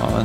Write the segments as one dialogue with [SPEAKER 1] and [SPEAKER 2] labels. [SPEAKER 1] Ja,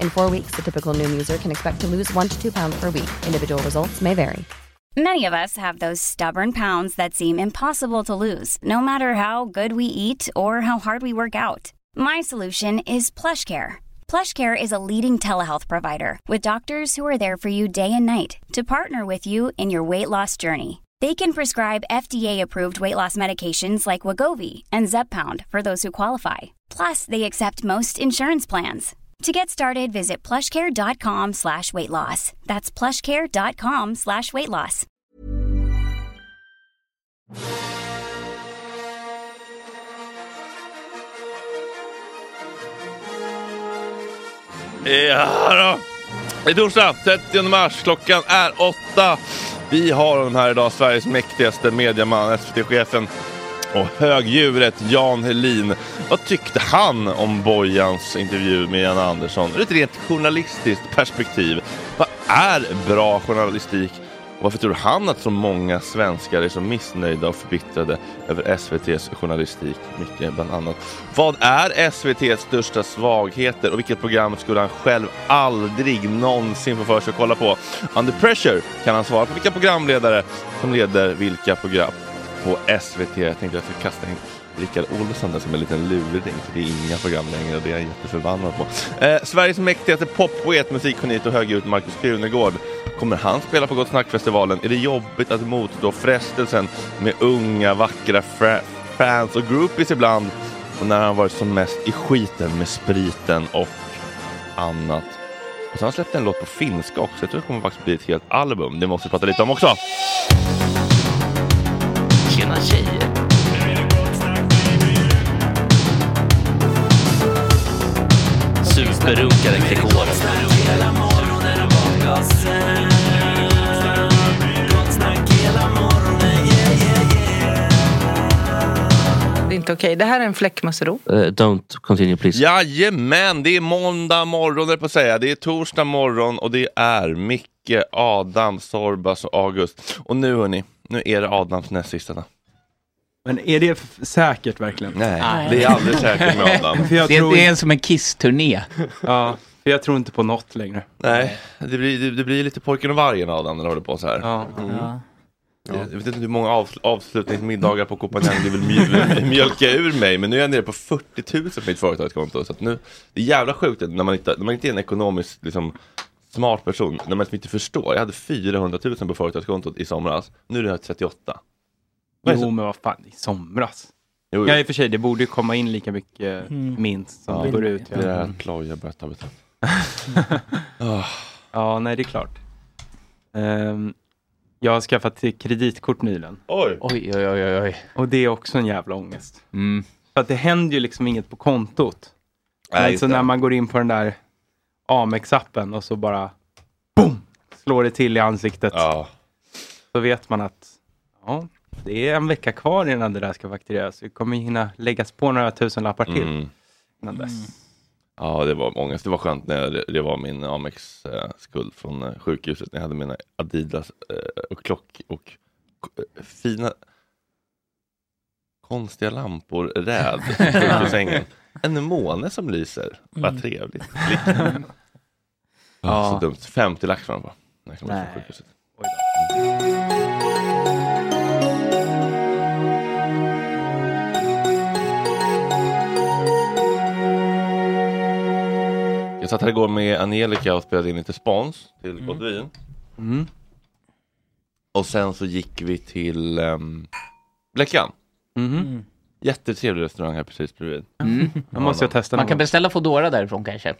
[SPEAKER 2] In four weeks, the typical Noom user can expect to lose one to two pounds per week. Individual results may vary.
[SPEAKER 3] Many of us have those stubborn pounds that seem impossible to lose, no matter how good we eat or how hard we work out. My solution is PlushCare. PlushCare is a leading telehealth provider with doctors who are there for you day and night to partner with you in your weight loss journey. They can prescribe FDA-approved weight loss medications like Wagovi and Zepbound for those who qualify. Plus, they accept most insurance plans. To get started, visit plushcare.com slash weight loss. That's plushcare.com slash weight loss.
[SPEAKER 1] Ja då. Det är torsdag 30 mars, klockan är åtta. Vi har honom här idag, Sveriges mäktigaste mediaman, SVT-chefen och högdjuret Jan Helin. Vad tyckte han om Bojans intervju med Jan Andersson ur ett rent journalistiskt perspektiv? Vad är bra journalistik? Och Varför tror han att så många svenskar är så missnöjda och förbittrade över SVTs journalistik? Mycket bland annat. Vad är SVTs största svagheter och vilket program skulle han själv aldrig någonsin få för sig att kolla på? Under pressure kan han svara på vilka programledare som leder vilka program på SVT. Jag tänkte att jag skulle kasta in Rickard Olsson där som en liten luring, för det är inga program längre och det är jag jätteförbannad på. Eh, Sveriges mäktigaste poppoet, musikgeniet och högljutt Markus Krunegård. Kommer han spela på Gott Snack-festivalen? Är det jobbigt att motstå frestelsen med unga, vackra fra- fans och groupies ibland? Och när han varit som mest i skiten med spriten och annat. Och sen släppte en låt på finska också. Jag tror det kommer faktiskt bli ett helt album. Det måste vi prata lite om också.
[SPEAKER 4] Tjena tjejer! Superrunkaren Gregor.
[SPEAKER 5] Det är inte okej. Det här är en fläckmussero.
[SPEAKER 4] Eh, don't continue please.
[SPEAKER 1] Jajamän, det är måndag morgon det på att säga. Det är torsdag morgon och det är Micke, Adam, Sorbas och August. Och nu hörni, nu är det Adams näst sista dag.
[SPEAKER 6] Men är det f- säkert verkligen?
[SPEAKER 1] Nej, det är aldrig säkert med Adam.
[SPEAKER 6] För jag,
[SPEAKER 7] Det,
[SPEAKER 6] tror,
[SPEAKER 7] det är som en Kiss-turné.
[SPEAKER 6] ja, för jag tror inte på något längre.
[SPEAKER 1] Nej, det blir, det, det blir lite pojken och vargen Adam när du håller på så här.
[SPEAKER 6] Ja.
[SPEAKER 1] Jag vet inte hur många av, avslutningsmiddagar på Copenhagen du vill mj- mjölka ur mig, men nu är jag nere på 40 000 på mitt företagskonto. Så att nu, det är jävla sjukt när man inte, när man inte är en ekonomiskt liksom, smart person, när man liksom inte förstår. Jag hade 400 000 på företagskontot i somras, nu är det här 38. Vad är det
[SPEAKER 6] Jo,
[SPEAKER 1] som-
[SPEAKER 6] men vad fan, i somras.
[SPEAKER 1] Jo, jo.
[SPEAKER 6] Ja, i och för sig, det borde ju komma in lika
[SPEAKER 7] eh,
[SPEAKER 6] mycket
[SPEAKER 7] Mm.
[SPEAKER 6] minst som
[SPEAKER 1] Ja.
[SPEAKER 6] går ut.
[SPEAKER 1] Det
[SPEAKER 6] Ja.
[SPEAKER 1] där plojar börjar ta betalt.
[SPEAKER 6] ja, nej, det är klart. Ehm, jag har skaffat ett kreditkort nyligen
[SPEAKER 1] Oj!
[SPEAKER 7] Oj, oj, oj, oj, oj.
[SPEAKER 6] och det är också en jävla ångest.
[SPEAKER 7] Mm.
[SPEAKER 6] För att det händer ju liksom inget på kontot.
[SPEAKER 1] Nej, just
[SPEAKER 6] alltså
[SPEAKER 1] det.
[SPEAKER 6] när man går in på den där Amex-appen och så bara boom, slår det till i ansiktet.
[SPEAKER 1] Ja.
[SPEAKER 6] Så vet man att ja, det är en vecka kvar innan det där ska faktureras. Det kommer ju hinna läggas på några tusen lappar till
[SPEAKER 1] Mm.
[SPEAKER 6] innan dess.
[SPEAKER 1] Ja, det var ångest. Det var skönt när det- det var min Amex-skuld från eh, sjukhuset. När jag hade mina Adidas eh, och klock och k- eh, fina konstiga lampor räd i sjukhussängen. En måne som lyser. Vad trevligt. Blicken. Ja. Så dumt. 50 lax framför. När jag kom ut från sjukhuset. Jag satt här igår med Angelica och spelade in lite spons till Gott Vin.
[SPEAKER 6] Mm.
[SPEAKER 1] Och sen så gick vi till um, Bleckan.
[SPEAKER 8] Mm.
[SPEAKER 6] Mhm.
[SPEAKER 1] Jättetrevlig restaurang här precis bredvid.
[SPEAKER 6] Då måste jag testa
[SPEAKER 7] Man
[SPEAKER 6] någon
[SPEAKER 7] kan
[SPEAKER 6] gång.
[SPEAKER 7] beställa Foodora därifrån kanske.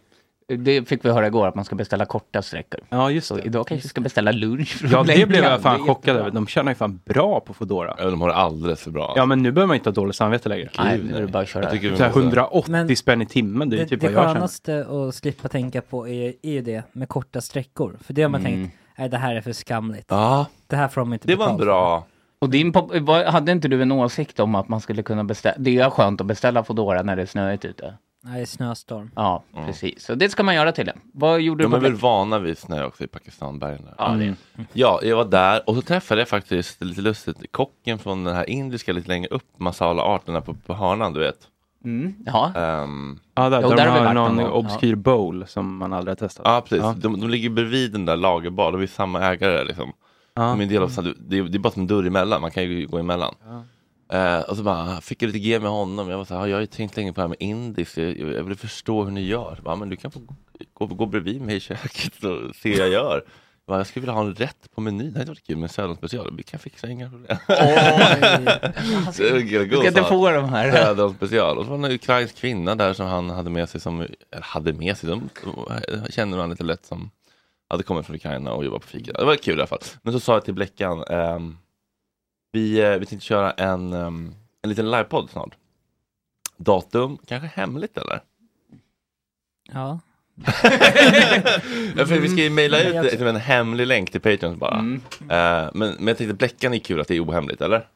[SPEAKER 7] Det fick vi höra igår, att man ska beställa korta sträckor.
[SPEAKER 6] Ja, just
[SPEAKER 7] Så
[SPEAKER 6] det.
[SPEAKER 7] idag kanske vi ska beställa lunch från
[SPEAKER 6] Ja, det blev jag
[SPEAKER 7] Lenkland.
[SPEAKER 6] fan
[SPEAKER 7] Det är
[SPEAKER 6] chockad
[SPEAKER 7] jättebra.
[SPEAKER 6] över. De tjänar ju fan bra på Foodora.
[SPEAKER 1] Ja, De har det alldeles för bra.
[SPEAKER 6] Ja, men nu behöver man inte ha dåligt samvete längre.
[SPEAKER 7] Nej, nu är det bara att köra.
[SPEAKER 1] Jag tycker vi
[SPEAKER 6] Så här
[SPEAKER 1] måste-
[SPEAKER 6] 180
[SPEAKER 8] Men-
[SPEAKER 6] spänn i timmen, det är
[SPEAKER 8] Det,
[SPEAKER 6] ju typ
[SPEAKER 8] det
[SPEAKER 6] vad jag tjänar.
[SPEAKER 8] skönaste att slippa tänka på är, är ju det med korta sträckor. För det har man
[SPEAKER 7] Mm.
[SPEAKER 8] tänkt, nej det här är för skamligt.
[SPEAKER 1] Ja,
[SPEAKER 8] Det här får de inte
[SPEAKER 1] det var en
[SPEAKER 8] betalt för.
[SPEAKER 1] bra...
[SPEAKER 7] Och din pop- vad- hade inte du en åsikt om att man skulle kunna beställa? Det är skönt att beställa Foodora när det är snöigt ute.
[SPEAKER 8] Nej, snöstorm.
[SPEAKER 7] Ja, precis. Så det ska man göra till Vad gjorde
[SPEAKER 1] De
[SPEAKER 7] du
[SPEAKER 1] är
[SPEAKER 7] på
[SPEAKER 1] väl
[SPEAKER 7] Black-
[SPEAKER 1] vana vid snö också i Pakistanbergen. Där.
[SPEAKER 7] Ja, det är-
[SPEAKER 1] Ja, jag var där och så träffade jag faktiskt lite lustigt kocken från den här indiska lite längre upp, masala-arterna på, på hörnan, du vet.
[SPEAKER 7] Mm, ja.
[SPEAKER 1] Ehm,
[SPEAKER 6] Ja, där,
[SPEAKER 7] Jo,
[SPEAKER 6] de
[SPEAKER 7] där har vi
[SPEAKER 6] har
[SPEAKER 7] varit någon
[SPEAKER 6] någon
[SPEAKER 7] gång.
[SPEAKER 6] obskyr bowl som man aldrig har testat.
[SPEAKER 1] Ja, precis. De, de ligger bredvid den där lagerbar, de är samma ägare liksom. De är en del av, det, det är bara som en dörr emellan, man kan ju gå emellan. Eh, och så bara, fick jag lite G med honom, jag var så här, "Ah, jag har ju tänkt länge på det här med indisk, jag, jag vill förstå hur ni gör. Jag Bara, men du kan få gå, gå bredvid mig i köket och se hur jag gör. Jag, bara, jag skulle vilja ha en rätt på menyn, det hade varit kul med en söderholmsspecial, vi kan fixa inga problem. Det var kul,
[SPEAKER 7] Du ska inte få de här.
[SPEAKER 1] Söderholm special. Och så var det en ukrainsk kvinna där som han hade med sig, som, eller hade med sig, de de kände han lite lätt som hade kommit från Ukraina och jobbat på fika. Det var kul i alla fall. Men så sa jag till Bleckan, ehm, vi, eh, vi tänkte köra en, ehm, en liten livepodd snart. Datum, kanske hemligt eller?
[SPEAKER 8] Ja.
[SPEAKER 1] Ja, för vi ska ju mejla ut
[SPEAKER 8] Jag också.
[SPEAKER 1] det som en hemlig länk till Patreon bara.
[SPEAKER 7] Mm.
[SPEAKER 1] Eh, men, men jag tänkte Bleckan är kul att det är ohemligt eller?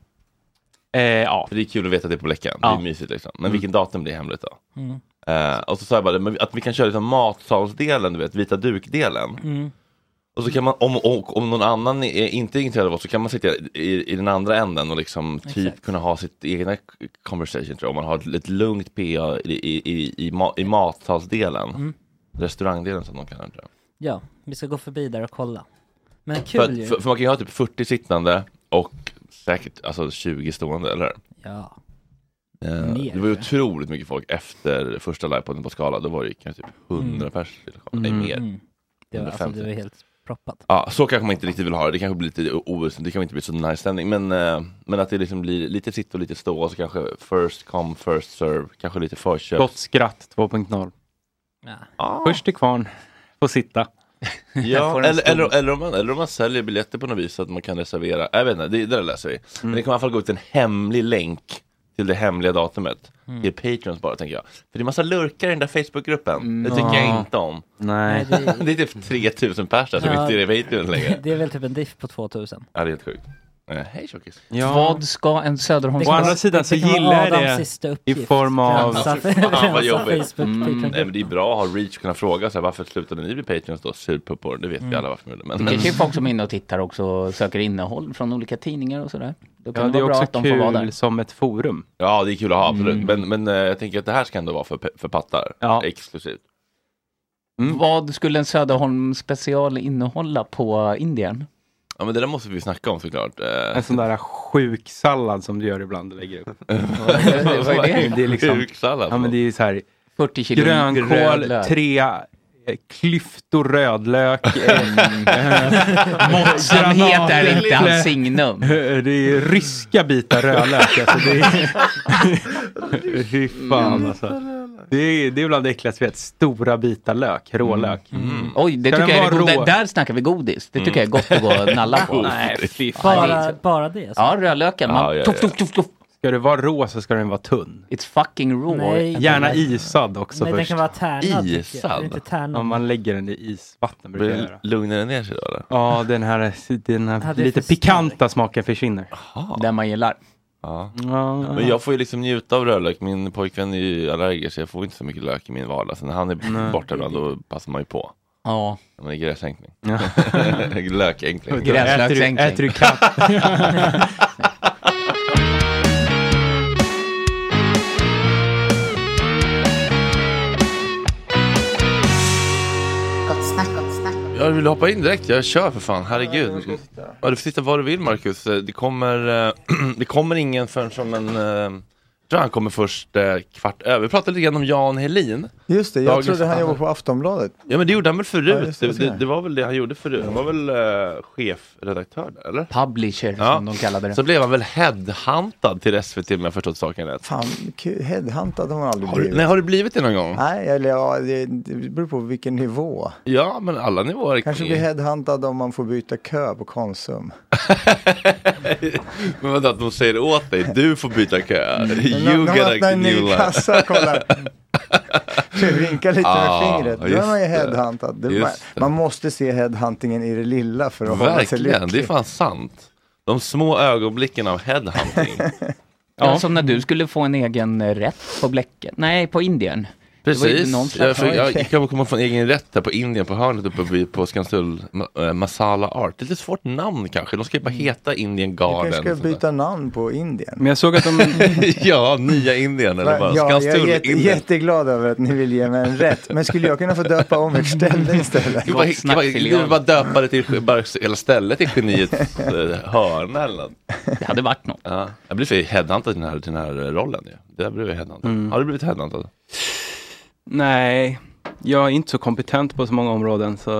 [SPEAKER 6] Eh, ja.
[SPEAKER 1] För det är kul att veta det på Bleckan,
[SPEAKER 6] Ja.
[SPEAKER 1] det är mysigt liksom. Men vilken datum blir hemligt då?
[SPEAKER 8] Mm.
[SPEAKER 1] Eh, och så sa jag bara men att vi kan köra liksom matsalsdelen, du vet, vita dukdelen.
[SPEAKER 8] Mm.
[SPEAKER 1] Och så kan man, om, och, om någon annan är inte intresserad av oss så kan man sitta i, i den andra änden och liksom typ
[SPEAKER 8] Exakt.
[SPEAKER 1] kunna ha sitt egna conversation tror jag. Om man har ett, ett lugnt PA i, i, i, i, ma, i matsalsdelen.
[SPEAKER 8] Mm.
[SPEAKER 1] Restaurangdelen som de kallar det. tror jag.
[SPEAKER 8] ja, vi ska gå förbi där och kolla. Men
[SPEAKER 1] För,
[SPEAKER 8] kul
[SPEAKER 1] att-
[SPEAKER 8] ju.
[SPEAKER 1] för, för man kan ju ha typ 40 sittande och säkert alltså 20 stående, eller
[SPEAKER 8] Ja.
[SPEAKER 1] Eh,
[SPEAKER 8] Mer,
[SPEAKER 1] Det var ju otroligt mycket folk efter första livepodden på Skala. Då var det kanske typ 100
[SPEAKER 8] Mm.
[SPEAKER 1] pers i lokalen. Nej,
[SPEAKER 8] Mm.
[SPEAKER 1] mer.
[SPEAKER 8] Mm. Det var, alltså,
[SPEAKER 1] 150.
[SPEAKER 8] det var helt proppat.
[SPEAKER 1] Ja, så kanske man inte riktigt vill ha det. Det kanske blir lite o- o- det kanske inte blir så nice stämning. Men, eh, men att det liksom blir lite sitt och lite stå och så kanske first come, first serve. Kanske lite förköp.
[SPEAKER 6] Gott skratt 2.0. Först till kvarn, får sitta. Jag
[SPEAKER 1] Ja,
[SPEAKER 6] får en
[SPEAKER 1] eller,
[SPEAKER 6] stor-
[SPEAKER 1] eller, eller, om man, eller om man säljer biljetter på något vis så att man kan reservera. Jag vet inte, det, det där läser vi. Men
[SPEAKER 6] Mm.
[SPEAKER 1] det kommer i alla fall gå ut en hemlig länk till det hemliga datumet.
[SPEAKER 8] Mm.
[SPEAKER 1] Till Patreons bara, tänker jag. För det är massa lurkar i den där Facebookgruppen. Det tycker jag
[SPEAKER 6] Ja.
[SPEAKER 1] inte om.
[SPEAKER 6] Nej.
[SPEAKER 8] Nej,
[SPEAKER 1] det är typ 3000 pers där som
[SPEAKER 8] Ja.
[SPEAKER 1] inte är i Patreon längre.
[SPEAKER 8] det är väl typ en diff på 2000.
[SPEAKER 1] Ja, det är helt sjukt. Eh, hej tjockis.
[SPEAKER 6] Ja.
[SPEAKER 7] Vad ska en Söderholms...
[SPEAKER 6] Å andra sidan så
[SPEAKER 8] det kan vara
[SPEAKER 6] gillar
[SPEAKER 8] Adams
[SPEAKER 6] jag
[SPEAKER 8] sista
[SPEAKER 6] det
[SPEAKER 8] uppgift.
[SPEAKER 6] i form av...
[SPEAKER 8] Rensa,
[SPEAKER 1] Fan vad
[SPEAKER 8] rensa
[SPEAKER 1] jobbigt.
[SPEAKER 8] Facebook.
[SPEAKER 1] Nej
[SPEAKER 8] Mm.
[SPEAKER 1] men det är bra att ha reach och kunna fråga så här, varför slutade ni bli Patreons då? Surpuppor, det vet vi alla varför. Men,
[SPEAKER 7] Mm. Det
[SPEAKER 1] men,
[SPEAKER 7] kanske är folk som är inne och tittar också och söker innehåll från olika tidningar och sådär. Då kan
[SPEAKER 6] Ja,
[SPEAKER 7] det
[SPEAKER 6] det är
[SPEAKER 7] vara bra att
[SPEAKER 6] också
[SPEAKER 7] de får vara
[SPEAKER 6] kul
[SPEAKER 7] där.
[SPEAKER 6] som ett forum.
[SPEAKER 1] ja det är kul att ha absolut.
[SPEAKER 7] Mm.
[SPEAKER 1] Men, men eh, jag tänker att det här ska ändå vara för, pe- för pattar.
[SPEAKER 6] Ja.
[SPEAKER 1] Exklusivt.
[SPEAKER 6] Mm.
[SPEAKER 7] Vad skulle en Söderholm special innehålla på Indien?
[SPEAKER 1] Ja men det där måste vi snacka om såklart. Eh,
[SPEAKER 6] En
[SPEAKER 7] Alltså,
[SPEAKER 6] sån där sjuk sallad som du gör ibland och lägger upp.
[SPEAKER 7] Vad är det?
[SPEAKER 6] Det är liksom,
[SPEAKER 1] Sjuksallad.
[SPEAKER 6] ja men det är så här
[SPEAKER 7] 40 kilo
[SPEAKER 6] grönkål,
[SPEAKER 7] rödlök.
[SPEAKER 6] tre eh, klyftor rödlök.
[SPEAKER 7] Måttsamhet är inte hans
[SPEAKER 6] allting.
[SPEAKER 7] signum.
[SPEAKER 6] Det är ryska bitar rödlök. Alltså det är... Fy
[SPEAKER 9] Mm.
[SPEAKER 6] fan alltså. Det är, det är bland det äckligaste jag vet. Stora bitar lök,
[SPEAKER 8] Mm.
[SPEAKER 6] rålök.
[SPEAKER 7] Oj, det
[SPEAKER 6] Ska
[SPEAKER 7] tycker
[SPEAKER 6] den
[SPEAKER 7] jag är
[SPEAKER 6] vara rå?
[SPEAKER 7] godis. Där snackar vi godis. Det tycker jag är gott att gå och nalla på.
[SPEAKER 1] Mm. Nej, fy
[SPEAKER 8] Bara, bara det? Alltså.
[SPEAKER 7] Ja, rödlöken. Man,
[SPEAKER 1] Ja, ja,
[SPEAKER 7] tuff,
[SPEAKER 1] ja.
[SPEAKER 7] tuff, tuff, tuff.
[SPEAKER 6] Ska det vara rå så ska den vara tunn.
[SPEAKER 7] It's fucking raw.
[SPEAKER 8] Nej.
[SPEAKER 6] Gärna isad också
[SPEAKER 8] Nej, Mm. den
[SPEAKER 6] först.
[SPEAKER 8] kan vara tärnad. tycker jag.
[SPEAKER 1] Isad.
[SPEAKER 8] Det är Inte
[SPEAKER 6] Om
[SPEAKER 8] tärnad.
[SPEAKER 6] man lägger den i isvatten brukar jag
[SPEAKER 1] Blir-
[SPEAKER 6] göra.
[SPEAKER 1] Lugnar den ner sig då? Eller?
[SPEAKER 6] Ja, den här, den
[SPEAKER 8] Ja,
[SPEAKER 6] här
[SPEAKER 8] det är
[SPEAKER 6] lite
[SPEAKER 8] för stark.
[SPEAKER 6] pikanta smaken försvinner.
[SPEAKER 7] Den man gillar.
[SPEAKER 1] Ja.
[SPEAKER 7] Mm.
[SPEAKER 6] Ja,
[SPEAKER 1] Men jag får ju liksom njuta av rödlök. Min pojkvän är ju allergiker så jag får inte så mycket lök i min vardag. Så när han är borta ibland då passar man ju på.
[SPEAKER 7] Ja.
[SPEAKER 1] Ja, Men det är gräsänkning.
[SPEAKER 6] Ja. äter,
[SPEAKER 1] Lökänkling.
[SPEAKER 7] Grä-
[SPEAKER 6] du,
[SPEAKER 7] Gräslöksänkling.
[SPEAKER 6] äter du katt?
[SPEAKER 1] Jag vill hoppa in direkt. Jag kör för fan. Herregud. Ja, du får sitta var du vill Marcus. Det kommer, eh, det kommer ingen förrän som en... eh, Jag tror han kommer först eh, kvart över. Vi pratade lite grann om Jan Helin.
[SPEAKER 9] Just det, jag
[SPEAKER 1] Dagens
[SPEAKER 9] trodde han
[SPEAKER 1] standard.
[SPEAKER 9] jobbade på Aftonbladet.
[SPEAKER 1] Ja men det gjorde han väl
[SPEAKER 9] Ja,
[SPEAKER 1] förut?
[SPEAKER 9] just det,
[SPEAKER 1] det,
[SPEAKER 9] så här.
[SPEAKER 1] det, det var väl det han gjorde förut? Han var väl eh, chefredaktör där eller?
[SPEAKER 7] Publisher
[SPEAKER 1] Ja.
[SPEAKER 7] som de kallade det.
[SPEAKER 1] Så blev han väl headhuntad till SVT om jag förstått saken rätt.
[SPEAKER 9] Fan, kul. headhuntad har man aldrig
[SPEAKER 1] Har du,
[SPEAKER 9] blivit.
[SPEAKER 1] nej, har du blivit det någon gång?
[SPEAKER 9] Nej, eller ja, det, det beror på vilken nivå.
[SPEAKER 1] Ja, men alla nivåer.
[SPEAKER 9] Kanske blir headhuntad om man får byta kö på Konsum.
[SPEAKER 1] Men vänta, att de säger åt dig, du får byta kö. You
[SPEAKER 9] de
[SPEAKER 1] get
[SPEAKER 9] öppnar
[SPEAKER 1] a
[SPEAKER 9] en
[SPEAKER 1] new
[SPEAKER 9] ny
[SPEAKER 1] life.
[SPEAKER 9] kassa och kollar. Vinkar lite
[SPEAKER 1] Ah,
[SPEAKER 9] med fingret. Då är man ju
[SPEAKER 1] just det.
[SPEAKER 9] headhuntad. Det, man,
[SPEAKER 1] Just det.
[SPEAKER 9] man måste se headhuntingen i det lilla för att hålla sig
[SPEAKER 1] Verkligen, det är
[SPEAKER 9] lycklig.
[SPEAKER 1] fan sant. De små ögonblicken av headhunting.
[SPEAKER 7] Ja, som när du skulle få en egen eh, rätt på Bläcket. Nej, på Indien. Det var inte någon
[SPEAKER 1] Precis. Jag,
[SPEAKER 7] slags...
[SPEAKER 1] för, jag,
[SPEAKER 9] okej.
[SPEAKER 1] jag kommer komma från egen rätt här på Indien, på hörnet uppe vid, på Skanstull, Ma- eh, Masala Art. Det är lite svårt namn kanske, de ska ju bara heta Indian
[SPEAKER 9] Du
[SPEAKER 1] Garden.
[SPEAKER 9] kanske
[SPEAKER 1] och
[SPEAKER 9] ska
[SPEAKER 1] sånt
[SPEAKER 9] byta namn på Indien.
[SPEAKER 6] Men jag såg att de...
[SPEAKER 1] där. ja, nya Indien eller bara
[SPEAKER 9] ja, jag är
[SPEAKER 1] Skanstull,
[SPEAKER 9] jätte,
[SPEAKER 1] Indien.
[SPEAKER 9] jätteglad över att ni vill ge mig en rätt. Men skulle jag kunna få döpa om ert ställe istället?
[SPEAKER 1] Du bara,
[SPEAKER 7] Gott snack,
[SPEAKER 1] bara, du
[SPEAKER 7] Filian.
[SPEAKER 1] bara döpa det till bara hela stället till geniets eh, hörna eller något.
[SPEAKER 7] Det hade varit något.
[SPEAKER 1] Ja. Jag blev för headhuntad till den här, till den här eh, rollen ju. Där blev jag headhuntad.
[SPEAKER 7] Mm.
[SPEAKER 1] Har du blivit headhuntad?
[SPEAKER 6] Nej, jag är inte så kompetent på så många områden så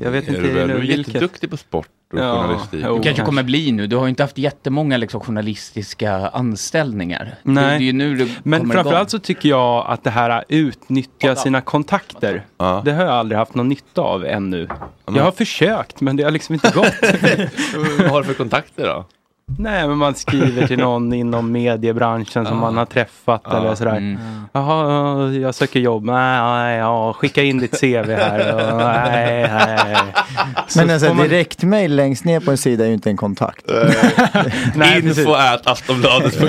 [SPEAKER 6] jag vet
[SPEAKER 1] Är
[SPEAKER 6] inte
[SPEAKER 1] du, väl, du är
[SPEAKER 6] inom vilket.
[SPEAKER 1] jätteduktig på sport och
[SPEAKER 6] Ja,
[SPEAKER 1] journalistik.
[SPEAKER 6] jo.
[SPEAKER 7] Du kanske kommer bli nu. Du har ju inte haft jättemånga liksom, journalistiska anställningar.
[SPEAKER 6] Nej.
[SPEAKER 7] Det, det är ju nu du
[SPEAKER 6] Men
[SPEAKER 7] kommer
[SPEAKER 6] framförallt
[SPEAKER 7] igång.
[SPEAKER 6] så tycker jag att det här utnyttja sina kontakter.
[SPEAKER 1] Ja.
[SPEAKER 6] Det har jag aldrig haft någon nytta av ännu. Jag har försökt men det har liksom inte gått.
[SPEAKER 1] Vad har du för kontakter då?
[SPEAKER 6] Nej, men man skriver till någon inom mediebranschen som man har träffat eller sådär.
[SPEAKER 9] Mm.
[SPEAKER 6] Jaha, jag söker jobb. Nej, nej, ja, skicka in ditt CV här. Nej, nej. Så
[SPEAKER 9] Men alltså,
[SPEAKER 6] får man-
[SPEAKER 9] direktmail längst ner på en sida är ju inte en kontakt.
[SPEAKER 6] Nej, precis.
[SPEAKER 1] Info at aftonbladet.se.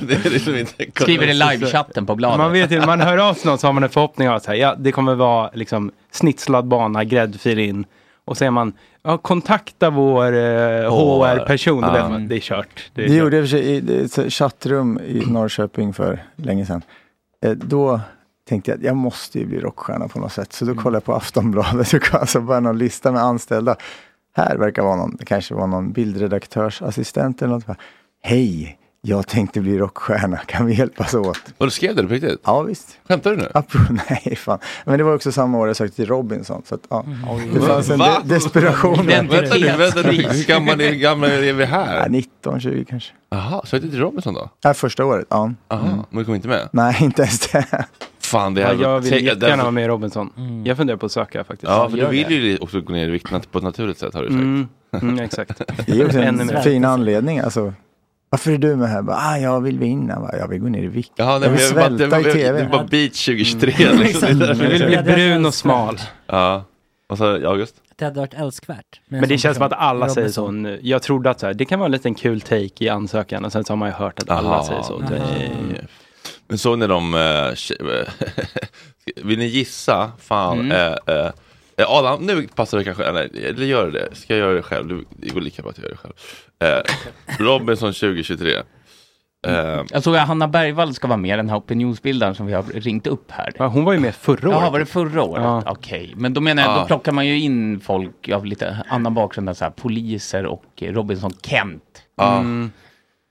[SPEAKER 1] Det är liksom inte
[SPEAKER 7] Skriver i livechatten på bladet.
[SPEAKER 6] Man vet ju, man hör av sig någon så har man en förhoppning av att så här, ja, det kommer vara liksom snitslad bana, gräddfil in. Och säger man, ja, kontakta vår eh, HR-person. Då vet man, Det är kört. Det är
[SPEAKER 9] Det
[SPEAKER 6] kört.
[SPEAKER 9] gjorde jag i och för sig i- i ett chattrum i Norrköping för länge sedan. Eh, Då tänkte jag att jag måste ju bli rockstjärna på något sätt. Så då kollade jag på Aftonbladet och kollade- alltså bara någon lista med anställda. här verkar vara någon, det kanske var någon bildredaktörsassistent eller något. Hej, jag tänkte bli rockstjärna, kan vi hjälpas åt?
[SPEAKER 1] Och du skrev det på riktigt?
[SPEAKER 9] Ja, visst.
[SPEAKER 1] Skämtar du nu?
[SPEAKER 9] nej, fan. Men det var också samma år jag sökte till Robinson, så att, ja, det fanns en
[SPEAKER 1] Va?
[SPEAKER 9] de- desperation. där.
[SPEAKER 1] Vänta nu, vänta nu. Hur gammal är, hur gammal är vi här?
[SPEAKER 9] Ja, 19, 20 kanske.
[SPEAKER 1] Jaha, sökte du till Robinson då?
[SPEAKER 9] Ja, första året, ja. Mm.
[SPEAKER 1] Jaha, men du kom inte med?
[SPEAKER 9] Nej, inte ens det.
[SPEAKER 1] Fan, det
[SPEAKER 6] Ja,
[SPEAKER 1] här
[SPEAKER 6] jag vill
[SPEAKER 1] Säg-
[SPEAKER 6] jättegärna
[SPEAKER 1] därför-
[SPEAKER 6] vara med i Robinson. Jag funderar på att söka faktiskt.
[SPEAKER 1] Ja, för du
[SPEAKER 6] Gör
[SPEAKER 1] vill
[SPEAKER 6] det.
[SPEAKER 1] ju också gå ner i vikt nat- på ett naturligt sätt har du sagt.
[SPEAKER 6] Mm, mm, exakt.
[SPEAKER 9] Det är också
[SPEAKER 6] Ännu mer.
[SPEAKER 9] en fin anledning. Alltså. Varför är du med här? Bara, ah, jag vill vinna. Bara, jag vill gå ner i vikt.
[SPEAKER 1] Jaha, nej,
[SPEAKER 9] jag
[SPEAKER 1] men
[SPEAKER 9] vill
[SPEAKER 1] jag bara-
[SPEAKER 9] svälta
[SPEAKER 1] det,
[SPEAKER 9] i
[SPEAKER 1] var-
[SPEAKER 9] tv.
[SPEAKER 1] Det var beach 2023 liksom. Det är därför
[SPEAKER 6] Du vill
[SPEAKER 1] jag-
[SPEAKER 6] bli brun och smal.
[SPEAKER 1] Ja. Vad sa du, August?
[SPEAKER 8] Det hade varit älskvärt. med en
[SPEAKER 6] Men det
[SPEAKER 8] sån
[SPEAKER 6] känns som att
[SPEAKER 8] person.
[SPEAKER 6] alla
[SPEAKER 8] Robinson. Mm.
[SPEAKER 6] säger så nu. Jag trodde att så här, det kan vara en liten kul take i ansökan och sen så har man ju hört att alla
[SPEAKER 1] Aha,
[SPEAKER 6] säger så.
[SPEAKER 1] nej. Men såg ni de, eh, tje- vill ni gissa? Fan.
[SPEAKER 6] Mm.
[SPEAKER 1] eh, eh, eh, Adam, nu passar det kanske, eller, eller gör det det? Ska jag göra det själv? Du- Det går lika bra att jag gör det själv. Eh, Robinson 2023. Eh,
[SPEAKER 7] Jag såg att Hanna Bergvall ska vara med, den här opinionsbildaren som vi har ringt upp här.
[SPEAKER 6] Ja, hon var ju med förra året.
[SPEAKER 7] Ja, var det förra året?
[SPEAKER 6] Ja.
[SPEAKER 7] Okej, men då menar jag,
[SPEAKER 6] Ja.
[SPEAKER 7] då plockar man ju in folk av lite annan bakgrund, än så här, poliser och eh, Robinson Kent.
[SPEAKER 1] Ja.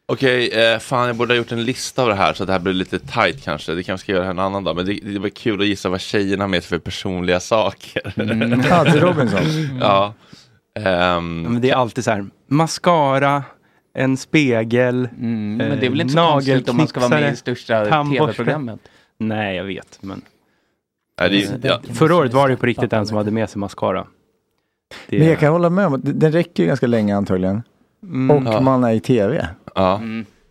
[SPEAKER 1] Okej, eh, fan jag borde ha gjort en lista av det här så att det här blir lite tight kanske. Det kanske ska jag göra en annan dag. Men det, det var kul att gissa vad tjejerna har med sig för personliga saker.
[SPEAKER 6] Mm. Ja, till Robinson. Mm.
[SPEAKER 1] ja. Ehm,
[SPEAKER 6] Men det är alltid så här, mascara, en spegel,
[SPEAKER 7] Mm. men det är väl inte så
[SPEAKER 6] eh,
[SPEAKER 7] konstigt om man ska vara med i
[SPEAKER 6] nagelknipsare,
[SPEAKER 7] största
[SPEAKER 6] tandborste.
[SPEAKER 7] TV-programmet?
[SPEAKER 6] Nej, jag vet, men.
[SPEAKER 1] Nej, det är- ja.
[SPEAKER 6] Förra året var det på riktigt en som hade med sig mascara. Det-
[SPEAKER 9] Men jag kan hålla med om att det- den räcker ju ganska länge antagligen.
[SPEAKER 6] Mm.
[SPEAKER 9] Och
[SPEAKER 6] Ja. Mm.
[SPEAKER 9] man är i tv.
[SPEAKER 1] Ja.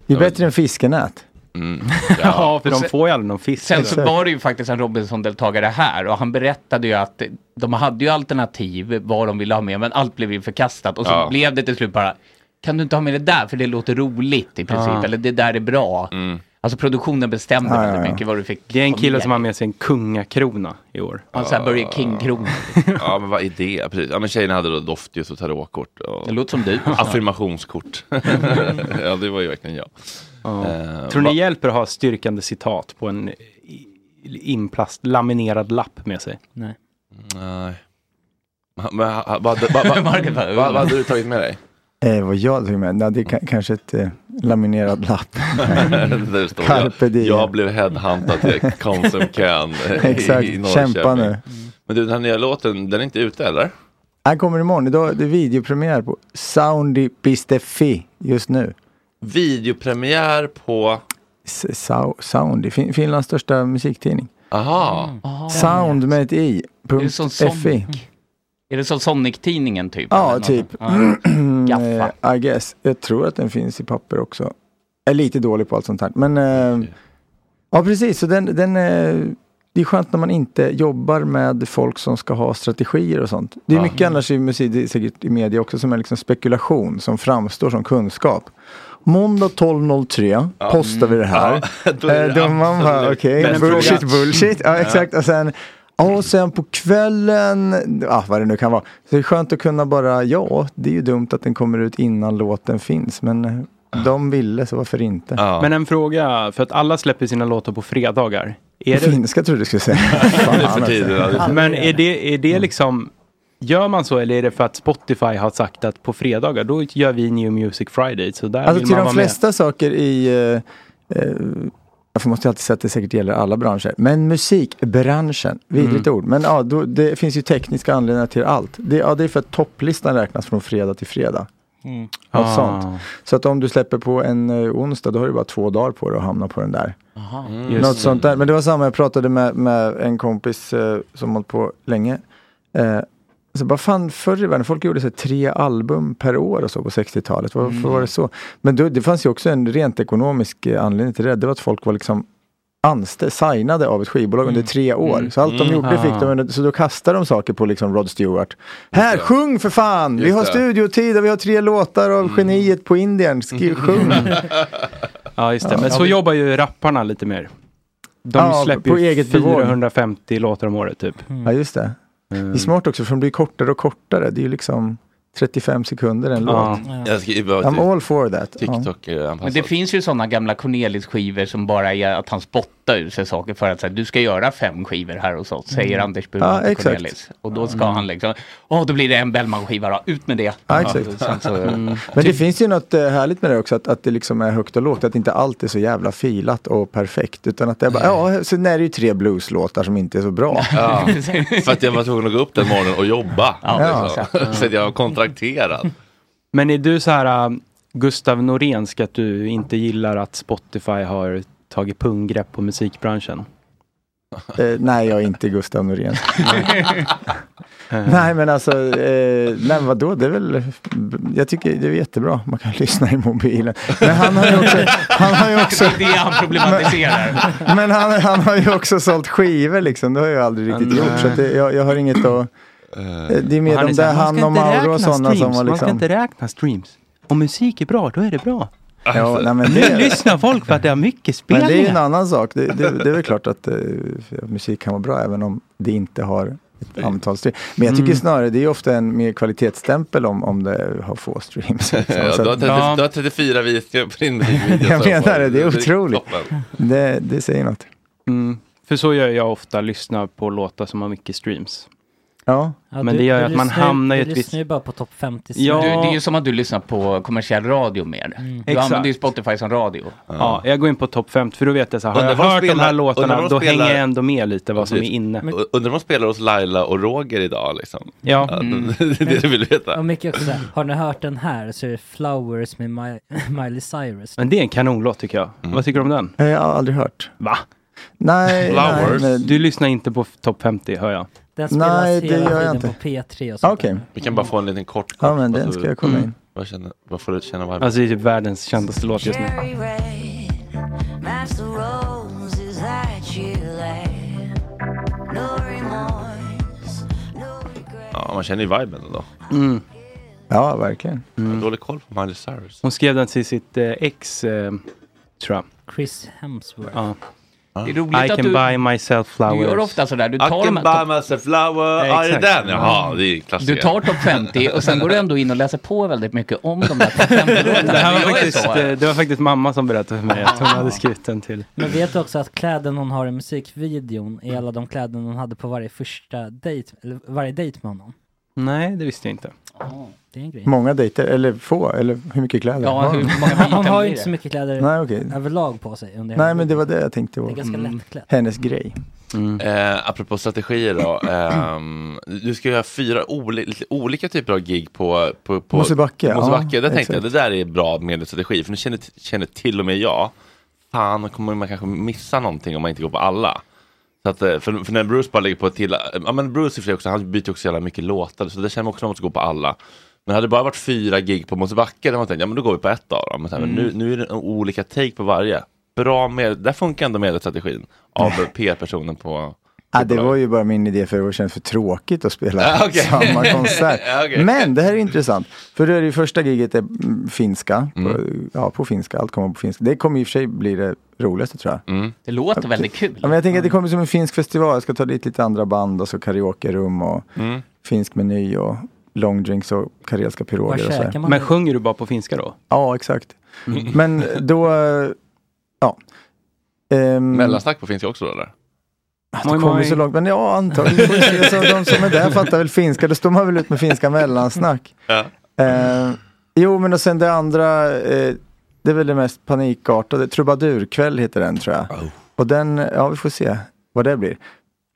[SPEAKER 9] Det är bättre än fiskenät.
[SPEAKER 6] Ja, för de får ju aldrig någon fisk.
[SPEAKER 7] Sen så var det ju faktiskt en Robinson-deltagare här och han berättade ju att de hade ju alternativ vad de ville ha med men allt blev ju förkastat och så
[SPEAKER 1] Ja.
[SPEAKER 7] blev det till slut bara kan du inte ha med det där för det låter roligt i princip
[SPEAKER 6] Ja.
[SPEAKER 7] eller det där är bra. Alltså produktionen bestämde
[SPEAKER 6] Ja, ja,
[SPEAKER 7] väldigt
[SPEAKER 6] ja.
[SPEAKER 7] mycket vad du fick
[SPEAKER 6] Det är en
[SPEAKER 7] ha
[SPEAKER 6] kille
[SPEAKER 7] med
[SPEAKER 6] som har med sig en kungakrona i år.
[SPEAKER 7] Ja, så här Burger King-krona.
[SPEAKER 1] Ja, men vad är det? Precis. Ja, men tjejerna hade då doftljus och tarotkort. Och...
[SPEAKER 7] Det låter som du.
[SPEAKER 1] Alltså, Affirmationskort. ja, det var ju verkligen jag.
[SPEAKER 6] Ja.
[SPEAKER 1] Eh,
[SPEAKER 6] Tror ni
[SPEAKER 1] va-
[SPEAKER 6] hjälper att ha styrkande citat på en i- inplast, laminerad lapp med sig?
[SPEAKER 8] Nej.
[SPEAKER 1] Nej. Men, ha- ha- vad, vad, vad,
[SPEAKER 7] Marcus bara,
[SPEAKER 1] vad, vad hade du tagit med dig?
[SPEAKER 9] Eh, vad jag tog med? Ja, det är ka- kanske ett eh, laminerad lapp.
[SPEAKER 1] Där står
[SPEAKER 9] Carpe
[SPEAKER 1] jag,
[SPEAKER 9] diem.
[SPEAKER 1] jag blev headhuntad till Konsum Can i-
[SPEAKER 9] Exakt.
[SPEAKER 1] i Norrköping. Mm.
[SPEAKER 9] Kämpa nu.
[SPEAKER 1] Men du, den här nya låten, den är inte ute eller?
[SPEAKER 9] Han kommer imorgon. Idag är det videopremiär på soundy.fi just nu.
[SPEAKER 1] Videopremiär på...
[SPEAKER 9] S- Sau- Soundy, fin- Finlands största musiktidning.
[SPEAKER 1] Aha.
[SPEAKER 9] Sound med ett i.
[SPEAKER 7] Det är
[SPEAKER 9] Punkt
[SPEAKER 7] som
[SPEAKER 9] FI.
[SPEAKER 7] Sonic. Är det som Sonic-tidningen typ? eller
[SPEAKER 9] Ja,
[SPEAKER 7] något?
[SPEAKER 9] typ.
[SPEAKER 7] Ja.
[SPEAKER 9] Eh, I guess. Jag tror att den finns i papper också. Jag är lite dålig på allt sånt här. Men
[SPEAKER 1] Mm.
[SPEAKER 9] eh, ja, precis. Så den, den, eh, det är skönt när man inte jobbar med folk som ska ha strategier och sånt. Det är
[SPEAKER 1] Ja.
[SPEAKER 9] mycket annars i musik, det är säkert i media också, som är liksom spekulation som framstår som kunskap. Måndag 12.03
[SPEAKER 1] Ja.
[SPEAKER 9] postar vi det här.
[SPEAKER 1] Ja, då är det
[SPEAKER 9] Eh, då man bara,
[SPEAKER 1] absolut
[SPEAKER 9] okej,
[SPEAKER 1] bäst
[SPEAKER 9] bullshit,
[SPEAKER 1] fråga.
[SPEAKER 9] bullshit. Ja,
[SPEAKER 1] Ja.
[SPEAKER 9] exakt. Och sen, ja, och sen på kvällen, ah, vad det nu kan vara. Så det är skönt att kunna bara, ja, det är ju dumt att den kommer ut innan låten finns, men eh, de ville, så varför inte?
[SPEAKER 6] Men en fråga, för att alla släpper sina låtar på fredagar. Är det,
[SPEAKER 9] Finska trodde du skulle säga.
[SPEAKER 1] Det är för tidigt,
[SPEAKER 9] alltså.
[SPEAKER 1] ja, Mm. det är för-
[SPEAKER 6] men är det, är det liksom, gör man så eller är det för att Spotify har sagt att på fredagar då gör vi New Music Friday, så där
[SPEAKER 9] Alltså
[SPEAKER 6] vill
[SPEAKER 9] till de
[SPEAKER 6] man vara
[SPEAKER 9] flesta saker i, eh, eh, jag måste alltid säga att det säkert gäller alla branscher, men musikbranschen, vidrigt ord. Men ja, då, det finns ju tekniska anledningar till allt. Det, ja, det är för att topplistan räknas från fredag till fredag.
[SPEAKER 8] Mm.
[SPEAKER 9] Något
[SPEAKER 6] Ah.
[SPEAKER 9] sånt. Så att om du släpper på en eh, onsdag, då har du bara två dagar på dig att hamna på den där.
[SPEAKER 6] med. Just
[SPEAKER 9] Något
[SPEAKER 6] det.
[SPEAKER 9] sånt där. Men det var samma, jag pratade med, med en kompis eh, som hållit på länge. Eh, så bara fan, förr i världen, folk gjorde så här, tre album per år och så på 60-talet. Varför
[SPEAKER 6] Mm.
[SPEAKER 9] var det så? Men då, det fanns ju också en rent ekonomisk eh, anledning till det. Det var att folk var liksom anställda, signade av ett skivbolag under tre år. Så allt de
[SPEAKER 6] Mm.
[SPEAKER 9] gjorde fick de,
[SPEAKER 6] Ah.
[SPEAKER 9] under- så då kastade de saker på liksom Rod Stewart. Här,
[SPEAKER 1] det.
[SPEAKER 9] sjung för fan! vi
[SPEAKER 1] Just
[SPEAKER 9] har
[SPEAKER 1] det. Mm.
[SPEAKER 9] studiotid och vi har tre låtar av geniet på Indien. Skriv, sjung!
[SPEAKER 6] Ja, just det. Men så jobbar ju rapparna lite mer. De
[SPEAKER 9] Ja,
[SPEAKER 6] släpper
[SPEAKER 9] på
[SPEAKER 6] ju
[SPEAKER 9] eget Mm. bevåg.
[SPEAKER 6] 450 låtar om året typ. Mm.
[SPEAKER 9] Ja, just det. Det är smart också för de blir kortare och kortare. Det är ju liksom 35 sekunder en
[SPEAKER 7] Ja.
[SPEAKER 9] låt.
[SPEAKER 7] Jag skriver bara till
[SPEAKER 9] I'm all for that.
[SPEAKER 1] alltså.
[SPEAKER 7] Men det finns ju sådana gamla Cornelis-skivor som bara är att han spottar ur sig saker för att säga du ska göra fem skivor här hos oss, säger
[SPEAKER 9] Mm.
[SPEAKER 7] Anders Burman
[SPEAKER 9] Ja,
[SPEAKER 7] till
[SPEAKER 9] exakt.
[SPEAKER 7] Cornelis. Och då ska han liksom, åh då blir det en Bellman-skiva då, ut med det.
[SPEAKER 9] Ja, exakt.
[SPEAKER 7] och sen så-
[SPEAKER 6] Mm.
[SPEAKER 9] Men det finns ju något eh, härligt med det också, att, att det liksom är högt och lågt. Att inte allt är så jävla filat och perfekt. Utan att det är bara, ja, sen är det ju tre blueslåtar som inte är så bra.
[SPEAKER 1] Ja, för att jag var tvungen att gå upp den morgonen och jobba.
[SPEAKER 9] Ja.
[SPEAKER 1] liksom. Så att jag var kontrakterad.
[SPEAKER 6] Men är du så här um, Gustav Norénsk att du inte gillar att Spotify har tagit punggrepp på musikbranschen?
[SPEAKER 9] Eh, nej, jag är inte Gustav Norén. nej, men alltså, eh, nej, vadå, det är väl, jag tycker det är jättebra, man kan lyssna i mobilen. Men han har ju också, han har ju också
[SPEAKER 7] Det är det han problematiserar.
[SPEAKER 9] men han, han har ju också sålt skivor liksom, det har jag aldrig riktigt
[SPEAKER 6] Nej.
[SPEAKER 9] gjort. Så att det, jag, jag har inget att... Det är mer
[SPEAKER 6] Han
[SPEAKER 9] de
[SPEAKER 6] så här,
[SPEAKER 9] där
[SPEAKER 6] "Man ska
[SPEAKER 9] han och
[SPEAKER 6] inte
[SPEAKER 9] Mauro
[SPEAKER 6] räkna
[SPEAKER 9] och sådana som
[SPEAKER 6] streams,
[SPEAKER 9] var
[SPEAKER 6] Man ska
[SPEAKER 9] liksom...
[SPEAKER 6] inte räkna streams. Om musik är bra, då är det bra.
[SPEAKER 9] Ja, nej, men
[SPEAKER 6] Nu
[SPEAKER 9] det,
[SPEAKER 6] lyssnar folk för att det har mycket
[SPEAKER 9] men det är ju en
[SPEAKER 6] spelningar.
[SPEAKER 9] annan sak. Det, det, det är väl klart att eh, musik kan vara bra även om det inte har ett antal streams. Men jag tycker
[SPEAKER 6] Mm.
[SPEAKER 9] snarare det är ofta en mer kvalitetsstämpel om, om det har få streams. liksom.
[SPEAKER 1] Ja,
[SPEAKER 9] Så
[SPEAKER 1] du, har
[SPEAKER 9] att-
[SPEAKER 1] 30, du har 34 visningar på din musikvideo.
[SPEAKER 9] Jag
[SPEAKER 1] så
[SPEAKER 9] menar det, det är otroligt.
[SPEAKER 1] toppen.
[SPEAKER 9] Det, det säger något.
[SPEAKER 6] Mm. För så gör jag ofta, lyssnar på låtar som har mycket streams.
[SPEAKER 9] Ja.
[SPEAKER 8] Ja,
[SPEAKER 6] men
[SPEAKER 8] du-
[SPEAKER 6] det gör
[SPEAKER 8] du
[SPEAKER 6] ju att man
[SPEAKER 8] lyssnar ju-
[SPEAKER 6] hamnar i
[SPEAKER 8] du
[SPEAKER 6] ett visst...
[SPEAKER 8] lyssnar ju bara på topp 50
[SPEAKER 6] Ja.
[SPEAKER 7] Du, det är ju som att du lyssnar på kommersiell radio mer.
[SPEAKER 8] Mm.
[SPEAKER 7] Du
[SPEAKER 6] Exakt.
[SPEAKER 7] använder ju Spotify som radio.
[SPEAKER 6] Ja, jag går in på topp 50 för då vet jag så här, har
[SPEAKER 1] Undrar
[SPEAKER 6] jag
[SPEAKER 1] vad de
[SPEAKER 6] hört de
[SPEAKER 1] spelar-
[SPEAKER 6] här
[SPEAKER 1] undrar
[SPEAKER 6] låtarna,
[SPEAKER 1] vad
[SPEAKER 6] då
[SPEAKER 1] de spelar- Mm.
[SPEAKER 6] hänger jag ändå med lite vad som är inne.
[SPEAKER 1] U- Undrar om de spelar hos Laila och Roger idag liksom?
[SPEAKER 6] Ja.
[SPEAKER 1] det är det du vill veta.
[SPEAKER 8] Och mycket också såhär, har ni hört den här så är det Flowers med My- Miley Cyrus.
[SPEAKER 6] Men det är en kanonlåt tycker jag.
[SPEAKER 1] Mm.
[SPEAKER 6] Vad tycker du om den?
[SPEAKER 9] Eh, Jag har aldrig hört.
[SPEAKER 6] Va?
[SPEAKER 9] Nej, nej,
[SPEAKER 1] Flowers.
[SPEAKER 9] nej.
[SPEAKER 6] Du lyssnar inte på f- topp 50 hör jag.
[SPEAKER 8] Den spelas
[SPEAKER 9] Nej, det
[SPEAKER 8] hela
[SPEAKER 9] gör jag
[SPEAKER 8] tiden
[SPEAKER 9] inte.
[SPEAKER 8] på P3 och
[SPEAKER 9] Ah,
[SPEAKER 8] sånt.
[SPEAKER 9] Okej,
[SPEAKER 1] Vi kan bara få en liten kort.
[SPEAKER 9] ja
[SPEAKER 1] kort,
[SPEAKER 9] men
[SPEAKER 1] vad
[SPEAKER 9] den
[SPEAKER 1] du-
[SPEAKER 9] ska jag kolla in.
[SPEAKER 1] Vad, känner, vad får du känna varmt?
[SPEAKER 6] mm. Alltså det är typ världens kändaste låt just nu.
[SPEAKER 1] Ja, man känner ju viben ändå.
[SPEAKER 6] Mm.
[SPEAKER 9] Ja, verkligen.
[SPEAKER 1] Jag har Dålig koll på Miley Cyrus.
[SPEAKER 6] Hon skrev den till sitt eh, ex, eh, tror jag.
[SPEAKER 8] Chris Hemsworth.
[SPEAKER 6] Ja.
[SPEAKER 7] Det är roligt
[SPEAKER 6] I
[SPEAKER 7] att
[SPEAKER 6] can
[SPEAKER 7] du,
[SPEAKER 6] buy myself
[SPEAKER 7] du gör
[SPEAKER 6] flowers.
[SPEAKER 7] ofta sådär, du
[SPEAKER 1] I
[SPEAKER 7] tar de
[SPEAKER 1] can
[SPEAKER 7] här topp-
[SPEAKER 1] buy myself flower. Ja, det är
[SPEAKER 6] Exakt.
[SPEAKER 1] den. Jaha, det är klassiker.
[SPEAKER 7] Du tar topp 50 och sen går du ändå in och läser på väldigt mycket om de där topp 50-låtarna.
[SPEAKER 6] Det, här var
[SPEAKER 7] Jag är
[SPEAKER 6] faktiskt,
[SPEAKER 7] så. Ah.
[SPEAKER 6] eh, det var faktiskt mamma som berättade för mig att hon hade skrivit den till.
[SPEAKER 8] Men vet du också att kläden hon har i musikvideon är alla de kläderna hon hade på varje första dejt, eller varje dejt med honom.
[SPEAKER 6] Nej, det visste jag inte.
[SPEAKER 8] Det är en grej.
[SPEAKER 9] Många dejter, eller få, eller hur mycket kläder?
[SPEAKER 7] Ja,
[SPEAKER 9] har
[SPEAKER 7] hur
[SPEAKER 9] de?
[SPEAKER 7] många
[SPEAKER 8] Hon
[SPEAKER 7] bitar
[SPEAKER 8] har ju
[SPEAKER 7] blir
[SPEAKER 8] inte
[SPEAKER 7] det?
[SPEAKER 8] så mycket kläder
[SPEAKER 9] Nej, okej.
[SPEAKER 8] överlag på sig under hela
[SPEAKER 9] Nej, men det
[SPEAKER 8] videon.
[SPEAKER 9] var det jag tänkte
[SPEAKER 8] Det är
[SPEAKER 9] på.
[SPEAKER 8] ganska
[SPEAKER 7] Mm.
[SPEAKER 8] lättklätt.
[SPEAKER 9] Hennes grej.
[SPEAKER 6] Mm.
[SPEAKER 1] Eh, apropå strategier då. ehm, du ska göra fyra oli- lite olika typer av gig på, på, på
[SPEAKER 9] Mosebacke, ja,
[SPEAKER 1] Mosebacke. där tänkte jag,
[SPEAKER 9] exakt.
[SPEAKER 1] det där är bra mediestrategi. För nu känner, känner till och med jag, fan kommer man kanske missa någonting om man inte går på alla. Så att, eh, för, för när Bruce bara lägger på ett till, ja men Bruce i och för sig också, han byter ju också så jävla mycket låtar. Så det känner man också att man måste gå på alla. Men hade det bara varit fyra gig på Mosebacke, där man tänkte, ja men då går vi på ett av dem. Men, så här,
[SPEAKER 9] Mm.
[SPEAKER 1] men nu, nu är det olika take på varje. Bra med, där funkar ändå mediestrategin av PR-personen på
[SPEAKER 9] Ja, ah, det var ju bara min idé för det känns för tråkigt att spela
[SPEAKER 1] Ja, Ah, okej.
[SPEAKER 9] samma konsert.
[SPEAKER 1] Ja, okej.
[SPEAKER 9] Men det här är intressant. För då är det ju första giget är mm, finska. På,
[SPEAKER 1] Mm.
[SPEAKER 9] ja, på finska. Allt kommer på finska. Det kommer i och för sig bli det roligaste tror jag.
[SPEAKER 1] Mm.
[SPEAKER 7] Det låter väldigt kul.
[SPEAKER 9] Ja, men jag tänker att det kommer som en finsk festival. Jag ska ta dit lite andra band och så karaokerum och
[SPEAKER 1] Mm.
[SPEAKER 9] finsk meny och longdrinks och karelska
[SPEAKER 8] Vad
[SPEAKER 9] piroger och så här.
[SPEAKER 8] käkar man?
[SPEAKER 6] Men sjunger du bara på finska då?
[SPEAKER 9] Ja, exakt. Men då, eh, ja. Ehm,
[SPEAKER 1] Mellansnack på finska också då eller?
[SPEAKER 9] Ah, Det
[SPEAKER 6] Moj,
[SPEAKER 9] kommer
[SPEAKER 6] moj.
[SPEAKER 9] så långt, men ja antagligen. får vi se. Så de som är där fattar väl finska, då står man väl ut med finska mellansnack.
[SPEAKER 1] Ja.
[SPEAKER 9] Eh, jo, men och sen det andra, eh, det är väl det mest panikartade, Trubadurkväll heter den tror jag. Och den, ja vi får se vad det blir.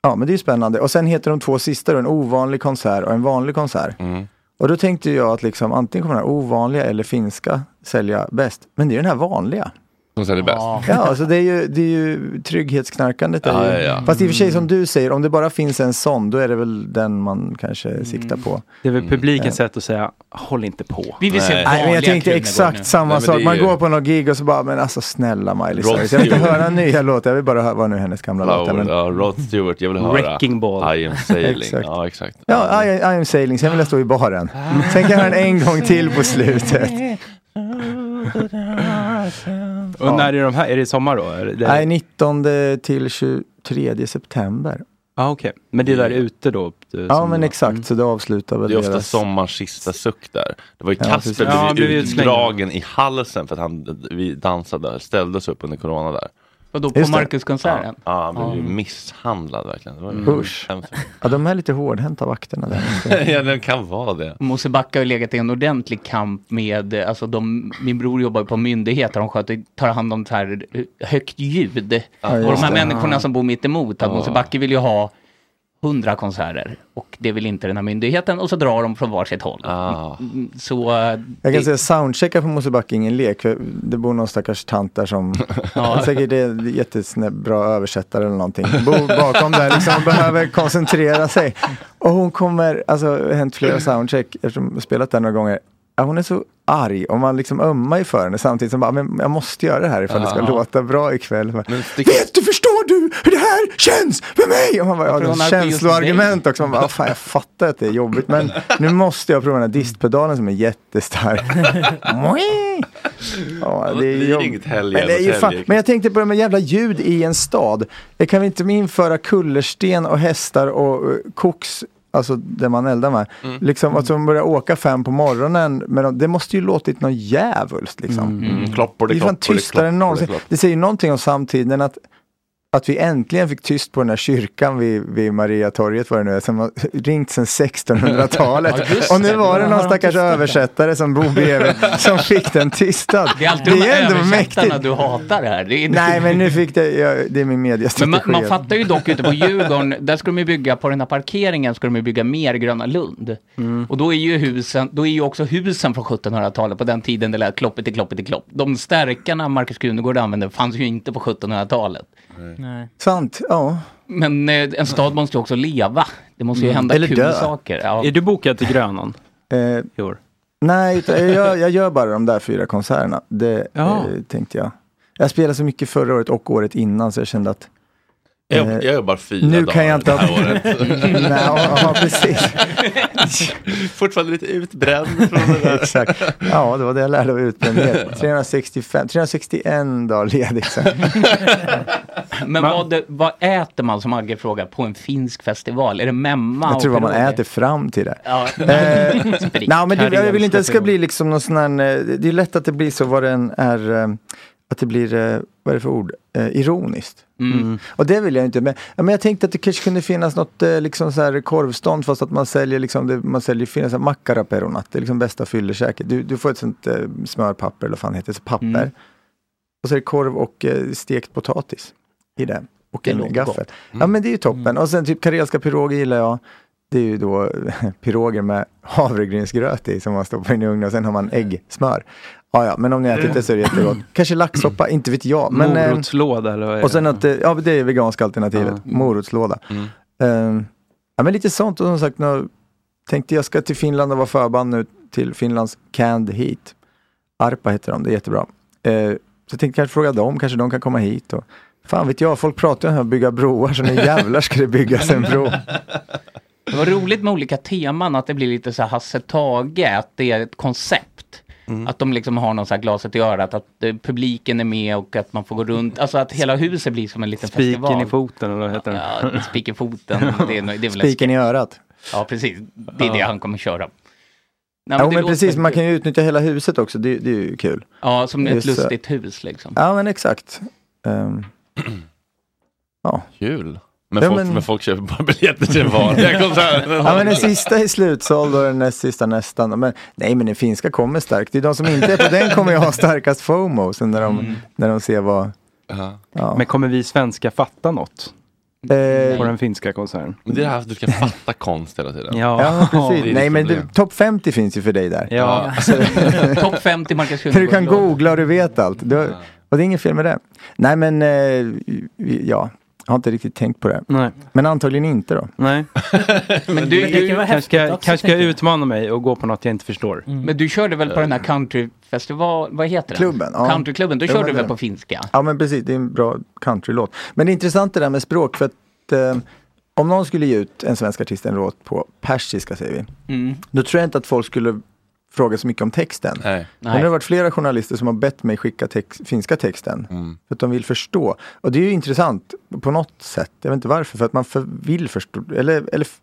[SPEAKER 9] Ja, men det är ju spännande. Och sen heter de två sista då, en ovanlig konsert och en vanlig konsert.
[SPEAKER 1] Mm.
[SPEAKER 9] Och då tänkte jag att liksom, antingen kommer den här ovanliga eller finska sälja bäst. Men det är ju den här vanliga.
[SPEAKER 1] Som säljer bäst?
[SPEAKER 9] Ja, alltså så det är ju, det är ju trygghetsknarkandet. Är
[SPEAKER 1] Ja,
[SPEAKER 9] ju,
[SPEAKER 1] ja, ja.
[SPEAKER 9] Fast i och för sig som du säger, om det bara finns en sån, då är det väl den man kanske siktar på.
[SPEAKER 6] Det är väl publikens sätt att säga, håll inte på.
[SPEAKER 7] Vi vill se
[SPEAKER 1] Nej.
[SPEAKER 9] Nej, men jag
[SPEAKER 7] vanliga
[SPEAKER 9] tänkte
[SPEAKER 7] kronor gå nu.
[SPEAKER 9] exakt samma
[SPEAKER 1] Nej, men det
[SPEAKER 9] sak.
[SPEAKER 1] är
[SPEAKER 9] Man
[SPEAKER 1] ju-
[SPEAKER 9] går på någon gig och så bara, men alltså snälla Miley
[SPEAKER 1] Rod
[SPEAKER 9] Cyrus, jag vill inte
[SPEAKER 1] Stewart.
[SPEAKER 9] höra nya låtar, jag vill bara höra, vad nu är hennes gamla låtar.
[SPEAKER 1] Flower,
[SPEAKER 9] Men,
[SPEAKER 1] ja, Rod Stewart, jag vill höra.
[SPEAKER 6] Wrecking Ball.
[SPEAKER 1] I am sailing,
[SPEAKER 9] Exakt.
[SPEAKER 1] ja exakt.
[SPEAKER 9] ja, I, I am sailing, sen vill jag stå i baren. Sen kan jag höra den en gång till på slutet.
[SPEAKER 6] Och när är de här? Är det i sommar då? Är det,
[SPEAKER 9] Nej, 19 till 23 september.
[SPEAKER 6] Ja, okej. Men det är där ute då? eh,
[SPEAKER 9] Ja,
[SPEAKER 6] som
[SPEAKER 9] men
[SPEAKER 6] då-
[SPEAKER 9] exakt.
[SPEAKER 6] Mm.
[SPEAKER 9] Så det avslutar väl
[SPEAKER 1] Det är ofta
[SPEAKER 9] deras...
[SPEAKER 1] sommarns sista suck där. Det var ju
[SPEAKER 9] Ja,
[SPEAKER 1] Kasper
[SPEAKER 9] precis.
[SPEAKER 1] blev
[SPEAKER 9] Ja,
[SPEAKER 1] ju
[SPEAKER 9] han blev ju utslängd.
[SPEAKER 1] utdragen i halsen för att han, vi dansade där, ställde oss upp under corona där.
[SPEAKER 7] Och då på
[SPEAKER 9] Just det.
[SPEAKER 7] Marcus-konserten?
[SPEAKER 1] Ja, han blev ju
[SPEAKER 7] Ja.
[SPEAKER 1] misshandlad verkligen. Det var ju
[SPEAKER 9] Mm. Usch.
[SPEAKER 1] hemskt.
[SPEAKER 9] Ja, de är lite hårdhänta vakterna där.
[SPEAKER 1] ja, den kan vara det.
[SPEAKER 7] Mosebacke har ju legat i en ordentlig kamp med, eh, alltså de, min bror jobbar ju på myndigheter, de sköter, tar hand om så här eh, högt ljud.
[SPEAKER 4] Ja,
[SPEAKER 7] och de
[SPEAKER 4] just
[SPEAKER 7] här
[SPEAKER 4] det.
[SPEAKER 7] människorna
[SPEAKER 4] Ja.
[SPEAKER 7] som bor mitt emot, att
[SPEAKER 4] Ja.
[SPEAKER 7] Mosebacke vill ju ha hundra konserter och det vill inte den här myndigheten och så drar de från varsitt håll.
[SPEAKER 1] Ah.
[SPEAKER 7] Mm, Så eh,
[SPEAKER 9] Jag kan
[SPEAKER 7] det,
[SPEAKER 9] säga soundchecka på Mosebacke är ingen lek. För det bor någon stackars tant där som
[SPEAKER 7] Ja.
[SPEAKER 9] säkert är jättebra översättare eller någonting. Bor bakom där liksom och behöver koncentrera sig. Och hon kommer, alltså det har hänt flera soundcheck eftersom jag spelat där några gånger. Ja, hon är så arg och man liksom ömmar ju för henne samtidigt som bara, men jag måste göra det här ifall det ska
[SPEAKER 1] Ja.
[SPEAKER 9] låta bra ikväll. Vet du, förstår du hur det här känns för mig? Och man bara,
[SPEAKER 7] Varför
[SPEAKER 9] ja,
[SPEAKER 7] hon
[SPEAKER 9] det
[SPEAKER 7] har
[SPEAKER 9] är
[SPEAKER 7] på just
[SPEAKER 9] känsloargument också. Man bara, "Ah, fan jag fattar att det är jobbigt men nu måste jag prova den här distpedalen som är jättestark. Moing! ja, det är
[SPEAKER 1] blir
[SPEAKER 9] jobb...
[SPEAKER 1] inget helg
[SPEAKER 9] men, det är ju
[SPEAKER 1] över
[SPEAKER 9] fan...
[SPEAKER 1] helg.
[SPEAKER 9] men jag tänkte på det med jävla ljud i en stad. Jag kan vi inte införa kullersten och hästar och eh, koks Alltså det man eldar med.
[SPEAKER 1] Mm.
[SPEAKER 9] Liksom, att de börjar åka fem på morgonen. Men de, det måste ju låtit något djävulskt liksom.
[SPEAKER 1] Mm. Kloppor, det
[SPEAKER 9] Det är fan
[SPEAKER 1] kloppor, det
[SPEAKER 9] tystare än
[SPEAKER 1] kloppor, det
[SPEAKER 9] någonsin.
[SPEAKER 1] kloppor.
[SPEAKER 9] Det säger ju någonting om samtiden att, att vi äntligen fick tyst på den här kyrkan vid, vid Mariatorget var det nu är, som har ringt sedan 1600-talet.
[SPEAKER 7] Ja, just
[SPEAKER 9] och nu
[SPEAKER 7] det.
[SPEAKER 9] var det
[SPEAKER 7] Har
[SPEAKER 9] någon
[SPEAKER 7] de
[SPEAKER 9] stackars
[SPEAKER 7] tystat den?
[SPEAKER 9] översättare som bor bredvid som fick den tystad.
[SPEAKER 7] det är alltid de här översättarna du hatar här. Det är,
[SPEAKER 9] Nej men nu fick det, jag, det är min
[SPEAKER 7] Men man,
[SPEAKER 9] mediastrategi.
[SPEAKER 7] man fattar ju dock ute på Djurgården, där ska de ju bygga, på den här parkeringen ska de ju bygga mer Gröna Lund.
[SPEAKER 9] Mm.
[SPEAKER 7] Och då är ju husen, då är ju också husen från 1700-talet, på den tiden det lät kloppet i kloppet i klopp. De stärkarna Markus Krunegård använde fanns ju inte på 1700-talet.
[SPEAKER 8] Nej.
[SPEAKER 9] Sant, ja.
[SPEAKER 7] Men eh, en stad måste ju också leva. Det måste ju
[SPEAKER 9] Mm.
[SPEAKER 7] hända
[SPEAKER 9] Eller
[SPEAKER 7] kul
[SPEAKER 9] dö.
[SPEAKER 7] saker. Ja.
[SPEAKER 6] Är du bokad till Grönan
[SPEAKER 9] Eh,
[SPEAKER 6] i år?
[SPEAKER 9] nej, utan jag, gör- jag gör bara de där fyra konserterna. Det eh, tänkte jag. Jag spelade så mycket förra året och året innan så jag kände att
[SPEAKER 1] Jag,
[SPEAKER 9] eh,
[SPEAKER 1] jag jobbar fyra
[SPEAKER 9] nu
[SPEAKER 1] dagar
[SPEAKER 9] kan jag inte
[SPEAKER 1] det
[SPEAKER 9] ha-
[SPEAKER 1] här året.
[SPEAKER 9] Nej, ja, ja, precis.
[SPEAKER 1] Fortfarande lite utbränd från det där.
[SPEAKER 9] Exakt. Ja, det var det jag lärde av utbrändhet. 365, 361 dagar ledigt sen.
[SPEAKER 7] Men vad, vad äter man, som Agge frågar, på en finsk festival? Är det memma?
[SPEAKER 9] Jag tror
[SPEAKER 7] och
[SPEAKER 9] vad man
[SPEAKER 7] pierogi?
[SPEAKER 9] äter fram till det.
[SPEAKER 7] Ja.
[SPEAKER 9] Eh,
[SPEAKER 7] Sprit.
[SPEAKER 9] Nej, men det, jag vill inte att det ska
[SPEAKER 6] Karelska
[SPEAKER 9] bli liksom någon sån här, eh, det är lätt att det blir så vad den är, eh, att det blir, eh, vad är det för ord, eh, ironiskt.
[SPEAKER 7] Mm.
[SPEAKER 9] Och det vill jag inte, men, ja, men jag tänkte att det kanske kunde finnas något eh, liksom så här korvstånd fast att man säljer, liksom, det, man säljer finns en macara peronat, det är liksom bästa fyllekäket. Du, du får ett sånt eh, smörpapper eller vad fan heter det, så papper.
[SPEAKER 7] Mm.
[SPEAKER 9] Och så är det korv och eh, stekt potatis i det. Och
[SPEAKER 7] Det
[SPEAKER 9] en
[SPEAKER 7] låter
[SPEAKER 9] gaffel.
[SPEAKER 7] gott.
[SPEAKER 9] Ja men det är ju toppen. Och sen typ karelska piroger gillar jag. Det är ju då piroger med havregrynsgröt i som man stoppar in i ugnen och sen har man äggsmör. Ja, ja, men om ni ätit det så är det
[SPEAKER 1] Mm.
[SPEAKER 9] jättegott. Kanske laxsoppa, inte vet jag. Men, eh,
[SPEAKER 6] Morotslåda eller vad är
[SPEAKER 9] och sen
[SPEAKER 6] det?
[SPEAKER 9] att, eh, ja det är veganska alternativet, morotslåda.
[SPEAKER 1] Mm.
[SPEAKER 9] Eh, ja men lite sånt och som sagt, nu tänkte jag ska till Finland och vara förband nu till Finlands Canned Heat. Arpa heter de, det är jättebra. Eh, så tänkte jag kanske fråga dem, kanske de kan komma hit. Och, fan vet jag, folk pratar ju om att bygga broar så nu jävlar ska det byggas en bro.
[SPEAKER 7] Det var roligt med olika teman, att det blir lite så här Hasse Tage, att det är ett koncept.
[SPEAKER 9] Mm.
[SPEAKER 7] Att de liksom har någon så här glaset i örat, att eh, publiken är med och att man får gå runt, alltså att hela huset blir som en liten
[SPEAKER 6] Spiken
[SPEAKER 7] festival.
[SPEAKER 6] i foten eller vad heter den?
[SPEAKER 7] Ja, spik i foten. Det är, nog- det är väl en
[SPEAKER 9] Spiken i örat.
[SPEAKER 7] Ja, precis. Det är det han kommer köra. Nej,
[SPEAKER 9] Ja,
[SPEAKER 7] det
[SPEAKER 9] men
[SPEAKER 7] låter
[SPEAKER 9] precis,
[SPEAKER 7] väldigt
[SPEAKER 9] man
[SPEAKER 7] kul.
[SPEAKER 9] kan ju utnyttja hela huset också, det, det är ju kul.
[SPEAKER 7] Ja, som ett
[SPEAKER 9] Just det.
[SPEAKER 7] lustigt hus liksom.
[SPEAKER 9] Ja men exakt. Ehm,
[SPEAKER 1] Kul. Men,
[SPEAKER 9] Ja,
[SPEAKER 1] folk,
[SPEAKER 9] men-
[SPEAKER 1] men... folk köper bara biljetter till en vanlig konsert.
[SPEAKER 9] Ja men den sista är slutsåld och den näst sista nästan. Men, nej men den finska kommer starkt. Det är de som inte är på den kommer ju ha starkast FOMO sen när de, när de ser vad...
[SPEAKER 1] Ja.
[SPEAKER 9] Ja.
[SPEAKER 6] Men kommer vi svenskar fatta något
[SPEAKER 9] Eh,
[SPEAKER 6] på den finska konserten?
[SPEAKER 1] Men det är det här att du ska fatta konst hela tiden.
[SPEAKER 9] ja
[SPEAKER 1] det
[SPEAKER 9] precis.
[SPEAKER 1] är
[SPEAKER 9] Nej
[SPEAKER 1] ditt
[SPEAKER 9] men du,
[SPEAKER 1] problem.
[SPEAKER 9] topp 50 finns ju för dig där.
[SPEAKER 6] Ja.
[SPEAKER 7] Topp 50 Marcus
[SPEAKER 9] För du kan
[SPEAKER 7] Krunegård-låt.
[SPEAKER 9] googla och du vet allt. Du, har- och det är inget fel med det. Nej men, eh, ja. Jag har inte riktigt tänkt på det.
[SPEAKER 6] Nej.
[SPEAKER 9] Men antagligen inte då.
[SPEAKER 6] Nej.
[SPEAKER 7] Men du,
[SPEAKER 8] det kan ju
[SPEAKER 7] du,
[SPEAKER 8] vara
[SPEAKER 6] Kanske
[SPEAKER 8] häftigt
[SPEAKER 6] ska,
[SPEAKER 8] också,
[SPEAKER 6] kanske
[SPEAKER 8] tänker
[SPEAKER 6] ska
[SPEAKER 8] Mm.
[SPEAKER 6] jag
[SPEAKER 8] jag.
[SPEAKER 6] utmana mig och gå på något jag inte förstår.
[SPEAKER 7] men du körde väl på den här countryfestival, vad heter den?
[SPEAKER 9] Klubben, ja.
[SPEAKER 7] Countryklubben, då
[SPEAKER 9] Jo,
[SPEAKER 7] körde
[SPEAKER 9] men
[SPEAKER 7] du väl
[SPEAKER 9] det-
[SPEAKER 7] på finska?
[SPEAKER 9] Ja men precis, det är en bra countrylåt. Men det är intressant det där med språk för att eh, om
[SPEAKER 7] Mm.
[SPEAKER 9] någon skulle ge ut en svensk artist en låt på persiska säger vi. Då tror jag inte att folk skulle frågat så mycket om texten.
[SPEAKER 1] Nej.
[SPEAKER 9] Men det har varit flera journalister som har bett mig skicka text, finska texten.
[SPEAKER 1] Mm.
[SPEAKER 9] För att de vill förstå. Och det är ju intressant på något sätt. Jag vet inte varför. För att man för, vill förstå. Eller, eller f-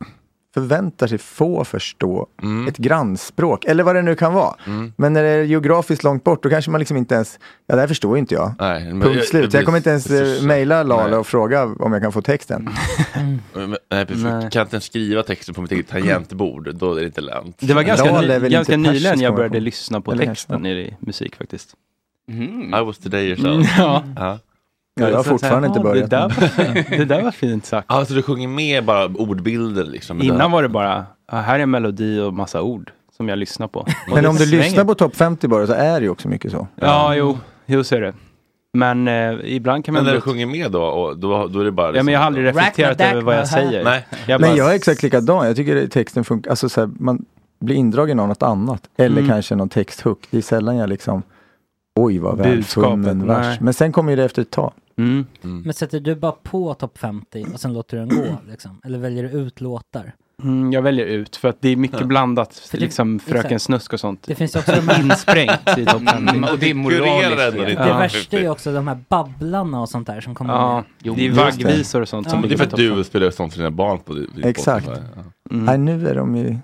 [SPEAKER 9] förväntar sig få förstå ett grannspråk. Eller vad det nu kan vara.
[SPEAKER 1] Mm.
[SPEAKER 9] Men när det är geografiskt långt bort då kanske man liksom inte ens. Ja, det här förstår ju inte jag.
[SPEAKER 1] Nej, men-
[SPEAKER 9] Punkt slut.
[SPEAKER 1] det
[SPEAKER 9] Jag kommer inte ens
[SPEAKER 1] blir-
[SPEAKER 9] eh, mejla
[SPEAKER 1] Nej. Mm.
[SPEAKER 9] Lala och fråga om jag kan få texten.
[SPEAKER 1] Men- Nej, precis.
[SPEAKER 9] Nej.
[SPEAKER 1] Kan jag inte ens skriva texter på mitt eget tangentbord, då är det inte lönt.
[SPEAKER 6] Det var ganska,
[SPEAKER 1] Lal är
[SPEAKER 6] ny,
[SPEAKER 1] väl
[SPEAKER 6] ganska
[SPEAKER 1] inte
[SPEAKER 6] nyligen
[SPEAKER 1] persisk
[SPEAKER 6] jag
[SPEAKER 1] man
[SPEAKER 6] började
[SPEAKER 1] får.
[SPEAKER 6] lyssna på
[SPEAKER 1] Eller
[SPEAKER 6] texten i musik faktiskt.
[SPEAKER 7] Mm.
[SPEAKER 1] I was today
[SPEAKER 9] Mm.
[SPEAKER 1] yourself.
[SPEAKER 6] Ja.
[SPEAKER 1] Ja.
[SPEAKER 9] Ja, jag har
[SPEAKER 6] Så att säga,
[SPEAKER 9] fortfarande inte
[SPEAKER 6] "Ah,
[SPEAKER 9] börjat."
[SPEAKER 6] Det där var, det där var fint sagt.
[SPEAKER 1] Alltså du sjunger med bara ordbilder liksom?
[SPEAKER 6] Innan var det bara, "Ah, här är melodi och massa ord som jag lyssnar på.
[SPEAKER 9] Men om du
[SPEAKER 6] Svänger.
[SPEAKER 9] lyssnar på topp 50 bara så är det ju också mycket så.
[SPEAKER 6] Ja, jo, jo så är det. Men eh, ibland kan man...
[SPEAKER 1] Men när du
[SPEAKER 6] bli-
[SPEAKER 1] sjunger med då, och då, då är det bara... liksom-
[SPEAKER 6] Ja, men jag har aldrig reflekterat över vad jag säger.
[SPEAKER 1] Nej.
[SPEAKER 6] Jag
[SPEAKER 9] men
[SPEAKER 6] bara-
[SPEAKER 9] jag är exakt likadan. Jag tycker texten funkar. Alltså så här, man blir indragen av något annat. Eller
[SPEAKER 6] Mm.
[SPEAKER 9] kanske någon texthook. Det är sällan jag liksom, oj vad
[SPEAKER 6] Budskapet,
[SPEAKER 9] välfunnen
[SPEAKER 6] nej. Mm.
[SPEAKER 9] vers. Men sen kommer ju det efter ett tag.
[SPEAKER 8] Men sätter du bara på topp 50 och sen låter du den gå liksom? Eller väljer du ut låtar?
[SPEAKER 6] Mm, jag väljer ut för att det är mycket
[SPEAKER 8] Ja.
[SPEAKER 6] blandat,
[SPEAKER 8] det-
[SPEAKER 6] liksom Fröken
[SPEAKER 8] exakt.
[SPEAKER 6] Snusk och sånt.
[SPEAKER 8] Det finns ju också de här-
[SPEAKER 6] Insprängt liksom. i topp 50.
[SPEAKER 8] Mm, och det är moraliskt.
[SPEAKER 6] Kurerar
[SPEAKER 7] Mm.
[SPEAKER 6] den och
[SPEAKER 8] Det
[SPEAKER 6] lite.
[SPEAKER 8] värsta är ju också de här babblarna och sånt där som kommer
[SPEAKER 6] Ja,
[SPEAKER 8] med.
[SPEAKER 6] Jo, det är vaggvisor och sånt som
[SPEAKER 1] Det är
[SPEAKER 6] ligger
[SPEAKER 1] för
[SPEAKER 6] på
[SPEAKER 1] att
[SPEAKER 6] toppen.
[SPEAKER 1] du spelar sånt för dina barn på din din
[SPEAKER 9] Exakt.
[SPEAKER 1] podd.
[SPEAKER 9] Nej, nu är de ju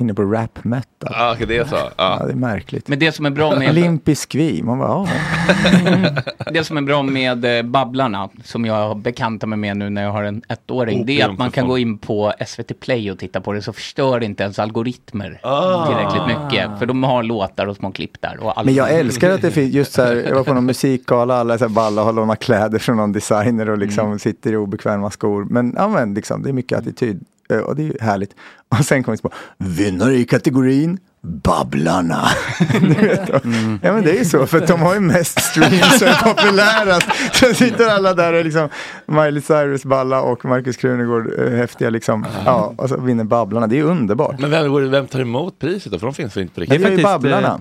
[SPEAKER 9] inne på rap metal.
[SPEAKER 1] Ja, Ah, okej, det är så. Ja.
[SPEAKER 9] Ja, det är märkligt.
[SPEAKER 7] Men det som är bra med...
[SPEAKER 9] Limp Bizkit, man bara, ja.
[SPEAKER 7] Det som är bra med eh, Babblarna, som jag bekantar mig med nu när jag har en ettåring, det är
[SPEAKER 1] Opium
[SPEAKER 7] att man
[SPEAKER 1] Oh, för
[SPEAKER 7] kan
[SPEAKER 1] fan.
[SPEAKER 7] gå in på SVT Play och titta på det, så förstör det inte ens algoritmer
[SPEAKER 1] Ah.
[SPEAKER 7] tillräckligt mycket. För de har låtar och små klipp där. Och allt.
[SPEAKER 9] Ah. Men jag älskar att det finns just så här, jag var på någon musikgala, alla så här balla har lånat kläder från någon designer och liksom sitter i obekväma skor. Men ja men liksom, det är mycket attityd eh, och det är ju härligt. Och sen kommer det på, vinnare i kategorin Babblarna. Du vet, och- Ja men det är ju så, för att de har ju mest streams och är populärast. Så sitter alla där och liksom Miley Cyrus balla och Markus Krunegård eh, häftiga liksom. Ja, och så vinner Babblarna, det är ju underbart.
[SPEAKER 1] Men vem, går- vem tar emot priset då? För de finns väl inte på riktigt?
[SPEAKER 9] Det är ju Det är faktiskt, Babblarna.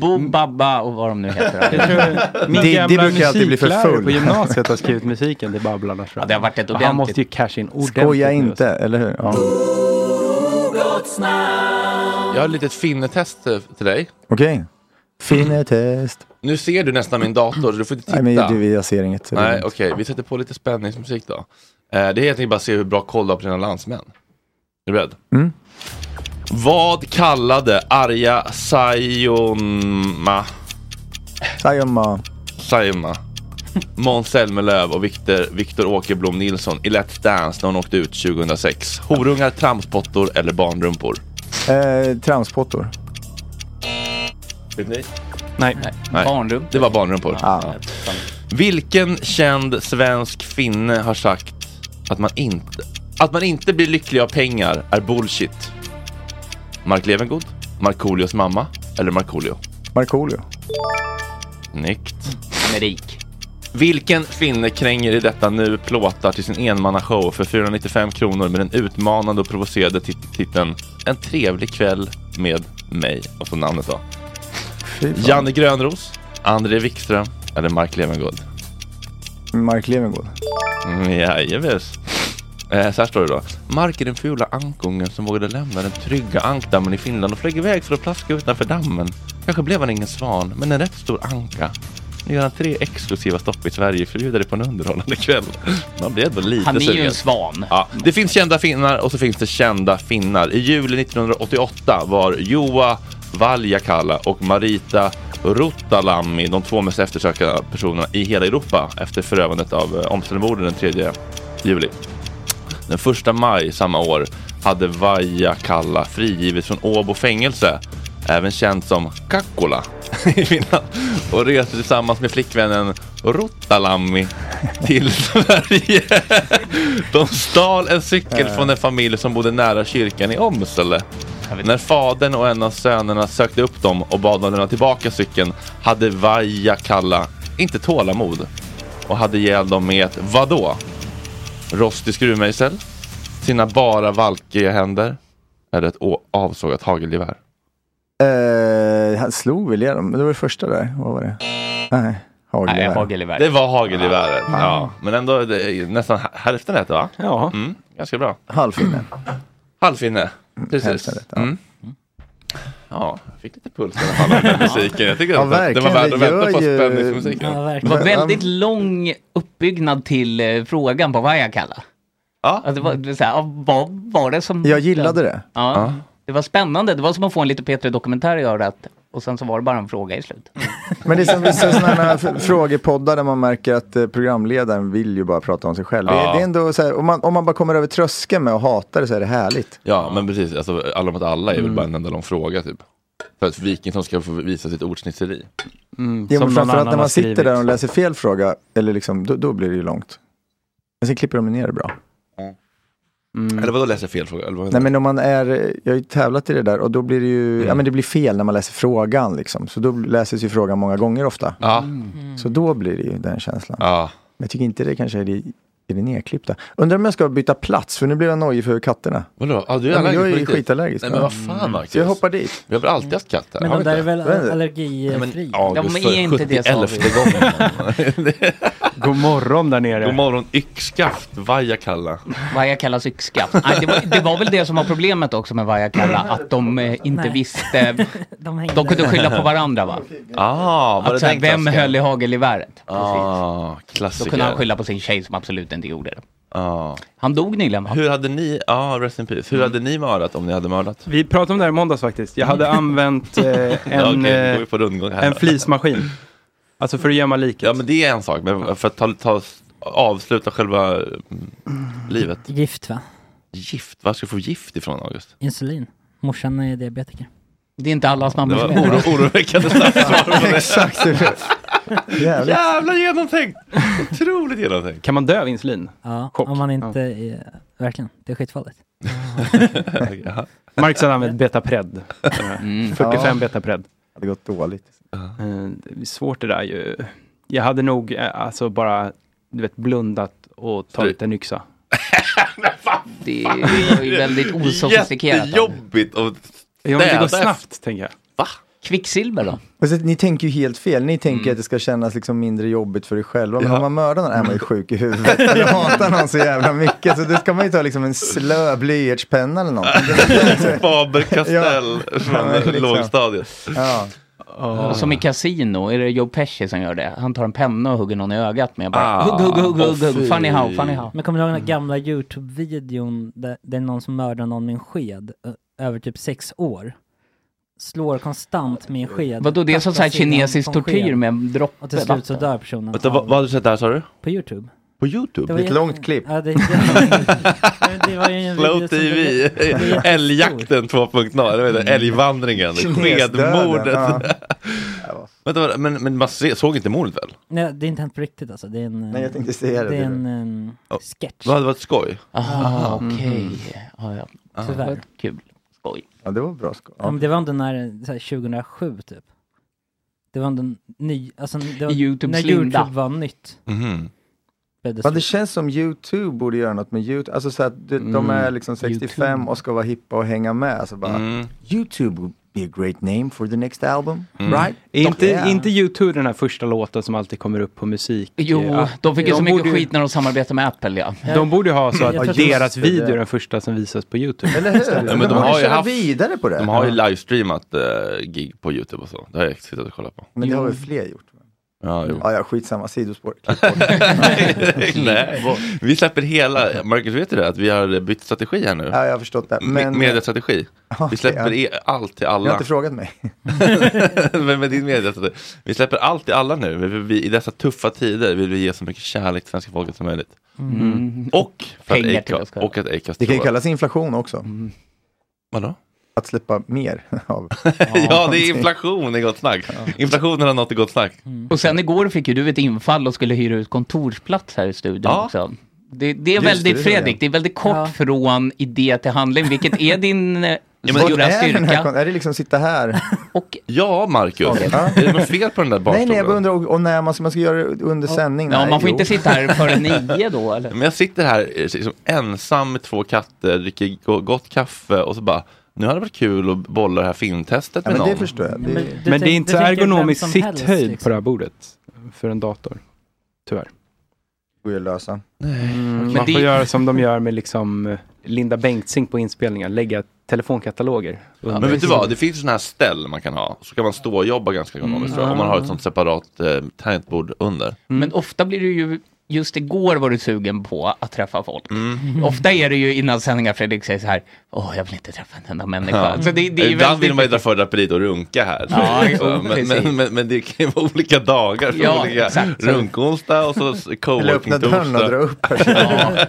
[SPEAKER 7] Bobo, Babba och vad de nu heter.
[SPEAKER 6] eh, Jag tror- Min Diddy gamla brukar alltid bli för musiklärare full. på gymnasiet har skrivit musiken till Babblarna. Ja,
[SPEAKER 7] det har varit ett
[SPEAKER 6] Och han
[SPEAKER 7] ordentligt...
[SPEAKER 6] måste ju casha in ordentligt.
[SPEAKER 9] Skoja
[SPEAKER 6] nu, alltså.
[SPEAKER 9] inte, eller hur? Ja.
[SPEAKER 1] Jag har ett litet finnetest eh, till dig.
[SPEAKER 9] Okej.
[SPEAKER 6] Mm.
[SPEAKER 9] Finnetest.
[SPEAKER 1] Nu ser du nästan min dator, så du får inte titta.
[SPEAKER 9] Nej men du, jag ser inget. så det är
[SPEAKER 1] Nej,
[SPEAKER 9] lugnt.
[SPEAKER 1] okej. Vi sätter på lite spänningsmusik då. Eh, det är helt enkelt bara att se hur bra koll du har på dina landsmän. Är du beredd?
[SPEAKER 9] Mm.
[SPEAKER 1] Vad kallade arga Sayonma,
[SPEAKER 9] Sayonma.
[SPEAKER 1] Sayonma Måns Zelmerlöw och Viktor, Viktor Åkerblom Nilsson i Let's Dance när hon åkte ut 2006? Horungar, tramspottor eller barnrumpor?
[SPEAKER 9] Eh, Tramspottor.
[SPEAKER 1] Vet ni?
[SPEAKER 6] Nej.
[SPEAKER 1] Nej. Det var barnrumpor. Ja. Vilken känd svensk finne har sagt att man inte, att man inte blir lycklig av pengar är bullshit? Mark Levengood, Markoolios mamma eller Markoolio?
[SPEAKER 9] Markoolio.
[SPEAKER 1] Snyggt.
[SPEAKER 7] Rik.
[SPEAKER 1] Vilken finne kränger i detta nu plåtar till sin enmannashow för 495 kronor med den utmanande och provocerade tit- titeln En trevlig kväll med mig och så namnet då.
[SPEAKER 9] Fy fan.
[SPEAKER 1] Janne Grönros, André Wikström eller Mark Levengood?
[SPEAKER 9] Mark Levengood.
[SPEAKER 1] Mm, Jajamens. Eh, så här står det då. Mark är den fula ankungen som vågade lämna den trygga ankdammen i Finland och flög iväg för att plaska utanför dammen. Kanske blev han ingen svan, men en rätt stor anka. Nu gör han tre exklusiva stopp i Sverige för att bjuda dig på en underhållande kväll. Man blir ändå lite
[SPEAKER 7] Han är ju
[SPEAKER 1] sugen.
[SPEAKER 7] en svan.
[SPEAKER 1] Ja, det finns kända finnar och så finns det kända finnar. I juli 1988 var Joa Valjakalla och Marita Ruttalami de två mest eftersökta personerna i hela Europa efter förövandet av eh, Omständermorden den 3 juli. Den 1 maj samma år hade Vajakalla frigivits från Åbo fängelse, även känd som Kakkola i Finland, och reste tillsammans med flickvännen Ruttalami till Sverige. De stal en cykel från en familj som bodde nära kyrkan i Åmsele. När fadern och en av sönerna sökte upp dem och bad dem lämna tillbaka cykeln hade Vajakalla inte tålamod och hade ihjäl dem med ett vadå? rostig skruvmejsel, sina bara valkiga händer eller ett å- avsågat hagelgevär.
[SPEAKER 9] Eh, han slog väl igenom, det var det första där. Vad var det? Nej, Hagelgevär.
[SPEAKER 1] Det var hagelgeväret, ja. Men ändå det är ju nästan h- hälften rätt va?
[SPEAKER 6] Ja. Mm,
[SPEAKER 1] Mm, ganska bra.
[SPEAKER 9] Halvfinne. Mm,
[SPEAKER 1] Halvfinne, precis.
[SPEAKER 9] hälften rätt, ja.
[SPEAKER 1] Mm. Ja, jag fick lite puls i alla fall av den musiken. Jag tycker
[SPEAKER 9] Ja,
[SPEAKER 1] att det- det var
[SPEAKER 9] verkligen.
[SPEAKER 1] värt
[SPEAKER 9] Det
[SPEAKER 1] att vänta på
[SPEAKER 9] gör ju-
[SPEAKER 1] spänningsmusiken.
[SPEAKER 9] Ja,
[SPEAKER 7] Det var väldigt lång uppbyggnad till eh, frågan på Vajakalla.
[SPEAKER 1] Ja.
[SPEAKER 7] Att det var, det var så här, ja, vad var det som...
[SPEAKER 9] Jag gillade det.
[SPEAKER 7] Ja.
[SPEAKER 9] Ja.
[SPEAKER 7] Det var spännande. Det var som att få en lite P3 Dokumentär i örat. Och sen så var det bara en fråga i slutet.
[SPEAKER 9] Men det är som vissa sådana här f- frågepoddar där man märker att eh, programledaren vill ju bara prata om sig själv. Det,
[SPEAKER 1] Ja.
[SPEAKER 9] det är ändå så här, om, man, om man bara kommer över tröskeln med att hata det så är det härligt.
[SPEAKER 1] Ja, men precis. Alltså, alla mot alla är väl
[SPEAKER 9] Mm.
[SPEAKER 1] bara en enda lång fråga typ. För att Wikingsson ska få visa sitt ordsnitteri.
[SPEAKER 9] Mm. Jo, men framförallt när man sitter där och läser fel fråga, eller liksom, då, då blir det ju långt. Men sen klipper de ner det bra.
[SPEAKER 6] Mm.
[SPEAKER 1] Eller vadå läser jag fel fråga? Eller vad
[SPEAKER 9] Nej men om man är, jag har ju tävlat i det där och då blir det ju,
[SPEAKER 1] Mm.
[SPEAKER 9] ja men det blir fel när man läser frågan liksom. Så då läses ju frågan många gånger ofta.
[SPEAKER 1] Ja.
[SPEAKER 8] Mm.
[SPEAKER 9] Så då blir det ju den känslan.
[SPEAKER 1] Ja.
[SPEAKER 9] Men jag tycker inte det kanske är det, är det nedklippta. Undrar om jag ska byta plats för nu blev jag nojig för katterna.
[SPEAKER 1] Vadå? Ja, du är
[SPEAKER 9] Ja, men
[SPEAKER 1] allergisk
[SPEAKER 9] jag
[SPEAKER 1] på
[SPEAKER 9] är
[SPEAKER 1] riktigt.
[SPEAKER 9] skitallergisk.
[SPEAKER 1] Nej men
[SPEAKER 9] Ja.
[SPEAKER 1] vad fan
[SPEAKER 9] Mm.
[SPEAKER 1] Marcus.
[SPEAKER 9] Så jag hoppar dit.
[SPEAKER 1] Vi har väl alltid haft katter?
[SPEAKER 8] Men
[SPEAKER 1] har
[SPEAKER 8] de
[SPEAKER 1] vi
[SPEAKER 8] där är
[SPEAKER 1] inte?
[SPEAKER 8] väl
[SPEAKER 9] Vad är det?
[SPEAKER 8] allergifria?
[SPEAKER 1] August
[SPEAKER 7] men är inte det, sa vi.
[SPEAKER 1] 71:e gången.
[SPEAKER 6] God morgon där nere.
[SPEAKER 1] God morgon yxskaft, Vajakalla.
[SPEAKER 7] Vajakallas yxskaft. Nej, det, var, det var väl det som var problemet också med Vajakalla. Att de eh, inte
[SPEAKER 8] Nej.
[SPEAKER 7] visste.
[SPEAKER 8] De hängde.
[SPEAKER 7] De kunde skylla på varandra va?
[SPEAKER 1] Ah, var
[SPEAKER 7] Att,
[SPEAKER 1] det
[SPEAKER 7] så här,
[SPEAKER 1] den
[SPEAKER 7] vem
[SPEAKER 1] klassiken?
[SPEAKER 7] höll i hagelgeväret?
[SPEAKER 1] Ah,
[SPEAKER 7] Då
[SPEAKER 1] klassiker.
[SPEAKER 7] kunde han skylla på sin tjej som absolut inte gjorde det.
[SPEAKER 1] Ja.
[SPEAKER 7] Han dog nyligen va?
[SPEAKER 1] Hur hade ni, ja rest in peace,
[SPEAKER 7] Mm.
[SPEAKER 1] hur hade ni mördat om ni hade mördat?
[SPEAKER 6] Vi pratade om det här i måndags faktiskt. Jag hade använt eh,
[SPEAKER 1] Ja,
[SPEAKER 6] en,
[SPEAKER 1] okej, det
[SPEAKER 6] eh,
[SPEAKER 1] går ju på rundgång här.
[SPEAKER 6] en flismaskin. Alltså för att gömma liket.
[SPEAKER 1] Ja men det är en sak, men för att ta, ta, avsluta själva mm, livet.
[SPEAKER 8] Gift va?
[SPEAKER 1] Gift, var ska du få gift ifrån August?
[SPEAKER 8] Insulin. Morsan är diabetiker.
[SPEAKER 7] Det är inte allas
[SPEAKER 1] Det
[SPEAKER 7] mammor
[SPEAKER 1] var
[SPEAKER 7] som är
[SPEAKER 1] oro,
[SPEAKER 7] det.
[SPEAKER 1] oroväckande snabbsvar på det.
[SPEAKER 9] Exakt. Jävligt.
[SPEAKER 1] Jävla genomtänkt! Otroligt genomtänkt.
[SPEAKER 6] Kan man dö av insulin?
[SPEAKER 8] Ja, om man inte är... Verkligen, det är skitfarligt.
[SPEAKER 1] Ja.
[SPEAKER 6] Marcus hade använt betapred.
[SPEAKER 1] Mm.
[SPEAKER 6] 45 betapred.
[SPEAKER 9] Det gått dåligt.
[SPEAKER 6] Eh, Det är svårt det där ju. Jag hade nog eh, alltså bara, du vet, blundat och tagit en yxa.
[SPEAKER 7] Det är ju väldigt osofistikerat.
[SPEAKER 1] Jättejobbigt och
[SPEAKER 6] Ja, men det går
[SPEAKER 1] städa
[SPEAKER 6] snabbt, tänker jag.
[SPEAKER 7] Kvicksilver då?
[SPEAKER 9] Alltså, ni tänker ju helt fel. Ni tänker att det ska kännas liksom mindre jobbigt för er själva. Men
[SPEAKER 1] Ja.
[SPEAKER 9] om man mördar någon är man ju sjuk i huvudet. Eller hatar någon så jävla mycket. Så då ska man ju ta liksom en slö blyertspenna eller någonting.
[SPEAKER 1] Faber Castell
[SPEAKER 9] Ja,
[SPEAKER 1] från
[SPEAKER 9] men liksom.
[SPEAKER 1] lågstadiet.
[SPEAKER 9] Ja.
[SPEAKER 7] Och Som i Casino, är det Joe Pesci som gör det? Han tar en penna och hugger någon i ögat med bara
[SPEAKER 1] Ah,
[SPEAKER 7] hugg, hugg, hugg, hugg,
[SPEAKER 1] åh, fy.
[SPEAKER 7] hugg, funny how, funny how.
[SPEAKER 8] Men kommer du ihåg den där gamla YouTube-videon där det är någon som mördar någon med en sked ö- över typ sex år? Slår konstant med en sked.
[SPEAKER 7] Vadå, det är som
[SPEAKER 8] Tappar
[SPEAKER 7] såhär
[SPEAKER 8] sidan
[SPEAKER 7] kinesisk
[SPEAKER 8] på en
[SPEAKER 7] tortyr
[SPEAKER 8] sked.
[SPEAKER 7] med en droppe
[SPEAKER 8] Och till slut så
[SPEAKER 7] vatten.
[SPEAKER 8] dör personen
[SPEAKER 1] Vänta, vad, vad har du sett där sa du?
[SPEAKER 8] på YouTube.
[SPEAKER 1] På YouTube?
[SPEAKER 8] var
[SPEAKER 9] Ett
[SPEAKER 8] jätte-
[SPEAKER 9] långt klipp.
[SPEAKER 8] Ja, det, det, det var ju en video
[SPEAKER 1] Slow
[SPEAKER 8] som blev-
[SPEAKER 1] TV,
[SPEAKER 8] det blev jättestor.
[SPEAKER 1] Älgjakten 2.0, jag vet inte, Älgvandringen,
[SPEAKER 9] Mm. Kinesdöden,
[SPEAKER 1] Skedmordet.
[SPEAKER 9] ja.
[SPEAKER 1] Vänta, men, men man se- såg inte mordet väl?
[SPEAKER 8] Nej, det är inte hänt på riktigt alltså. Det är en... eh,
[SPEAKER 9] Nej, jag tänkte säga det.
[SPEAKER 8] Det är en, en sketch,
[SPEAKER 1] Det hade varit skoj.
[SPEAKER 7] Aha, Ah, okej. Mm. Ja, ja.
[SPEAKER 8] tyvärr.
[SPEAKER 7] Kul. Skoj.
[SPEAKER 9] Ja, det var bra skoj.
[SPEAKER 8] Ja. men det var under när, så här, 2007 typ. Det var under ny, alltså det var,
[SPEAKER 7] I YouTubes
[SPEAKER 8] när
[SPEAKER 7] linda.
[SPEAKER 8] YouTube var nytt.
[SPEAKER 1] Mhm.
[SPEAKER 8] blev det
[SPEAKER 9] Ja, det
[SPEAKER 8] stort.
[SPEAKER 9] känns som YouTube borde göra något med YouTube. Alltså så att de, de
[SPEAKER 7] Mm,
[SPEAKER 9] är liksom 65 och ska vara hippa och hänga med. Alltså bara,
[SPEAKER 1] Mm.
[SPEAKER 9] YouTube would be a great name for the next album,
[SPEAKER 1] Mm.
[SPEAKER 9] right?
[SPEAKER 6] Är inte,
[SPEAKER 9] Yeah.
[SPEAKER 6] inte YouTube den här första låten som alltid kommer upp på musik?
[SPEAKER 7] Jo,
[SPEAKER 6] Ja.
[SPEAKER 7] de fick ju så mycket
[SPEAKER 6] borde ju-
[SPEAKER 7] skit när de samarbetade med Apple ja.
[SPEAKER 6] De borde ju ha så
[SPEAKER 8] Jag
[SPEAKER 6] att
[SPEAKER 8] tror-
[SPEAKER 6] deras
[SPEAKER 9] Just det.
[SPEAKER 6] video är den första som visas på YouTube.
[SPEAKER 9] Eller hur?
[SPEAKER 1] men
[SPEAKER 9] de,
[SPEAKER 1] de
[SPEAKER 9] borde
[SPEAKER 1] har ju
[SPEAKER 9] köra
[SPEAKER 1] haft-
[SPEAKER 9] vidare på det.
[SPEAKER 1] De har ju livestreamat eh, gig på YouTube och så. Det har jag suttit och kollat på.
[SPEAKER 9] Men det har väl fler gjort? va?
[SPEAKER 1] Ja, jo.
[SPEAKER 9] Ja, ja, skitsamma, sidospår. Klipp bort.
[SPEAKER 1] Nej. Vi släpper hela, Marcus vet du det? Att vi har bytt strategi här nu.
[SPEAKER 9] ja, jag har förstått det. Men
[SPEAKER 1] Me- mediestrategi. Vi släpper
[SPEAKER 9] ja.
[SPEAKER 1] e- allt till
[SPEAKER 9] ni har
[SPEAKER 1] alla.
[SPEAKER 9] inte frågat mig.
[SPEAKER 1] Men med din mediestrategi. Vi släpper allt till alla nu. Vi, vi, I dessa tuffa tider vill vi ge så mycket kärlek till svenska folket som möjligt.
[SPEAKER 7] Mm.
[SPEAKER 1] Och, för att
[SPEAKER 7] Pengar till
[SPEAKER 1] Acast,
[SPEAKER 7] oss själva. Mm.
[SPEAKER 1] och att Acast
[SPEAKER 9] Det kan ju
[SPEAKER 1] tror att-
[SPEAKER 9] kallas inflation också.
[SPEAKER 1] Vadå?
[SPEAKER 9] Att släppa mer av.
[SPEAKER 1] Ja, det är inflation i Gott Snack. Inflationen har nått i Gott Snack.
[SPEAKER 9] Mm.
[SPEAKER 7] Och sen igår fick ju du ett infall och skulle hyra ut kontorsplats här i studion
[SPEAKER 1] Ja.
[SPEAKER 7] också. Det, det är
[SPEAKER 9] Just
[SPEAKER 7] väldigt,
[SPEAKER 9] det, det är det.
[SPEAKER 7] Fredrik, det är väldigt kort
[SPEAKER 8] Ja.
[SPEAKER 7] från idé till handling, vilket är din eh,
[SPEAKER 1] men
[SPEAKER 7] stora
[SPEAKER 9] Vad är, den här, kon-
[SPEAKER 7] styrka.
[SPEAKER 9] är det liksom sitta här?
[SPEAKER 7] Och
[SPEAKER 1] Ja, Marcus.
[SPEAKER 9] Ja.
[SPEAKER 1] Är det något fel på den där
[SPEAKER 9] nej,
[SPEAKER 1] barstolen?
[SPEAKER 9] nej, jag bara undrar och, och när man, ska, man ska göra det under sändning.
[SPEAKER 7] ja,
[SPEAKER 9] nej,
[SPEAKER 7] man får
[SPEAKER 9] jo.
[SPEAKER 7] inte sitta här före nio då eller?
[SPEAKER 1] Men jag sitter här eh, liksom, ensam med två katter, dricker go- gott kaffe och så bara, nu hade det varit kul att bolla det här filmtestet
[SPEAKER 9] Ja,
[SPEAKER 1] med
[SPEAKER 9] men det
[SPEAKER 1] någon.
[SPEAKER 9] förstår jag.
[SPEAKER 8] Men
[SPEAKER 9] Det,
[SPEAKER 8] du
[SPEAKER 6] Men
[SPEAKER 8] tänk-
[SPEAKER 6] det är inte
[SPEAKER 8] du
[SPEAKER 6] så
[SPEAKER 8] tänker vem
[SPEAKER 6] ergonomisk
[SPEAKER 8] som helst,
[SPEAKER 6] sitthöjd på
[SPEAKER 8] liksom.
[SPEAKER 6] det här bordet för en dator. Tyvärr.
[SPEAKER 9] går ju att lösa.
[SPEAKER 6] Mm,
[SPEAKER 7] Men
[SPEAKER 6] man får
[SPEAKER 7] det-
[SPEAKER 6] göra som de gör med liksom eh, Linda Bengtzing på inspelningar, lägga telefonkataloger.
[SPEAKER 1] Men vet du vad, det finns ju sådana här ställ man kan ha. Så kan man stå och jobba ganska ekonomiskt tror jag. Om man har
[SPEAKER 9] Mm.
[SPEAKER 1] ett sånt separat eh, tangentbord under.
[SPEAKER 7] Men ofta blir du ju, just igår var du sugen på att träffa folk.
[SPEAKER 9] Mm.
[SPEAKER 7] Ofta är det ju innan sändningar Fredrik säger så här, åh jag vill inte träffa en enda människa.
[SPEAKER 1] Ja.
[SPEAKER 7] Så det, det är
[SPEAKER 1] Ibland
[SPEAKER 7] ju
[SPEAKER 1] vill
[SPEAKER 7] väldigt...
[SPEAKER 1] man ju dra för draperiet och runka här.
[SPEAKER 7] Ja,
[SPEAKER 1] Så,
[SPEAKER 7] jo,
[SPEAKER 1] men,
[SPEAKER 7] precis.
[SPEAKER 1] men, men, men det kan ju vara olika dagar. För
[SPEAKER 7] Ja,
[SPEAKER 1] olika.
[SPEAKER 7] exakt.
[SPEAKER 1] Runkonsdag och så s- coworking-torsdag.
[SPEAKER 9] upp.
[SPEAKER 7] Ja,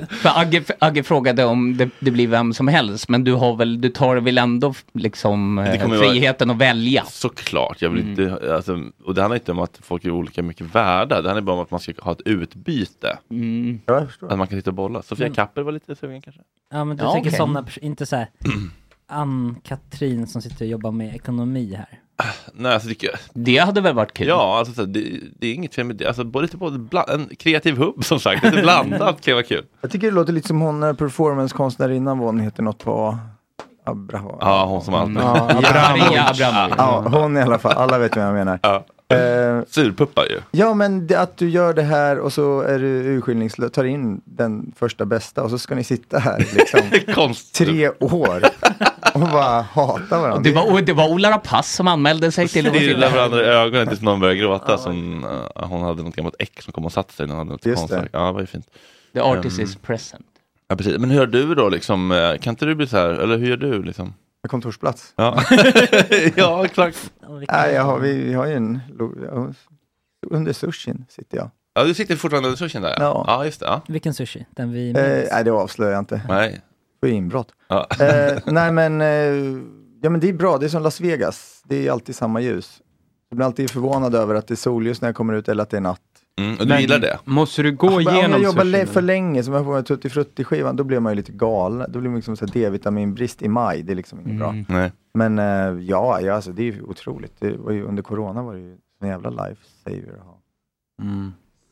[SPEAKER 7] för Agge, Agge frågade om det, det blir vem som helst, men du har väl, du tar väl ändå liksom eh,
[SPEAKER 1] Det kommer ju vara-
[SPEAKER 7] friheten att välja?
[SPEAKER 1] Såklart, jag
[SPEAKER 7] Mm.
[SPEAKER 1] vill inte, alltså, och det handlar inte om att folk är olika mycket värda. Det handlar bara om att man ska ha ett utbyte.
[SPEAKER 7] Mm.
[SPEAKER 1] Att man kan sitta och bolla. Sofia
[SPEAKER 8] Men-
[SPEAKER 1] Kapper var lite sugen kanske?
[SPEAKER 8] Ja men du
[SPEAKER 1] Ja,
[SPEAKER 8] tänker
[SPEAKER 1] okej.
[SPEAKER 8] sådana personer, inte såhär Ann-Katrin som sitter och jobbar med ekonomi här.
[SPEAKER 1] Nej, alltså, det,
[SPEAKER 7] det hade väl varit kul?
[SPEAKER 1] Ja, alltså, så här, det, det är inget fel med det. Alltså, både, lite både bland, en kreativ hubb som sagt, lite blandat kan vara kul.
[SPEAKER 9] Jag tycker det låter lite som hon eh, performancekonstnärinnan vad hon heter något på Abraham.
[SPEAKER 1] Ja, hon som alltid.
[SPEAKER 9] Ja,
[SPEAKER 7] Maria
[SPEAKER 9] Abramovic.
[SPEAKER 7] Abramovic.
[SPEAKER 9] Ja, hon i alla fall. Alla vet vem jag menar.
[SPEAKER 1] Ja.
[SPEAKER 9] Eh,
[SPEAKER 1] Surpuppar ju.
[SPEAKER 9] Ja, men det, att du gör det här och så är du urskillningslös, tar in den första bästa och så ska ni sitta här liksom
[SPEAKER 1] Konst.
[SPEAKER 9] tre år och bara hata
[SPEAKER 7] Och
[SPEAKER 9] varandra.
[SPEAKER 7] Det var, och det var Ola Rapace som anmälde sig till
[SPEAKER 1] Stirra varandra i ögonen tills någon börjar gråta. Som, eh, hon hade något gammalt ex som kom och satte sig när hon hade något
[SPEAKER 7] Just
[SPEAKER 1] konstverk. Ja, det var ju fint.
[SPEAKER 7] The artist
[SPEAKER 1] Ehm,
[SPEAKER 7] is present.
[SPEAKER 1] Ja, precis. Men hur gör du då liksom? eh, Kan inte du bli så här, eller hur gör du liksom?
[SPEAKER 9] Kontorsplats.
[SPEAKER 1] Ja, ja exakt.
[SPEAKER 9] Nej, jag har, vi, vi har ju en... lo- ja, Under sushin sitter jag.
[SPEAKER 1] ja du sitter fortfarande under sushin där?
[SPEAKER 9] Ja.
[SPEAKER 1] ja just det. Ja.
[SPEAKER 8] Vilken sushi? Den vi
[SPEAKER 9] Eh,
[SPEAKER 8] minns?
[SPEAKER 9] nej, det avslöjar jag inte.
[SPEAKER 1] Nej.
[SPEAKER 9] För inbrott.
[SPEAKER 1] Ja.
[SPEAKER 9] Eh, nej, men, eh, ja, men det är bra. Det är som Las Vegas. Det är alltid samma ljus. Jag blir alltid förvånad över att det är solljus när jag kommer ut eller att det är natt.
[SPEAKER 1] Mm, och du
[SPEAKER 9] Men-
[SPEAKER 1] gillar det?
[SPEAKER 6] Måste du gå
[SPEAKER 9] Men Om
[SPEAKER 6] igenom
[SPEAKER 9] jag jobbar le-
[SPEAKER 6] sushin?
[SPEAKER 9] för länge, som jag får med Tutti Frutti-skivan, då blir man ju lite galen. Då blir man liksom så här D-vitaminbrist i maj. Det är liksom inget
[SPEAKER 7] Mm.
[SPEAKER 9] bra.
[SPEAKER 1] Nej.
[SPEAKER 9] Men eh, ja, ja alltså, det är ju otroligt. Det var ju, under corona var det ju en jävla lifesaver att ha.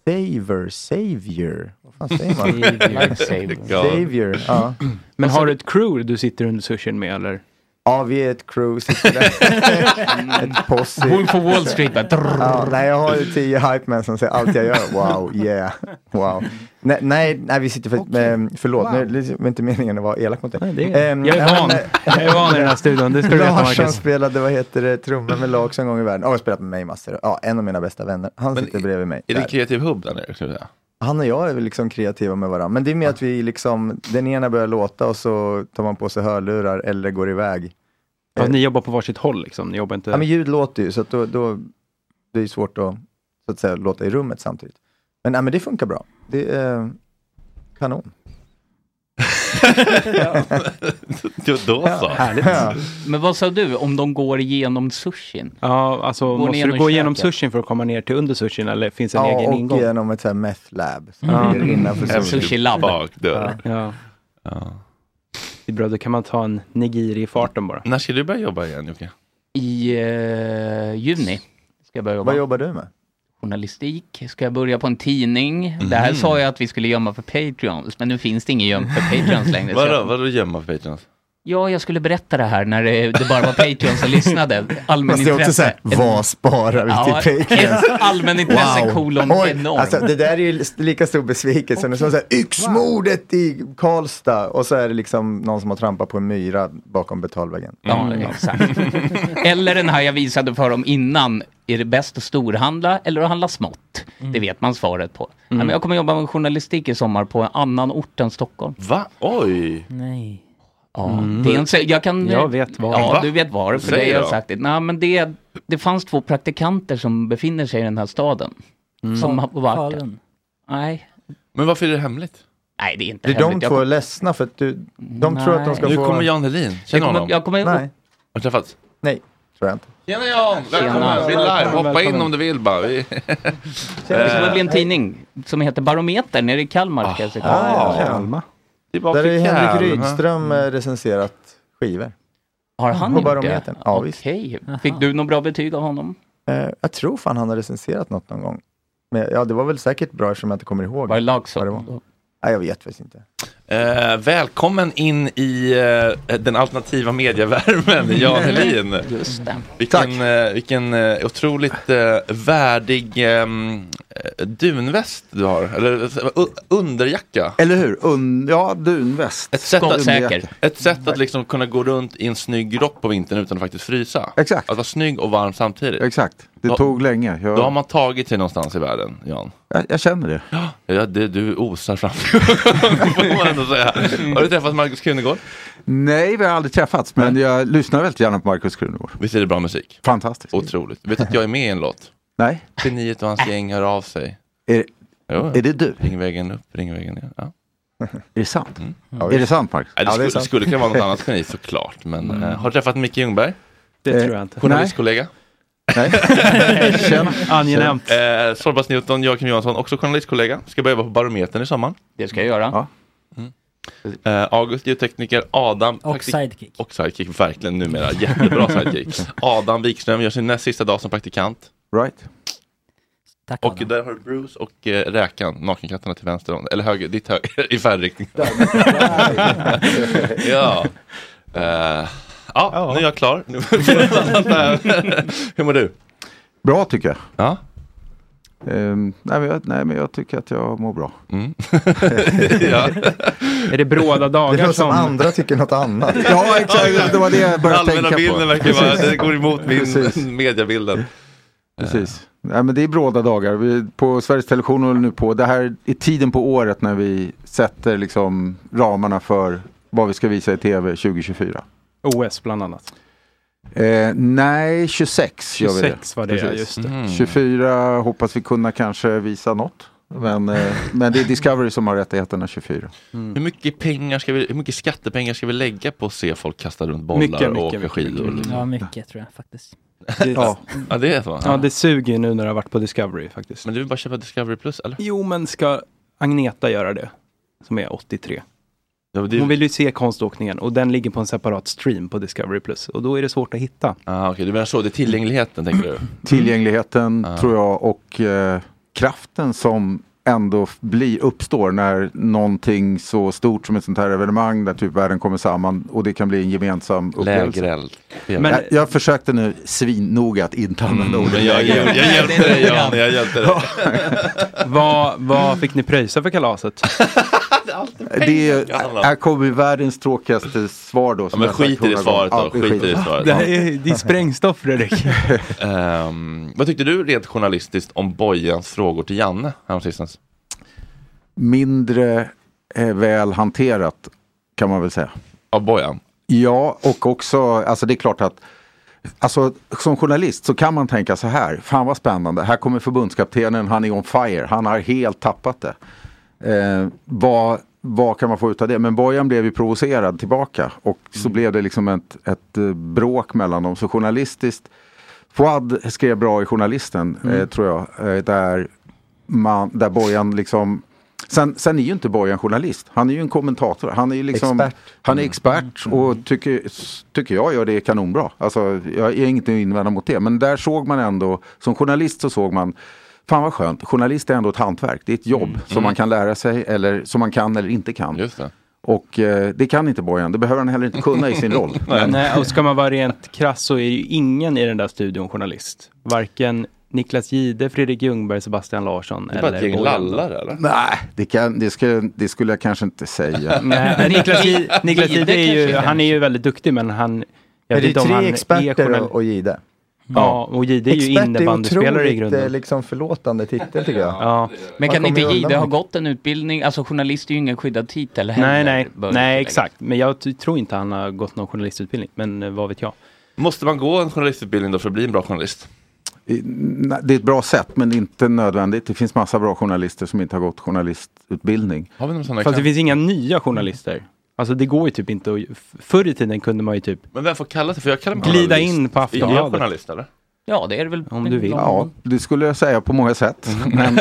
[SPEAKER 9] Saver, savior. Vad fan säger man?
[SPEAKER 6] Savior.
[SPEAKER 9] savior, ja.
[SPEAKER 6] Men har du ett crew du sitter under sushin med eller?
[SPEAKER 9] Alltså, Ja, vi är ett crew, sitter
[SPEAKER 7] Mm.
[SPEAKER 9] där. ett posse.
[SPEAKER 6] Wolf of Wall Street, bara.
[SPEAKER 9] ja, nej, jag har ju tio hypemän som säger allt jag gör, wow, yeah, wow. Nej, nej, nej vi sitter för, ehm, förlåt,
[SPEAKER 6] Wow.
[SPEAKER 9] nu det var inte meningen att vara elak mot dig. Ehm, Nej,
[SPEAKER 6] det är- jag är van. Jag är van i den här studion, det ska du veta,
[SPEAKER 9] Larsson
[SPEAKER 6] Marcus.
[SPEAKER 9] spelade, vad heter det, trummor med Laks en gång i världen. Ja, jag har spelat med mig massor. Ja, en av mina bästa vänner, han
[SPEAKER 1] Men
[SPEAKER 9] sitter bredvid mig.
[SPEAKER 1] Är det
[SPEAKER 9] där.
[SPEAKER 1] en kreativ hubb där nere? skulle jag säga?
[SPEAKER 9] Han och jag är väl liksom kreativa med varandra, men det är mer att vi liksom, den ena börjar låta och så tar man på sig hörlurar eller går iväg.
[SPEAKER 6] Ja, ni jobbar på varsitt håll liksom, ni jobbar inte...
[SPEAKER 9] Ja, men ljud låter ju, så att då, då det är svårt att, så att säga, låta i rummet samtidigt. Men, ja, men det funkar bra. Det är kanon.
[SPEAKER 1] Jo, då så.
[SPEAKER 7] Men vad sa du om de går igenom sushin?
[SPEAKER 6] Ja, alltså
[SPEAKER 7] Går ni
[SPEAKER 6] måste
[SPEAKER 7] igenom
[SPEAKER 6] du gå igenom
[SPEAKER 7] köket?
[SPEAKER 6] sushin för att komma ner till under sushin eller finns en
[SPEAKER 9] Ja,
[SPEAKER 6] egen
[SPEAKER 9] och
[SPEAKER 6] ingång?
[SPEAKER 9] genom ett så här meth lab som
[SPEAKER 6] Ja.
[SPEAKER 9] ligger innanför
[SPEAKER 6] Mm.
[SPEAKER 9] solen.
[SPEAKER 7] Sushi lab.
[SPEAKER 1] Bakdörr.
[SPEAKER 6] Ja.
[SPEAKER 1] Ja.
[SPEAKER 6] Det är bra, då kan man ta en nigiri i farten bara.
[SPEAKER 1] När ska du börja jobba igen Jocke?
[SPEAKER 7] I eh, juni ska jag börja jobba.
[SPEAKER 9] Vad jobbar du med?
[SPEAKER 7] Journalistik, ska jag börja på en tidning. Det här sa jag att vi skulle gömma för Patreons, men nu finns det ingen gömt för Patreons längre. så
[SPEAKER 1] Vadå,
[SPEAKER 7] jag-
[SPEAKER 1] vadå gömma för Patreons?
[SPEAKER 7] Ja, jag skulle berätta det här när det, det bara var Patreons som lyssnade.
[SPEAKER 9] Fast det är också så
[SPEAKER 7] Allmänintresse.
[SPEAKER 9] här, vad sparar vi
[SPEAKER 7] Ja,
[SPEAKER 9] till Patreon?
[SPEAKER 7] ett allmänintresse, kolon, enorm.
[SPEAKER 9] Alltså, det där är ju lika stor besvikelse som så här, yxmordet i Karlstad och så är det liksom någon som har trampat på en myra bakom betalväggen.
[SPEAKER 7] Ja,
[SPEAKER 9] liksom.
[SPEAKER 7] exakt. Mm. Eller den här jag visade för dem innan. Är det bäst att storhandla eller att handla smått?
[SPEAKER 9] Mm.
[SPEAKER 7] Det vet man svaret på. Ja, men jag kommer jobba med journalistik i sommar på en annan ort än Stockholm.
[SPEAKER 1] Va? Oj!
[SPEAKER 8] Nej.
[SPEAKER 7] Ja, det är en, så- jag, kan,
[SPEAKER 6] Jag vet var.
[SPEAKER 7] Ja,
[SPEAKER 6] Va?
[SPEAKER 7] du vet var. För
[SPEAKER 6] Säg
[SPEAKER 7] det har jag
[SPEAKER 6] då.
[SPEAKER 7] sagt. Det. Nej, men det, det fanns två praktikanter som befinner sig i den här staden.
[SPEAKER 9] Mm.
[SPEAKER 7] Som har varit där.
[SPEAKER 8] Falun.
[SPEAKER 7] Nej.
[SPEAKER 1] Men varför är det hemligt?
[SPEAKER 7] Nej, det är inte
[SPEAKER 9] Blir de
[SPEAKER 7] hemligt. Jag
[SPEAKER 9] två
[SPEAKER 7] kom-
[SPEAKER 9] ledsna för att du, de tror att de ska
[SPEAKER 1] Nu
[SPEAKER 9] få...
[SPEAKER 1] kommer Jan Helin. Känner
[SPEAKER 7] Jag kommer-
[SPEAKER 1] honom?
[SPEAKER 7] jag kommer-
[SPEAKER 9] Nej.
[SPEAKER 1] Har du träffats?
[SPEAKER 9] Nej, tror jag inte.
[SPEAKER 1] Tjena Jan! Välkommen!
[SPEAKER 7] Tjena.
[SPEAKER 1] Vi är live. Hoppa in om du vill bara. Vi...
[SPEAKER 7] Det kommer bli en tidning som heter Barometern nere i Kalmar. Ska jag se.
[SPEAKER 9] Ah, Kalmar. Där har ju Henrik Rydström eh, recenserat skivor.
[SPEAKER 7] Har han
[SPEAKER 9] På
[SPEAKER 7] gjort
[SPEAKER 9] Barometern.
[SPEAKER 7] det?
[SPEAKER 9] Ja, visst.
[SPEAKER 7] Okej. Fick du något bra betyg av honom?
[SPEAKER 9] Eh, jag tror fan han har recenserat något någon gång. Men, ja, det var väl säkert bra eftersom jag inte kommer ihåg. Var det
[SPEAKER 7] Laxholm?
[SPEAKER 9] Nej, jag vet faktiskt inte.
[SPEAKER 1] Eh, välkommen in i eh, den alternativa medievärmen, Jan Helin.
[SPEAKER 7] Just det.
[SPEAKER 1] Vilken, eh, vilken eh, otroligt eh, värdig ehm, eh, dunväst du har? Eller eh, u- underjacka?
[SPEAKER 10] Eller hur? Un, ja, dunväst.
[SPEAKER 1] Ett sätt, att,
[SPEAKER 10] Underjacka.
[SPEAKER 1] ett sätt att liksom kunna gå runt i en snygg rock på vintern utan att faktiskt frysa. Exakt. Att vara snygg och varm samtidigt.
[SPEAKER 10] Exakt. Det
[SPEAKER 1] Då-
[SPEAKER 10] tog länge. Jag,
[SPEAKER 1] Då har man tagit sig någonstans i världen, Jan.
[SPEAKER 10] jag, jag känner det.
[SPEAKER 1] Ja, det, du osar framför får man ändå säga. Har du träffat Markus Krunegård?
[SPEAKER 10] Nej, vi har aldrig träffats, men jag lyssnar väldigt gärna på Markus Krunegård.
[SPEAKER 1] Visst är det bra musik?
[SPEAKER 10] Fantastiskt.
[SPEAKER 1] Otroligt. Vet du att jag är med i en låt?
[SPEAKER 10] Nej. Äh.
[SPEAKER 1] Geniet och hans gäng hör av sig.
[SPEAKER 10] Är,
[SPEAKER 1] Jo.
[SPEAKER 10] är det du?
[SPEAKER 1] Ring vägen upp, ring vägen ner. Ja.
[SPEAKER 10] Är det sant? Är det sant, Marcus?
[SPEAKER 1] Ja, det, skulle,
[SPEAKER 10] är
[SPEAKER 1] det
[SPEAKER 10] sant.
[SPEAKER 1] skulle kunna vara något annat geni såklart. Men
[SPEAKER 10] Mm.
[SPEAKER 1] eh, har du träffat Micke Ljungberg?
[SPEAKER 10] Det tror jag inte.
[SPEAKER 1] Journalistkollega?
[SPEAKER 10] Nej. Tjena. Angenämt.
[SPEAKER 1] Eh, Sorbas Newton, Joakim Johansson, också journalistkollega. Ska börja jobba på Barometern i sommar.
[SPEAKER 7] Det ska jag göra.
[SPEAKER 1] Mm. Eh, August, ljudtekniker. Adam.
[SPEAKER 8] Och
[SPEAKER 1] praktik-
[SPEAKER 8] sidekick.
[SPEAKER 1] Och sidekick, verkligen numera. Jättebra sidekick. Adam Wikström gör sin näst sista dag som praktikant.
[SPEAKER 10] Right.
[SPEAKER 8] Tack,
[SPEAKER 1] och där har du Bruce och eh, Räkan, nakenkatterna till vänster om Eller höger, ditt höger, i färdriktning. ja. Eh, ja, nu är jag klar. Hur mår du?
[SPEAKER 10] Bra tycker jag.
[SPEAKER 1] Ja.
[SPEAKER 10] Ehm, nej, men jag. Nej, men jag tycker att jag mår bra.
[SPEAKER 1] ja.
[SPEAKER 6] Är det bråda dagar
[SPEAKER 9] Det låter som
[SPEAKER 6] som...
[SPEAKER 9] andra tycker något annat.
[SPEAKER 10] Ja, exakt. Det var det jag började
[SPEAKER 1] Allmänna
[SPEAKER 10] tänka på.
[SPEAKER 1] bilden verkar vara,
[SPEAKER 10] Precis.
[SPEAKER 1] det går emot
[SPEAKER 10] Precis.
[SPEAKER 1] min mediabilden.
[SPEAKER 10] Precis. Nej, men det är bråda dagar. Vi, på Sveriges Television håller nu på. Det här är tiden på året när vi sätter liksom ramarna för vad vi ska visa i tv 2024.
[SPEAKER 6] OS bland annat.
[SPEAKER 10] Eh, nej, 26 gör vi det.
[SPEAKER 6] 26 var det, ja, just det. Mm.
[SPEAKER 10] 24 hoppas vi kunna kanske visa något. Men, eh, men det är Discovery som har rättigheterna 24.
[SPEAKER 1] Hur, mycket pengar ska vi, hur mycket skattepengar ska vi lägga på att se folk kasta runt bollar
[SPEAKER 6] Mycket,
[SPEAKER 1] och
[SPEAKER 6] mycket,
[SPEAKER 1] åka
[SPEAKER 6] mycket, Mm.
[SPEAKER 1] skidor?
[SPEAKER 6] mycket.
[SPEAKER 1] liksom?
[SPEAKER 8] Ja, mycket tror jag faktiskt.
[SPEAKER 1] Ja. ja, det är så.
[SPEAKER 6] Ja, det suger ju nu när det har varit på Discovery faktiskt.
[SPEAKER 1] Men du vill bara köpa Discovery Plus eller?
[SPEAKER 6] Jo, men ska Agneta göra det? Som är 83.
[SPEAKER 1] Ja, men det-
[SPEAKER 6] Hon vill ju se konståkningen och den ligger på en separat stream på Discovery Plus och då är det svårt att hitta.
[SPEAKER 1] Ah, Okej, du menar så, det är tillgängligheten tänker du? Ah.
[SPEAKER 10] Tillgängligheten
[SPEAKER 1] Ja.
[SPEAKER 10] tror jag och eh, kraften som ändå f- blir, uppstår när någonting så stort som ett sånt här evenemang där typ världen kommer samman och det kan bli en gemensam upplevelse.
[SPEAKER 1] Lägereld.
[SPEAKER 10] Men, jag, jag försökte nu svinnoga att inte använda ordet
[SPEAKER 1] men jag- jag- jag
[SPEAKER 10] lägereld.
[SPEAKER 1] hjälpte dig, Jan, jag hjälpte dig.
[SPEAKER 6] Vad, vad fick ni pröjsa för kalaset?
[SPEAKER 10] Det är, här kommer ju världens tråkigaste svar då. som
[SPEAKER 1] men
[SPEAKER 10] jag sagt
[SPEAKER 1] skit i det
[SPEAKER 10] hundra gånger. Ja, Eh, vi
[SPEAKER 1] svaret då, skit i
[SPEAKER 10] skiter.
[SPEAKER 1] det svaret.
[SPEAKER 6] Det, här är, det är sprängstoff Fredrik.
[SPEAKER 1] Ehm, vad tyckte du rent journalistiskt om Bojans frågor till Janne häromsistens?
[SPEAKER 10] Mindre eh, väl hanterat kan man väl säga.
[SPEAKER 1] Av Bojan?
[SPEAKER 10] Ja, och också, alltså det är klart att Alltså som journalist så kan man tänka så här, fan vad spännande, här kommer förbundskaptenen, han är on fire, han har helt tappat det. Eh, vad, vad kan man få ut av det? Men Bojan blev ju provocerad tillbaka och så blev det liksom ett, ett eh, bråk mellan dem. Så journalistiskt, Fouad skrev bra i Journalisten eh, tror jag, eh, där, man, där Bojan liksom Sen, sen är ju inte Bojan journalist, han är ju en kommentator. Han är ju liksom,
[SPEAKER 9] Expert.
[SPEAKER 10] Han är expert
[SPEAKER 6] Mm.
[SPEAKER 10] och tycker, tycker jag gör det kanonbra. Alltså, jag har inget att invända mot det. Men där såg man ändå, som journalist så såg man, fan vad skönt, journalist är ändå ett hantverk. Det är ett jobb som man kan lära sig eller som man kan eller inte kan.
[SPEAKER 1] Just det.
[SPEAKER 10] Och eh, det kan inte Bojan, det behöver han heller inte kunna i sin roll. Men-
[SPEAKER 6] Nej, eh, och ska man vara rent krass så är ju ingen i den där studion journalist. Varken Niklas Gide, Fredrik Ljungberg, Sebastian Larsson
[SPEAKER 1] Det är bara ett
[SPEAKER 6] eller
[SPEAKER 1] gäng
[SPEAKER 6] Bojan.
[SPEAKER 1] lallare eller?
[SPEAKER 10] Nej, det, kan, det, ska, det skulle jag kanske inte säga.
[SPEAKER 6] Nej,
[SPEAKER 7] eh,
[SPEAKER 6] men eh, Niklas, Gi- Niklas Gide är ju, han är ju väldigt duktig men han... Jag
[SPEAKER 9] Är
[SPEAKER 6] vet
[SPEAKER 9] det
[SPEAKER 6] inte om han
[SPEAKER 9] tre
[SPEAKER 6] är
[SPEAKER 9] experter
[SPEAKER 6] journal-
[SPEAKER 9] och, och Gide?
[SPEAKER 6] Ja, och Gide är ju innebandyspelare i
[SPEAKER 9] Expert är otroligt eh,
[SPEAKER 6] grunden.
[SPEAKER 9] liksom förlåtande titel tycker jag.
[SPEAKER 6] Ja.
[SPEAKER 7] Men kan
[SPEAKER 9] Man
[SPEAKER 7] inte
[SPEAKER 9] kommer
[SPEAKER 7] Jihde
[SPEAKER 9] undan.
[SPEAKER 7] ha gått en utbildning? Alltså journalist är ju ingen skyddad titel heller.
[SPEAKER 6] Nej, nej,
[SPEAKER 7] bör jag
[SPEAKER 6] nej
[SPEAKER 7] tillägga.
[SPEAKER 6] exakt. Men jag t- tror inte han har gått någon journalistutbildning, men eh, vad vet jag.
[SPEAKER 1] Måste man gå en journalistutbildning då för att bli en bra journalist?
[SPEAKER 10] I- nej, Det är ett bra sätt men inte nödvändigt. Det finns massa bra journalister som inte har gått journalistutbildning.
[SPEAKER 1] Har vi någon sån här
[SPEAKER 6] Fast det
[SPEAKER 1] kram?
[SPEAKER 6] finns inga nya journalister. Alltså det går ju typ inte att, f- Förr i tiden kunde man ju typ
[SPEAKER 1] Men vem får kalla sig? För jag kallar mig
[SPEAKER 6] Glida
[SPEAKER 1] journalist.
[SPEAKER 6] in på
[SPEAKER 1] Är jag
[SPEAKER 6] Aftonbladet.
[SPEAKER 1] journalist eller?
[SPEAKER 7] Ja, det är det väl. Mm.
[SPEAKER 6] Om du vill.
[SPEAKER 10] Ja, det skulle jag säga på många sätt. Men,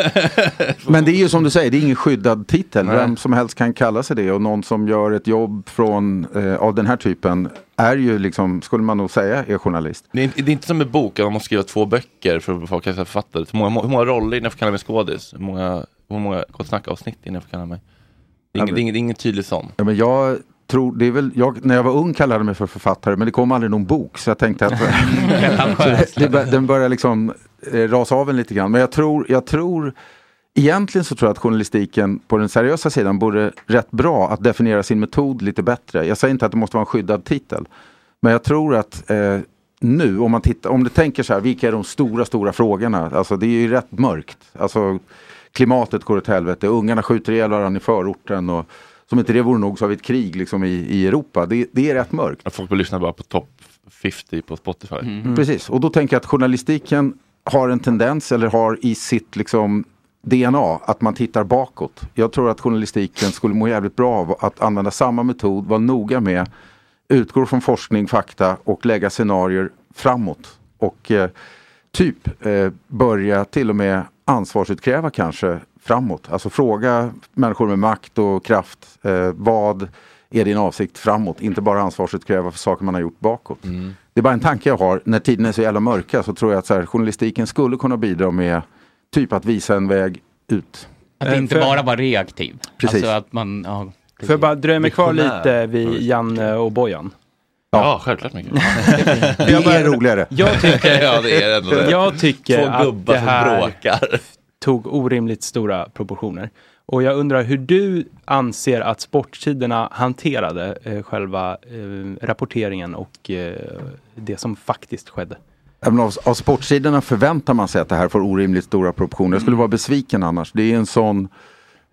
[SPEAKER 10] men det är ju som du säger, det är ingen skyddad titel.
[SPEAKER 1] Nej.
[SPEAKER 10] Vem som helst kan kalla sig det och någon som gör ett jobb från, eh, av den här typen är ju liksom, skulle man nog säga, är journalist.
[SPEAKER 1] Det är, inte- det är inte som med bok, att man måste skriva två böcker för att få kalla sig författare. Hur många, hur många roller innan jag får kalla mig skådis? Hur många, hur många Gott Snack-avsnitt innan jag får kalla mig? Det är ingen, det är ingen, det är ingen tydlig sån.
[SPEAKER 10] Ja, men jag tror, det är väl, jag, när jag var ung kallade jag mig för författare men det kom aldrig någon bok så jag tänkte att så det, det, bör- den börjar liksom eh, rasa av en lite grann. Men jag tror, jag tror egentligen så tror jag att journalistiken på den seriösa sidan borde rätt bra att definiera sin metod lite bättre. Jag säger inte att det måste vara en skyddad titel. Men jag tror att eh, nu, om man tittar, om du tänker så här, vilka är de stora, stora frågorna? Alltså det är ju rätt mörkt. Alltså klimatet går åt helvete, ungarna skjuter ihjäl varandra i förorten. Och, som inte det vore nog så har vi ett krig liksom, i, i Europa. Det, det är rätt mörkt.
[SPEAKER 1] Folk lyssnar bara på topp 50 på Spotify.
[SPEAKER 6] Mhm.
[SPEAKER 10] Mm. Precis, och då tänker jag att journalistiken har en tendens eller har i sitt liksom, DNA att man tittar bakåt. Jag tror att journalistiken skulle må jävligt bra av att använda samma metod, vara noga med, utgå från forskning, fakta och lägga scenarier framåt. Och eh, typ eh, börja till och med ansvarsutkräva kanske framåt. Alltså fråga människor med makt och kraft, eh, vad är din avsikt framåt? Inte bara ansvarsutkräva för saker man har gjort bakåt. Det är bara en tanke jag har. När tiden är så jävla mörka så tror jag att så här, journalistiken skulle kunna bidra med typ att visa en väg ut.
[SPEAKER 7] Att inte
[SPEAKER 10] för-
[SPEAKER 7] bara vara reaktiv.
[SPEAKER 10] Precis.
[SPEAKER 7] Alltså att man, ja,
[SPEAKER 6] Eh, För jag bara drömmer kvar
[SPEAKER 7] Visionär.
[SPEAKER 6] lite vid Janne och Bojan.
[SPEAKER 1] Ja, självklart Micke.
[SPEAKER 10] Det är roligare.
[SPEAKER 6] Jag
[SPEAKER 7] typ.
[SPEAKER 6] tycker,
[SPEAKER 1] Ja, det är ändå det.
[SPEAKER 6] Jag tycker
[SPEAKER 1] Två gubbar
[SPEAKER 6] att det
[SPEAKER 1] som
[SPEAKER 6] här
[SPEAKER 1] bråkar.
[SPEAKER 6] tog orimligt stora proportioner. Och jag undrar hur du anser att sportsidorna hanterade eh, själva eh, rapporteringen och eh, det som faktiskt skedde.
[SPEAKER 10] Även av, av sportsidorna förväntar man sig att det här får orimligt stora proportioner. Jag skulle vara besviken annars. Det är en sån,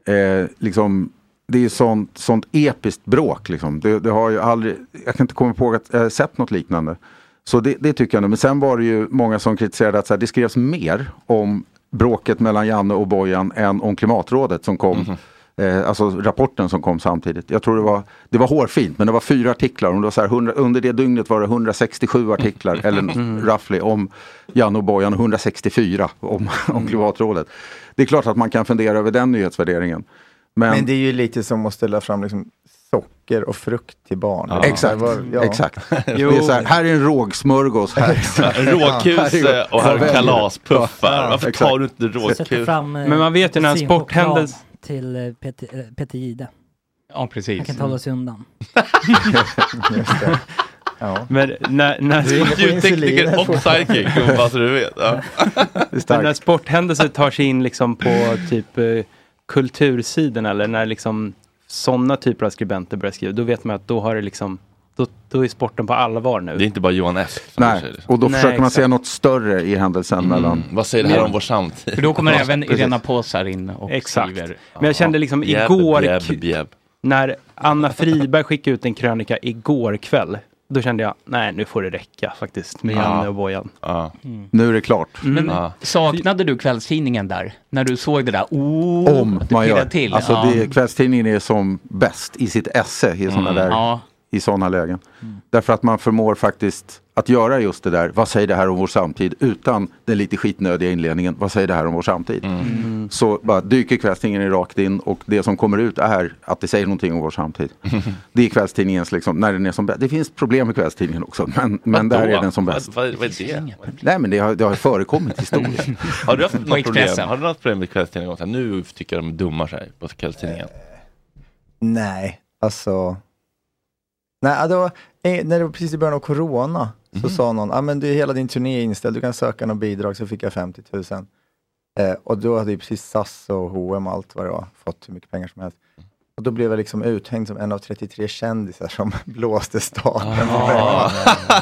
[SPEAKER 10] eh, liksom, det är sånt, sånt episkt bråk. Liksom. Det, det har ju aldrig, jag kan inte komma ihåg att jag har sett något liknande. Så det, det tycker jag ändå. Men sen var det ju många som kritiserade att så här, det skrevs mer om bråket mellan Janne och Bojan än om klimatrådet som kom. Eh, alltså rapporten som kom samtidigt. Jag tror det var, det var hårfint men det var fyra artiklar. Om det var så här, 100, under det dygnet var det 167 artiklar eller
[SPEAKER 1] Mm.
[SPEAKER 10] roughly om Janne och Bojan och 164 om, om klimatrådet. Det är klart att man kan fundera över den nyhetsvärderingen. Men,
[SPEAKER 9] Men det är ju lite som att ställa fram liksom socker och frukt till barn.
[SPEAKER 10] Ja.
[SPEAKER 9] Det
[SPEAKER 10] Exakt,
[SPEAKER 9] var- ja.
[SPEAKER 10] exakt. Det är så här, här är en rågsmörgås. Här.
[SPEAKER 1] Råkuse och här
[SPEAKER 10] Ja,
[SPEAKER 1] är kalaspuffar.
[SPEAKER 10] Ja,
[SPEAKER 1] Varför
[SPEAKER 10] exakt.
[SPEAKER 1] tar du inte
[SPEAKER 8] Sätter
[SPEAKER 1] råkuse?
[SPEAKER 8] fram, eh,
[SPEAKER 6] Men man vet ju när en
[SPEAKER 8] sin choklad
[SPEAKER 6] sporthändelse-
[SPEAKER 8] Till eh, Peter, eh, Peter Jihde.
[SPEAKER 7] ja precis.
[SPEAKER 8] Han kan inte hålla sig undan.
[SPEAKER 6] Men när,
[SPEAKER 1] Du är
[SPEAKER 6] när,
[SPEAKER 1] Ljudtekniker och psychic, bara så du vet. Ja.
[SPEAKER 6] Men när sporthändelser tar sig in liksom på typ eh, kultursidan eller när liksom sådana typer av skribenter börjar skriva, då vet man att då har det liksom, då, då är sporten på allvar nu.
[SPEAKER 1] Det är inte bara Johan F. som säger
[SPEAKER 10] Nej,
[SPEAKER 1] det.
[SPEAKER 10] och då
[SPEAKER 6] Nej,
[SPEAKER 10] försöker man
[SPEAKER 6] exakt.
[SPEAKER 10] se något större i händelsen mellan...
[SPEAKER 1] Mm. Vad säger det här om vår samtid?
[SPEAKER 7] För då kommer
[SPEAKER 1] Ja,
[SPEAKER 7] även
[SPEAKER 1] precis.
[SPEAKER 7] Irena Påsar in och Exakt. skriver.
[SPEAKER 6] Men jag kände liksom
[SPEAKER 1] Bjäbb,
[SPEAKER 6] igår,
[SPEAKER 1] bjäbb, bjäbb.
[SPEAKER 6] när Anna Friberg skickade ut en krönika igår kväll, då kände jag, nej nu får det räcka faktiskt med
[SPEAKER 7] Ja.
[SPEAKER 6] Janne och Bojan.
[SPEAKER 7] Mm.
[SPEAKER 10] Nu är det klart.
[SPEAKER 7] Men saknade du kvällstidningen där? När du såg det där? Oh,
[SPEAKER 10] Om
[SPEAKER 7] att du
[SPEAKER 10] man gör.
[SPEAKER 7] pirrade Till.
[SPEAKER 10] Alltså
[SPEAKER 7] ja.
[SPEAKER 10] det, kvällstidningen är som bäst i sitt esse i sådana
[SPEAKER 7] Mm.
[SPEAKER 10] där
[SPEAKER 7] Ja. Mm.
[SPEAKER 10] i sådana lägen. Därför att man förmår faktiskt att göra just det där, vad säger det här om vår samtid, utan den lite skitnödiga inledningen, vad säger det här om vår samtid.
[SPEAKER 7] Mm.
[SPEAKER 6] Mm.
[SPEAKER 10] Så bara dyker kvällstidningen rakt in och det som kommer ut är att det säger någonting om vår samtid. Det är kvällstidningens, liksom, när den är som bäst. Det finns problem med kvällstidningen också, men, men där är den som bäst.
[SPEAKER 1] Vad, vad, vad är det?
[SPEAKER 10] Nej men det har, det har förekommit historiskt.
[SPEAKER 1] Har du haft något problem?
[SPEAKER 7] Expressen.
[SPEAKER 1] Har du något problem med kvällstidningen? Så här, Nu tycker jag de dummar sig på kvällstidningen.
[SPEAKER 9] Eh, Nej, alltså. Nej, det var, eh, när det var precis i början av corona så
[SPEAKER 1] Mhm.
[SPEAKER 9] sa någon, ah, men du, hela din turné är inställd, du kan söka något bidrag, så fick jag 50 000. Eh, och då hade ju precis SAS och H&M och allt vad det var fått hur mycket pengar som helst. Och då blev jag liksom uthängd som en av 33 kändisar som blåste staten.
[SPEAKER 1] Ah.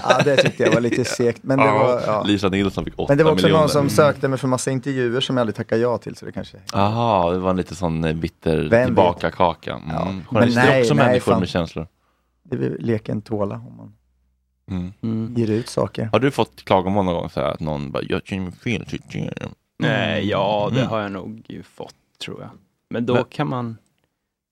[SPEAKER 9] Ja, det tyckte jag var lite segt. Men det var, ja.
[SPEAKER 1] Lisa Nilsson fick 8
[SPEAKER 9] Men det var också
[SPEAKER 1] miljoner.
[SPEAKER 9] någon som sökte mig för massa intervjuer som jag aldrig tackade ja till, så det kanske
[SPEAKER 1] Jaha, det var lite sån eh, bitter
[SPEAKER 9] vet?
[SPEAKER 1] tillbakakaka. Mm. Journalister
[SPEAKER 9] Men
[SPEAKER 1] är
[SPEAKER 9] nej,
[SPEAKER 1] också
[SPEAKER 9] nej,
[SPEAKER 1] människor
[SPEAKER 9] fan.
[SPEAKER 1] med känslor.
[SPEAKER 9] det är leken tåla om man
[SPEAKER 1] Mm.
[SPEAKER 9] ger ut saker.
[SPEAKER 1] Har du fått klagomål någon gång så här, att någon bara, jag känner mig fel. jag känner mig."
[SPEAKER 6] Nej, ja det
[SPEAKER 1] Mm.
[SPEAKER 6] har jag nog fått tror jag. Men då
[SPEAKER 1] Men-
[SPEAKER 6] kan man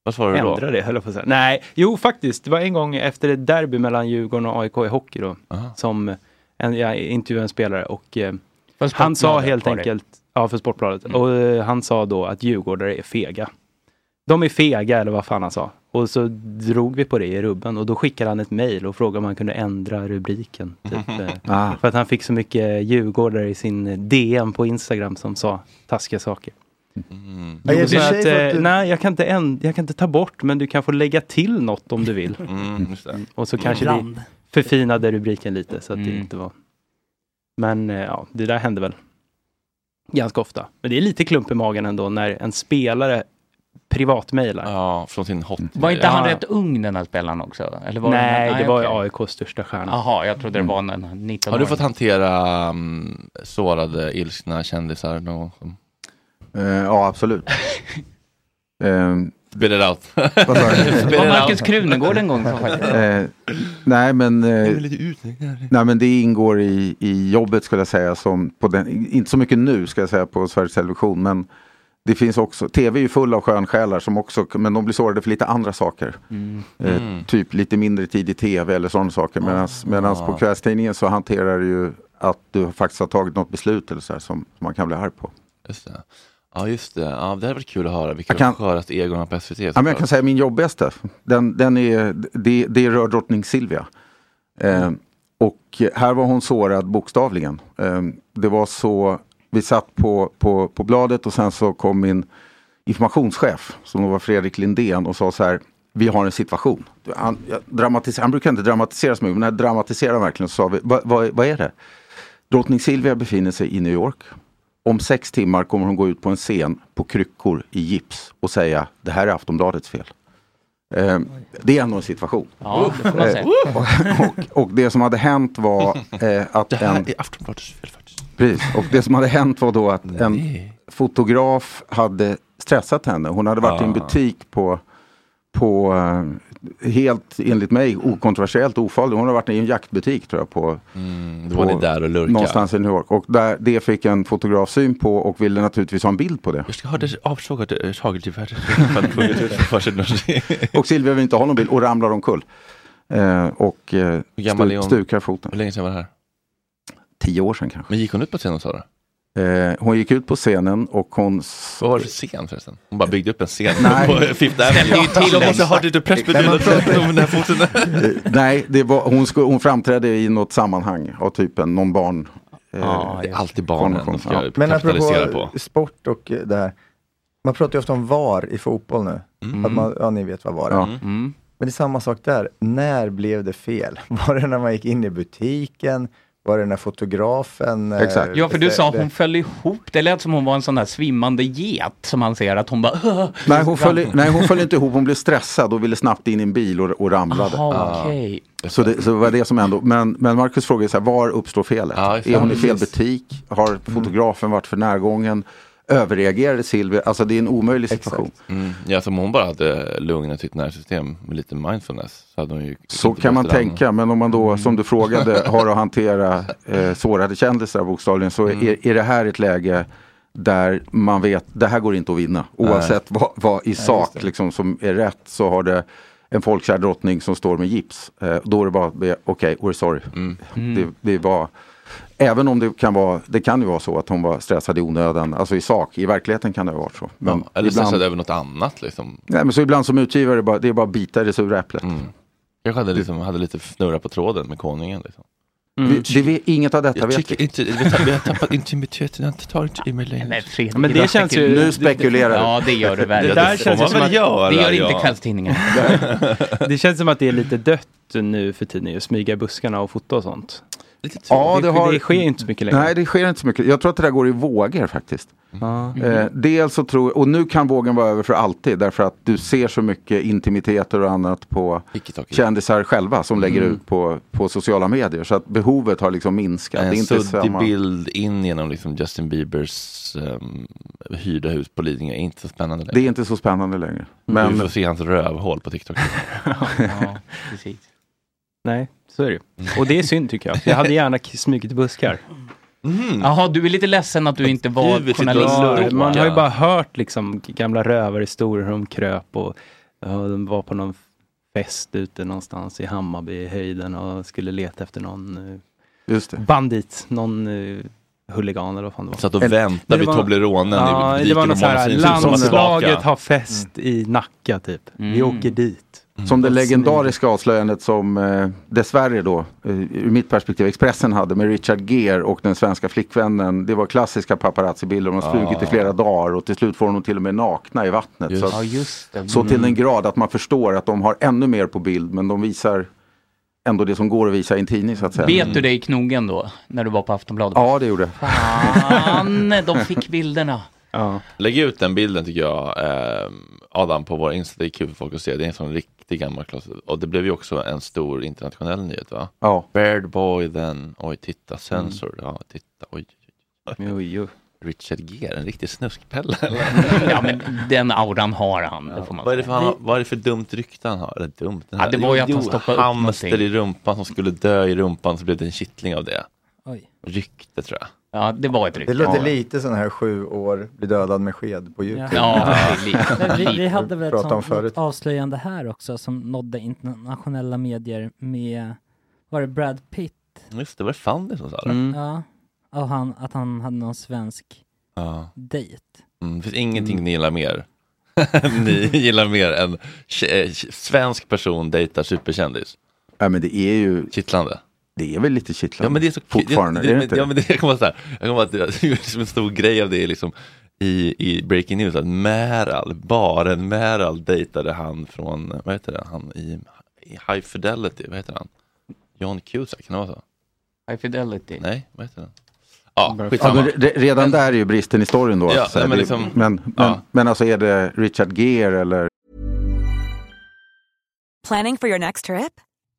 [SPEAKER 1] Vad svarar du då?
[SPEAKER 6] Ändra det, höll jag på att säga. Nej, jo faktiskt. Det var en gång efter ett derby mellan Djurgården och AIK i hockey då, som en, jag intervjuade en spelare och eh, han sa
[SPEAKER 7] Sportbladet
[SPEAKER 6] helt
[SPEAKER 7] var det. Mm.
[SPEAKER 6] enkelt, ja för Sportbladet, och eh, han sa då att djurgårdare är fega. De är fega eller vad fan han sa. Och så drog vi på det i rubben och då skickade han ett mejl och frågade om han kunde ändra rubriken. Typ, eh,
[SPEAKER 10] Ah.
[SPEAKER 6] För att han fick så mycket djurgårdare i sin DM på Instagram som sa taskiga saker.
[SPEAKER 1] Mm.
[SPEAKER 9] Ja, i
[SPEAKER 6] Jo,
[SPEAKER 9] och för
[SPEAKER 6] så
[SPEAKER 9] sig
[SPEAKER 6] att,
[SPEAKER 9] för att
[SPEAKER 6] eh,
[SPEAKER 9] du-
[SPEAKER 6] Nej, jag kan, inte änd- jag kan inte ta bort, men du kan få lägga till något om du vill.
[SPEAKER 1] Mm, just det.
[SPEAKER 6] Och så kanske
[SPEAKER 8] Ibland.
[SPEAKER 6] vi förfinade rubriken lite så att det
[SPEAKER 1] Mm.
[SPEAKER 6] inte var... Men eh, ja, det där hände väl. Ganska ofta. Men det är lite klump i magen ändå när en spelare privatmejlar.
[SPEAKER 1] Ja, från sin hot.
[SPEAKER 7] Var inte han rätt ung den här spelaren också? Eller var
[SPEAKER 6] Nej,
[SPEAKER 7] han-
[SPEAKER 6] det var ju
[SPEAKER 7] okej. Ah,
[SPEAKER 6] AIKs största stjärna.
[SPEAKER 7] Jaha, jag trodde det var
[SPEAKER 10] Mm.
[SPEAKER 7] en 19
[SPEAKER 1] Har du fått hantera um, sårade, ilskna kändisar? någon gång?
[SPEAKER 10] Eh, ja, absolut.
[SPEAKER 9] Eh,
[SPEAKER 10] Ehm,
[SPEAKER 1] Spit it out.
[SPEAKER 10] Vad sa du?
[SPEAKER 1] Det var Marcus
[SPEAKER 7] Krunegård en gång som faktiskt-
[SPEAKER 10] Eh, nej, men, eh,
[SPEAKER 1] är väl lite ut-
[SPEAKER 10] nej, men det ingår i, i jobbet skulle jag säga. Som på den, inte så mycket nu ska jag säga på Sveriges Television. Men det finns också, tv är ju full av skönsjälar som också, men de blir sårade för lite andra saker. Eh,
[SPEAKER 1] Mm.
[SPEAKER 10] Typ lite mindre tid i tv eller sådana saker. Medan
[SPEAKER 1] Ah.
[SPEAKER 10] på kvällstidningen så hanterar det ju att du faktiskt har tagit något beslut eller så här, som, som man kan bli arg på.
[SPEAKER 1] Just det. Ja, just det. Ja, det hade varit kul att höra. Vilka
[SPEAKER 10] Jag kan-
[SPEAKER 1] sköraste egorna på SVT.
[SPEAKER 10] Ja, men jag kan säga min jobbigaste, den, den är, det, det rör drottning Silvia. Eh, och här var hon sårad bokstavligen. Eh, det var så, vi satt på, på, på bladet och sen så kom min informationschef, som då var Fredrik Lindén, och sa så här, vi har en situation. Han, jag dramatiser- han brukar inte dramatisera så mycket, men när jag dramatiserade han verkligen så sa vi, "Vad- vad vad är det? Drottning Silvia befinner sig i New York. Om sex timmar kommer hon gå ut på en scen på kryckor i gips och säga det här är Aftonbladets fel. Eh, det är ändå en situation.
[SPEAKER 7] Ja, det får man säga.
[SPEAKER 10] Eh, och, och, och det som hade hänt var eh, att
[SPEAKER 1] Det här
[SPEAKER 10] en...
[SPEAKER 1] är Aftonbladets fel faktiskt.
[SPEAKER 10] Precis, och det som hade hänt var då att en fotograf hade stressat henne. Hon hade varit i en
[SPEAKER 1] Ah.
[SPEAKER 10] butik på, på eh, helt enligt mig okontroversiellt ofarligt. Hon hade varit i en jaktbutik tror jag på
[SPEAKER 1] Mm, då var ni där och lurkade.
[SPEAKER 10] Någonstans i New York. Och där, det fick en fotograf syn på och ville naturligtvis ha en bild på det.
[SPEAKER 1] Jag hörde avsågat eh, hagelgeväret. Fan, punkt. För sig någonting.
[SPEAKER 10] Och Silvia vill inte ha någon bild och ramlar omkull. Eh, och eh,
[SPEAKER 1] Hur gammal är
[SPEAKER 10] stu,
[SPEAKER 1] hon?
[SPEAKER 10] stukar foten.
[SPEAKER 1] Hur länge sedan var det här?
[SPEAKER 10] Tio år sedan kanske.
[SPEAKER 1] Men gick hon ut på scenen och sa det?
[SPEAKER 10] Eh, hon gick ut på scenen och hon... s-
[SPEAKER 1] Vad var det för scen förresten? Hon bara byggde upp en scen
[SPEAKER 10] Nej.
[SPEAKER 1] på Fifth
[SPEAKER 10] Ställde
[SPEAKER 1] Avenue.
[SPEAKER 10] ju till
[SPEAKER 1] Jag måste
[SPEAKER 10] den.
[SPEAKER 1] ha lite
[SPEAKER 10] Nej, men-
[SPEAKER 1] pressmeddelande om den här foten.
[SPEAKER 10] Eh, Nej, det var, hon, skulle, hon framträdde i något sammanhang av typen någon barn... eh,
[SPEAKER 1] Ja, det är alltid barnen de ska
[SPEAKER 10] konvention. Ja.
[SPEAKER 9] Men apropå
[SPEAKER 1] kapitalisera på.
[SPEAKER 9] sport och eh, det här. Man pratar ju ofta om VAR i fotboll nu.
[SPEAKER 1] Mm.
[SPEAKER 9] Att man, ja, ni vet vad VAR är.
[SPEAKER 10] Ja.
[SPEAKER 9] Men det är samma sak där. När blev det fel? Var det när man gick in i butiken? Var det när fotografen... eh,
[SPEAKER 10] Exakt.
[SPEAKER 7] Ja, för du
[SPEAKER 9] det-
[SPEAKER 7] sa att
[SPEAKER 9] det-
[SPEAKER 7] hon föll ihop. Det lät som hon var en sån där svimmande get som man ser att hon bara... "Åh."
[SPEAKER 10] Nej, hon föll, nej, hon föll inte ihop. Hon blev stressad och ville snabbt in i en bil och, och ramlade.
[SPEAKER 7] Jaha, okej.
[SPEAKER 10] Så det, så det var det som ändå, men, men Marcus frågade så här, var uppstår felet?
[SPEAKER 1] Ja,
[SPEAKER 10] är hon i
[SPEAKER 1] precis.
[SPEAKER 10] fel butik? Har fotografen varit för närgången? Överreagerade Silvia? Alltså det är en omöjlig situation.
[SPEAKER 1] Mm. Ja, som hon bara hade lugnat sitt nervsystem med lite mindfulness så hade hon ju...
[SPEAKER 10] Så kan man tänka, men om man då, som du frågade, har att hantera eh, sårade kändisar bokstavligen, så
[SPEAKER 1] Mm.
[SPEAKER 10] är, är det här ett läge där man vet, det här går inte att vinna. Oavsett vad, vad i sak liksom, som är rätt så har det en folkkär drottning som står med gips. Eh, då är det bara, att be, okej, we're sorry.
[SPEAKER 1] Mm.
[SPEAKER 10] Det, det var, även om det kan vara, det kan ju vara så att hon var stressad i onödan, alltså i sak, i verkligheten kan det ha varit så. Men
[SPEAKER 1] Ja, eller
[SPEAKER 10] ibland,
[SPEAKER 1] stressad över något annat liksom. Mm.
[SPEAKER 10] nej, men så ibland som utgivare, är det bara, det är bara att bita i det sura äpplet.
[SPEAKER 1] Kanske hade, liksom, hade lite fnurra på tråden med konungen. Liksom.
[SPEAKER 7] Mm.
[SPEAKER 10] Vi, det, vi, inget av detta
[SPEAKER 1] Jag
[SPEAKER 10] vet vi.
[SPEAKER 1] tycker inte, vi, tar, vi har tappat intimiteten, jag tar inte i mig längre.
[SPEAKER 7] Nej, Fredrik,
[SPEAKER 6] Men det
[SPEAKER 7] vad
[SPEAKER 6] känns
[SPEAKER 7] tänker
[SPEAKER 6] ju-
[SPEAKER 7] du?
[SPEAKER 10] Nu spekulerar du.
[SPEAKER 7] Ja, det gör du verkligen.
[SPEAKER 6] där känns ju
[SPEAKER 1] man
[SPEAKER 6] som
[SPEAKER 1] väl
[SPEAKER 6] att-
[SPEAKER 1] göra,
[SPEAKER 7] Det gör
[SPEAKER 1] ja.
[SPEAKER 7] inte kvällstidningen.
[SPEAKER 6] Det känns som att det är lite dött nu för tiden ju, att smyga i buskarna och fota och sånt.
[SPEAKER 1] Lite tur.
[SPEAKER 10] Ja, det,
[SPEAKER 6] det,
[SPEAKER 10] har...
[SPEAKER 6] det sker ju inte så mycket längre.
[SPEAKER 10] Nej, det sker inte så mycket. Jag tror att det där går i vågor faktiskt.
[SPEAKER 6] Ja.
[SPEAKER 10] Eh, dels så tror och nu kan vågen vara över för alltid därför att du ser så mycket intimiteter och annat på
[SPEAKER 1] Tiki-taki.
[SPEAKER 10] kändisar själva som lägger ut på, på sociala medier. Så att behovet har liksom minskat. det är
[SPEAKER 1] En
[SPEAKER 10] inte
[SPEAKER 1] suddig
[SPEAKER 10] samma...
[SPEAKER 1] bild in genom liksom Justin Biebers um, hyrda hus på Lidingö är inte så spännande längre.
[SPEAKER 10] Det är inte så spännande längre.
[SPEAKER 1] Du
[SPEAKER 10] Men
[SPEAKER 1] får se hans rövhål på TikTok.
[SPEAKER 7] Ja, precis.
[SPEAKER 6] Nej, så är det ju. Och det är synd tycker jag. Jag hade gärna k- smugit i buskar. Mhm.
[SPEAKER 7] Jaha, du är lite ledsen att du inte
[SPEAKER 1] Du
[SPEAKER 7] var
[SPEAKER 1] vet inte
[SPEAKER 7] journalist
[SPEAKER 1] vad-
[SPEAKER 7] då?
[SPEAKER 1] Tråkiga.
[SPEAKER 6] Man har ju bara hört liksom gamla rövarhistorier hur de kröp och ja, de var på någon fest ute någonstans i Hammarby i höjden och skulle leta efter någon eh,
[SPEAKER 10] just det.
[SPEAKER 6] bandit, någon eh, huligan eller vad fan det var.
[SPEAKER 1] Satt och
[SPEAKER 10] Eller-
[SPEAKER 1] väntade
[SPEAKER 6] det
[SPEAKER 1] vid
[SPEAKER 6] var-
[SPEAKER 1] Tobleronen
[SPEAKER 6] Ja,
[SPEAKER 1] i
[SPEAKER 6] det
[SPEAKER 1] butiken
[SPEAKER 6] var
[SPEAKER 1] och
[SPEAKER 6] något så här,
[SPEAKER 1] magasinet som var tillbaka. Mm.
[SPEAKER 6] landslaget har fest i Nacka typ. Vi åker dit. Mm.
[SPEAKER 10] Som det legendariska avslöjandet som eh, dessvärre då, eh, ur mitt perspektiv, Expressen hade med Richard Gere och den svenska flickvännen. Det var klassiska paparazzi-bilder. De har flugit i flera dagar och till slut får de till och med nakna i vattnet.
[SPEAKER 1] Just.
[SPEAKER 10] Så att-
[SPEAKER 7] Ja, just det.
[SPEAKER 6] Mm.
[SPEAKER 10] Så till den grad att man förstår att de har ännu mer på bild men de visar ändå det som går att visa i en tidning så att säga.
[SPEAKER 7] Bet du dig i knogen då, när du var på Aftonbladet?
[SPEAKER 10] Ja, det gjorde jag.
[SPEAKER 7] Fan, de fick bilderna.
[SPEAKER 1] Lägg ut den bilden tycker jag, eh, Adam, på vår Insta. Det är kul för folk att se. Det är en sån riktig gammal klass. Och det blev ju också en stor internationell nyhet va?
[SPEAKER 10] Ja.
[SPEAKER 1] Bird Boy, den, oj titta, Sensor,
[SPEAKER 6] Mm.
[SPEAKER 1] ja titta, oj. oj, oj. Richard Gere, en riktig snuskpelle. eller?
[SPEAKER 7] Ja, men den auran har han. Det får man
[SPEAKER 1] Vad är det för,
[SPEAKER 7] säga.
[SPEAKER 1] han, vad är det för dumt rykte han har? Eller dumt? Den
[SPEAKER 7] Ja, det var ju att han
[SPEAKER 1] jo,
[SPEAKER 7] stoppade upp
[SPEAKER 1] hamster
[SPEAKER 7] någonting.
[SPEAKER 1] i rumpan som skulle dö i rumpan så blev det en kittling av det.
[SPEAKER 8] Oj.
[SPEAKER 1] Rykte tror jag.
[SPEAKER 7] Ja, det var ett
[SPEAKER 9] Det låter lite sån här sju år, bli dödad med sked på Youtube.
[SPEAKER 8] Men vi, vi hade väl ett
[SPEAKER 9] Pratade om
[SPEAKER 8] sånt
[SPEAKER 9] förut.
[SPEAKER 8] något avslöjande här också som nådde internationella medier med, var det Brad Pitt?
[SPEAKER 1] Just det, var det Fanny som sa det?
[SPEAKER 7] Mm.
[SPEAKER 8] Ja. Och han, att han hade någon svensk
[SPEAKER 1] Ja.
[SPEAKER 8] dejt.
[SPEAKER 1] Mm, det finns ingenting ni gillar mer. ni gillar mer än tje- eh, svensk person dejtar superkändis.
[SPEAKER 10] Ja, men det är ju...
[SPEAKER 1] Kittlande.
[SPEAKER 10] Det är väl lite kittlande.
[SPEAKER 1] Ja men det är så
[SPEAKER 10] Fortfarande,
[SPEAKER 1] det,
[SPEAKER 10] är
[SPEAKER 1] det,
[SPEAKER 10] det inte
[SPEAKER 1] Ja
[SPEAKER 10] det?
[SPEAKER 1] men det jag kommer så här, jag kommer att det är liksom en stor grej av det är liksom i, i Breaking News att Meral, baren Meral dejtade han från, vad heter det, han i, i High Fidelity, vad heter han? John Cusack, kan det vara så?
[SPEAKER 7] High Fidelity?
[SPEAKER 1] Nej, vad heter den? Ja,
[SPEAKER 10] Ja,
[SPEAKER 1] skitsamma.
[SPEAKER 10] men re- redan där är ju bristen i storyn då.
[SPEAKER 1] Ja,
[SPEAKER 10] så här, det-
[SPEAKER 1] men liksom-
[SPEAKER 10] men, men,
[SPEAKER 1] ja.
[SPEAKER 10] men alltså är det Richard Gere eller
[SPEAKER 11] Planning for your next trip?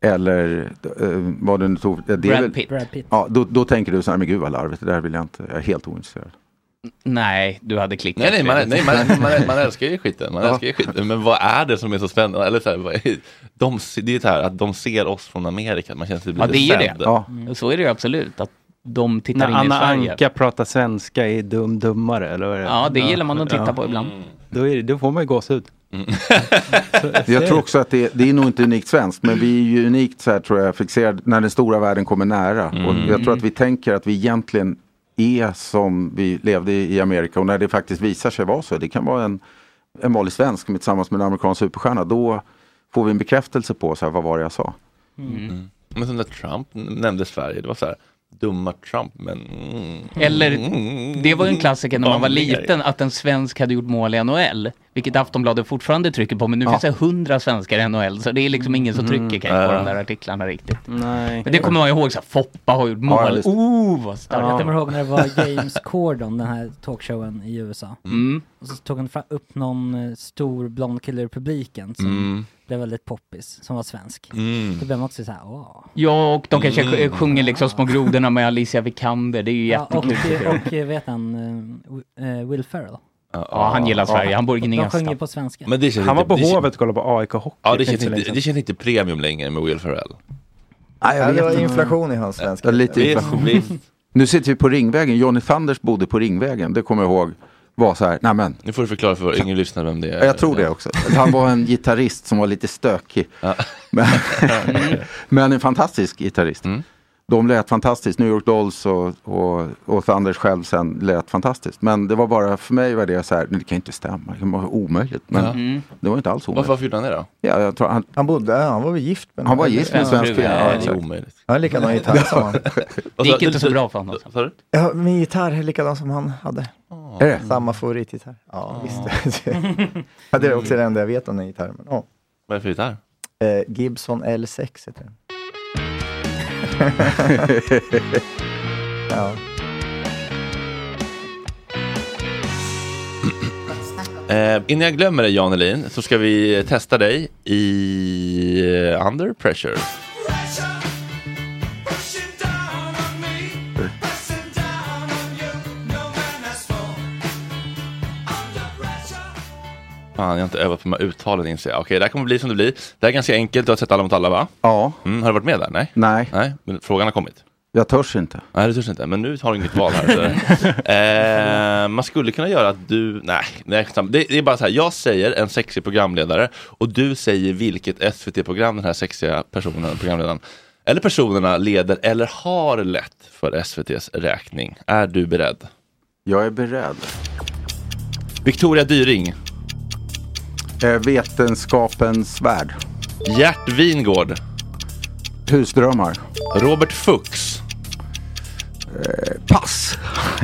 [SPEAKER 10] eller eh, vad du nu tog. Det är
[SPEAKER 7] Brad
[SPEAKER 10] väl-
[SPEAKER 7] Pitt. Brad Pitt.
[SPEAKER 10] Ja, då, då tänker du så här, men gud vad larvigt, det där vill jag inte, jag är helt ointresserad.
[SPEAKER 7] Nej, du hade klickat.
[SPEAKER 1] Nej, nej, man, nej man, man, man älskar ju skiten. Man
[SPEAKER 10] Ja.
[SPEAKER 1] älskar ju skiten. Men vad är det som är så spännande? Eller så här, vad är- de, se- det är ju så här att de ser oss från Amerika. Man känner sig lite
[SPEAKER 7] Ja, det är ju det.
[SPEAKER 1] sedd.
[SPEAKER 7] Mm. Så är det ju absolut. Att de tittar
[SPEAKER 6] När
[SPEAKER 7] in
[SPEAKER 6] Anna
[SPEAKER 7] i Sverige.
[SPEAKER 6] Anka pratar svenska i Dum Dummare, eller vad är det?
[SPEAKER 7] Ja, det gillar man att titta på ibland.
[SPEAKER 1] Mm.
[SPEAKER 6] Då, är det, då får man ju gåshud.
[SPEAKER 10] Jag tror också att det, det är nog inte unikt svenskt, men vi är ju unikt så här tror jag, fixerad när den stora världen kommer nära. Och jag tror att vi tänker att vi egentligen är som vi levde i i Amerika och när det faktiskt visar sig vara så, det kan vara en, en vanlig svensk med- tillsammans med en amerikansk superstjärna, då får vi en bekräftelse på så här, vad var det jag sa.
[SPEAKER 1] Mm. Men som när Trump nämnde Sverige, det var så här, dumma Trump, men... mm,
[SPEAKER 7] Eller,
[SPEAKER 1] mm,
[SPEAKER 7] det var ju en klassiker när man var
[SPEAKER 1] vanligare.
[SPEAKER 7] liten, att en svensk hade gjort mål i NHL. Vilket Aftonbladet fortfarande trycker på, men nu
[SPEAKER 1] Ja.
[SPEAKER 7] finns det hundra svenskar i NHL. Så det är liksom ingen som trycker
[SPEAKER 6] Mm.
[SPEAKER 7] kanske på
[SPEAKER 6] Ja.
[SPEAKER 7] de där artiklarna riktigt.
[SPEAKER 6] Nej.
[SPEAKER 7] Men det kommer man ihåg, så här, Foppa har gjort
[SPEAKER 6] Ja, ja,
[SPEAKER 7] mål.
[SPEAKER 6] visst.
[SPEAKER 7] oh, vad starkt.
[SPEAKER 8] Jag kommer ihåg när det var James Corden, den här talkshowen i USA.
[SPEAKER 7] Mm.
[SPEAKER 8] Och så tog han fra- upp någon eh, stor blond kille ur publiken som
[SPEAKER 7] Mm.
[SPEAKER 8] blev väldigt poppis, som var svensk.
[SPEAKER 7] Mm.
[SPEAKER 8] Då blev man också såhär, åh.
[SPEAKER 7] Ja, och de kanske
[SPEAKER 8] Mm.
[SPEAKER 7] sj- sjunger liksom Små grodorna med Alicia Vikander. Det är ju
[SPEAKER 8] Ja, och,
[SPEAKER 7] jättekul. tycker jag.
[SPEAKER 8] och eh, vet han, eh, Wi- eh, Will Ferrell?
[SPEAKER 7] Ja, han gillar Sverige. Han bor i
[SPEAKER 8] De
[SPEAKER 7] Gnesta.
[SPEAKER 8] sjöng ju på svenska.
[SPEAKER 1] Men det känns
[SPEAKER 6] Han var
[SPEAKER 1] inte-
[SPEAKER 6] på
[SPEAKER 1] det känns-
[SPEAKER 6] Hovet och kollade på AIK Hockey.
[SPEAKER 1] Ja, det
[SPEAKER 6] för
[SPEAKER 1] känns,
[SPEAKER 6] inte så länge
[SPEAKER 1] inte,
[SPEAKER 6] sedan.
[SPEAKER 1] det känns inte premium längre med Will Ferrell.
[SPEAKER 9] Nej,
[SPEAKER 10] jag
[SPEAKER 9] det var
[SPEAKER 10] vet inte.
[SPEAKER 9] inflation i hans svenska.
[SPEAKER 10] Ja, lite inflation. Nu sitter vi på Ringvägen, Johnny Thunders bodde på Ringvägen, det kommer jag ihåg. Var så här, nej men.
[SPEAKER 1] Nu får du förklara för vår yngre lyssnare vem det är.
[SPEAKER 10] Ja, Jag tror det också. Han var en gitarrist som var lite stökig. Men, men en fantastisk gitarrist. de lät fantastiskt. New York Dolls och, och, och Thunders själv sen lät fantastiskt. Men det var bara, för mig var det så här, det kan ju inte stämma, det kan vara omöjligt. Men
[SPEAKER 1] Ja. Mm.
[SPEAKER 10] det var inte alls omöjligt.
[SPEAKER 1] Varför, varför gjorde han det då?
[SPEAKER 10] Ja, jag tror han,
[SPEAKER 9] Han bodde, han var väl gift med
[SPEAKER 10] han var gift med en svensk kvinna.
[SPEAKER 1] Nej, det är
[SPEAKER 10] exakt.
[SPEAKER 1] omöjligt.
[SPEAKER 9] Ja, likadan gitarr som han.
[SPEAKER 1] Det gick inte så bra för honom.
[SPEAKER 9] Ja, min gitarr är likadan som han hade.
[SPEAKER 10] Är det?
[SPEAKER 9] Samma favoritgitarr. Ja, visst. ja, det är också det enda jag vet om den gitarren. Men, ja.
[SPEAKER 1] Vad är det för gitarr?
[SPEAKER 9] eh, Gibson L6 heter den. ja.
[SPEAKER 1] Eh, innan jag glömmer dig Jan Helin så ska vi testa dig i eh, Under Pressure. Fan, jag har inte övat på de här uttalen inser jag. Okej, det här kommer bli som det blir. Det här är ganska enkelt, du har sett Alla mot alla va?
[SPEAKER 10] Ja.
[SPEAKER 1] Mm, har du varit med där? Nej.
[SPEAKER 10] Nej.
[SPEAKER 1] Nej, men frågan har kommit.
[SPEAKER 10] Jag törs inte.
[SPEAKER 1] Nej, det törs inte. Men nu har du inget val här. Så. eh, man skulle kunna göra att du... Nej, nej skitsamma. det, det är bara så här. Jag säger en sexig programledare och du säger vilket SVT-program den här sexiga personen, programledaren eller personerna leder eller har lett för SVTs räkning. Är du beredd?
[SPEAKER 10] Jag är beredd.
[SPEAKER 1] Victoria Dyring.
[SPEAKER 10] Eh, vetenskapens värld.
[SPEAKER 1] Gert Wingård.
[SPEAKER 10] Husdrömmar.
[SPEAKER 1] Robert Fuchs.
[SPEAKER 10] Eh, pass.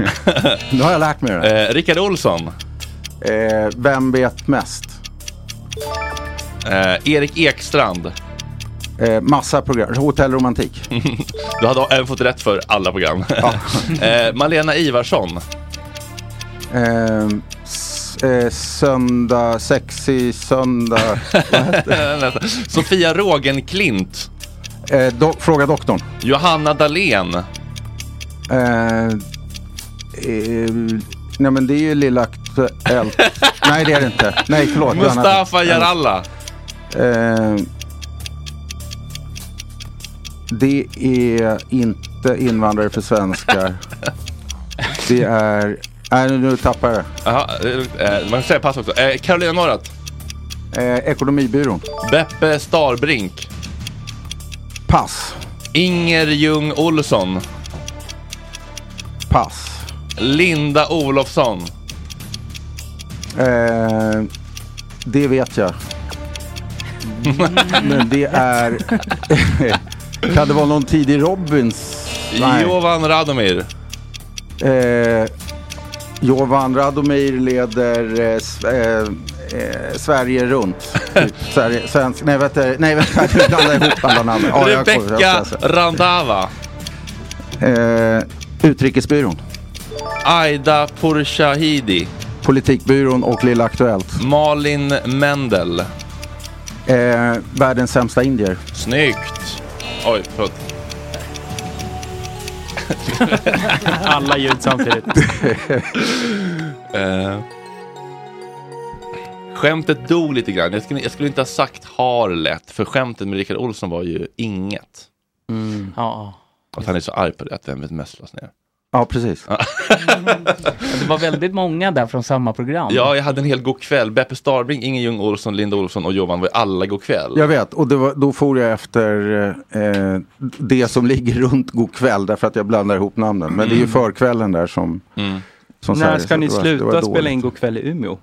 [SPEAKER 10] nu har jag lärt mig det.
[SPEAKER 1] Eh, Rickard Olsson.
[SPEAKER 10] Eh, vem vet mest?
[SPEAKER 1] Eh, Erik Ekstrand.
[SPEAKER 10] Eh, massa program. Hotell Romantik.
[SPEAKER 1] Du hade även fått rätt för alla program. eh, Malena Ivarsson.
[SPEAKER 10] Eh, s- eh, söndag, sexy söndag. Vad heter det?
[SPEAKER 1] Nästan. Sofia Rogenklint.
[SPEAKER 10] eh, do- fråga doktorn.
[SPEAKER 1] Johanna Dahlén.
[SPEAKER 10] Eh, eh, nej men det är ju Lilla Aktuellt. nej det är det inte. Nej förlåt. Johanna.
[SPEAKER 1] Mustafa Jaralla.
[SPEAKER 10] Eh, det är inte invandrare för svenskar. det är... Nej nu- nu tappar jag det.
[SPEAKER 1] Jaha, det är lugnt. Eh, man kan säga pass också. Eh, Carolina Norrat.
[SPEAKER 10] Eh, Ekonomibyrån.
[SPEAKER 1] Beppe Starbrink.
[SPEAKER 10] Pass.
[SPEAKER 1] Inger Ljung Olsson.
[SPEAKER 10] Pass.
[SPEAKER 1] Linda Olofsson.
[SPEAKER 10] Eh, det vet jag. Men det är... kan det vara någon tidig Robins?
[SPEAKER 1] Jovan Radomir.
[SPEAKER 10] Eh, Jovan Radomir leder eh, s- eh, eh, Sverige runt. Typ Sverige, svensk, nej, vänta, nej vänta, nu blandar jag ihop alla namn. Ja, jag kommer- jag
[SPEAKER 1] Rebecka
[SPEAKER 10] ska-
[SPEAKER 1] Randava.
[SPEAKER 10] Eh, Utrikesbyrån,
[SPEAKER 1] Aida Porshahidi.
[SPEAKER 10] Politikbyrån och Lilla Aktuellt.
[SPEAKER 1] Malin Mendel.
[SPEAKER 10] Eh, världens sämsta indier.
[SPEAKER 1] Snyggt. Oj, förlåt.
[SPEAKER 6] Alla ljud samtidigt.
[SPEAKER 1] Eh. Skämtet dog lite grann. Jag skulle, jag skulle inte ha sagt har lätt, för skämtet med Rickard Olsson var ju inget.
[SPEAKER 7] Ja.
[SPEAKER 1] Att han är så arg på det, att vem vet mest lades ner.
[SPEAKER 10] Ja, precis.
[SPEAKER 7] Det var väldigt många där från samma program.
[SPEAKER 1] Ja, jag hade en hel god kväll. Beppe Starbrink, Inger Ljung Olsson, Linda Olsson och Jovan var ju alla god kväll.
[SPEAKER 10] Jag vet, och det var, då for jag efter eh, det som ligger runt god kväll därför att jag blandar ihop namnen. Men det är ju
[SPEAKER 1] Mm.
[SPEAKER 10] förkvällen där som... som så
[SPEAKER 6] När
[SPEAKER 10] här, så
[SPEAKER 6] ska ni
[SPEAKER 10] det var- det var
[SPEAKER 6] sluta
[SPEAKER 10] dåligt.
[SPEAKER 6] spela in Go'kväll i Umeå?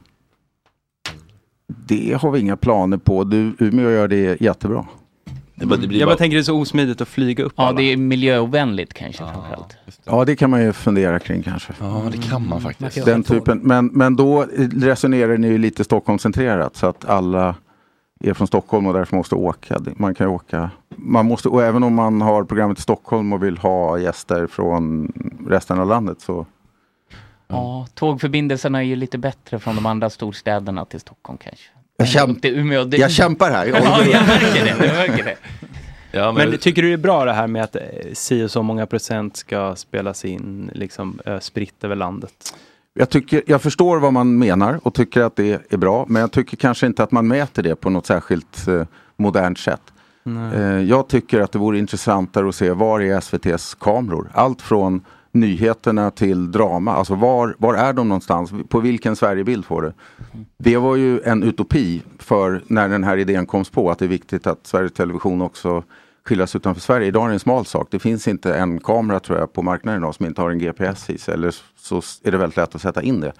[SPEAKER 10] Det har vi inga planer på. Du, Umeå gör det jättebra.
[SPEAKER 1] Det bara, det blir
[SPEAKER 6] Jag
[SPEAKER 1] bara...
[SPEAKER 6] bara tänker det är så osmidigt att flyga upp
[SPEAKER 7] Ja,
[SPEAKER 6] alla.
[SPEAKER 7] det är miljöovänligt kanske framförallt.
[SPEAKER 10] Ja, det kan man ju fundera kring kanske.
[SPEAKER 1] Ja, det kan man faktiskt.
[SPEAKER 6] Mm.
[SPEAKER 10] Den typen. Men, men då resonerar ni ju lite Stockholmscentrerat så att alla är från Stockholm och därför måste åka. Man kan ju åka. Man måste, och även om man har programmet i Stockholm och vill ha gäster från resten av landet så
[SPEAKER 7] Ja, tågförbindelserna är ju lite bättre från de andra storstäderna till Stockholm kanske.
[SPEAKER 10] Jag, kämp-
[SPEAKER 7] Upp till Umeå, det-
[SPEAKER 10] jag kämpar här.
[SPEAKER 7] Ja, jag märker det, jag märker det.
[SPEAKER 1] Ja, men...
[SPEAKER 6] Men tycker du det är bra det här med att eh, si och så många procent ska spelas in liksom eh, spritt över landet?
[SPEAKER 10] Jag, tycker, jag förstår vad man menar och tycker att det är bra. Men jag tycker kanske inte att man mäter det på något särskilt eh, modernt sätt. Eh, jag tycker att det vore intressantare att se var är SVTs kameror? Allt från nyheterna till drama. Alltså var, var är de någonstans? På vilken Sverigebild får du? Det var ju en utopi för när den här idén kom på att det är viktigt att Sveriges Television också skyllas utanför Sverige. Idag är det en smal sak. Det finns inte en kamera tror jag på marknaden idag som inte har en GPS i sig. Eller så är det väldigt lätt att sätta in det.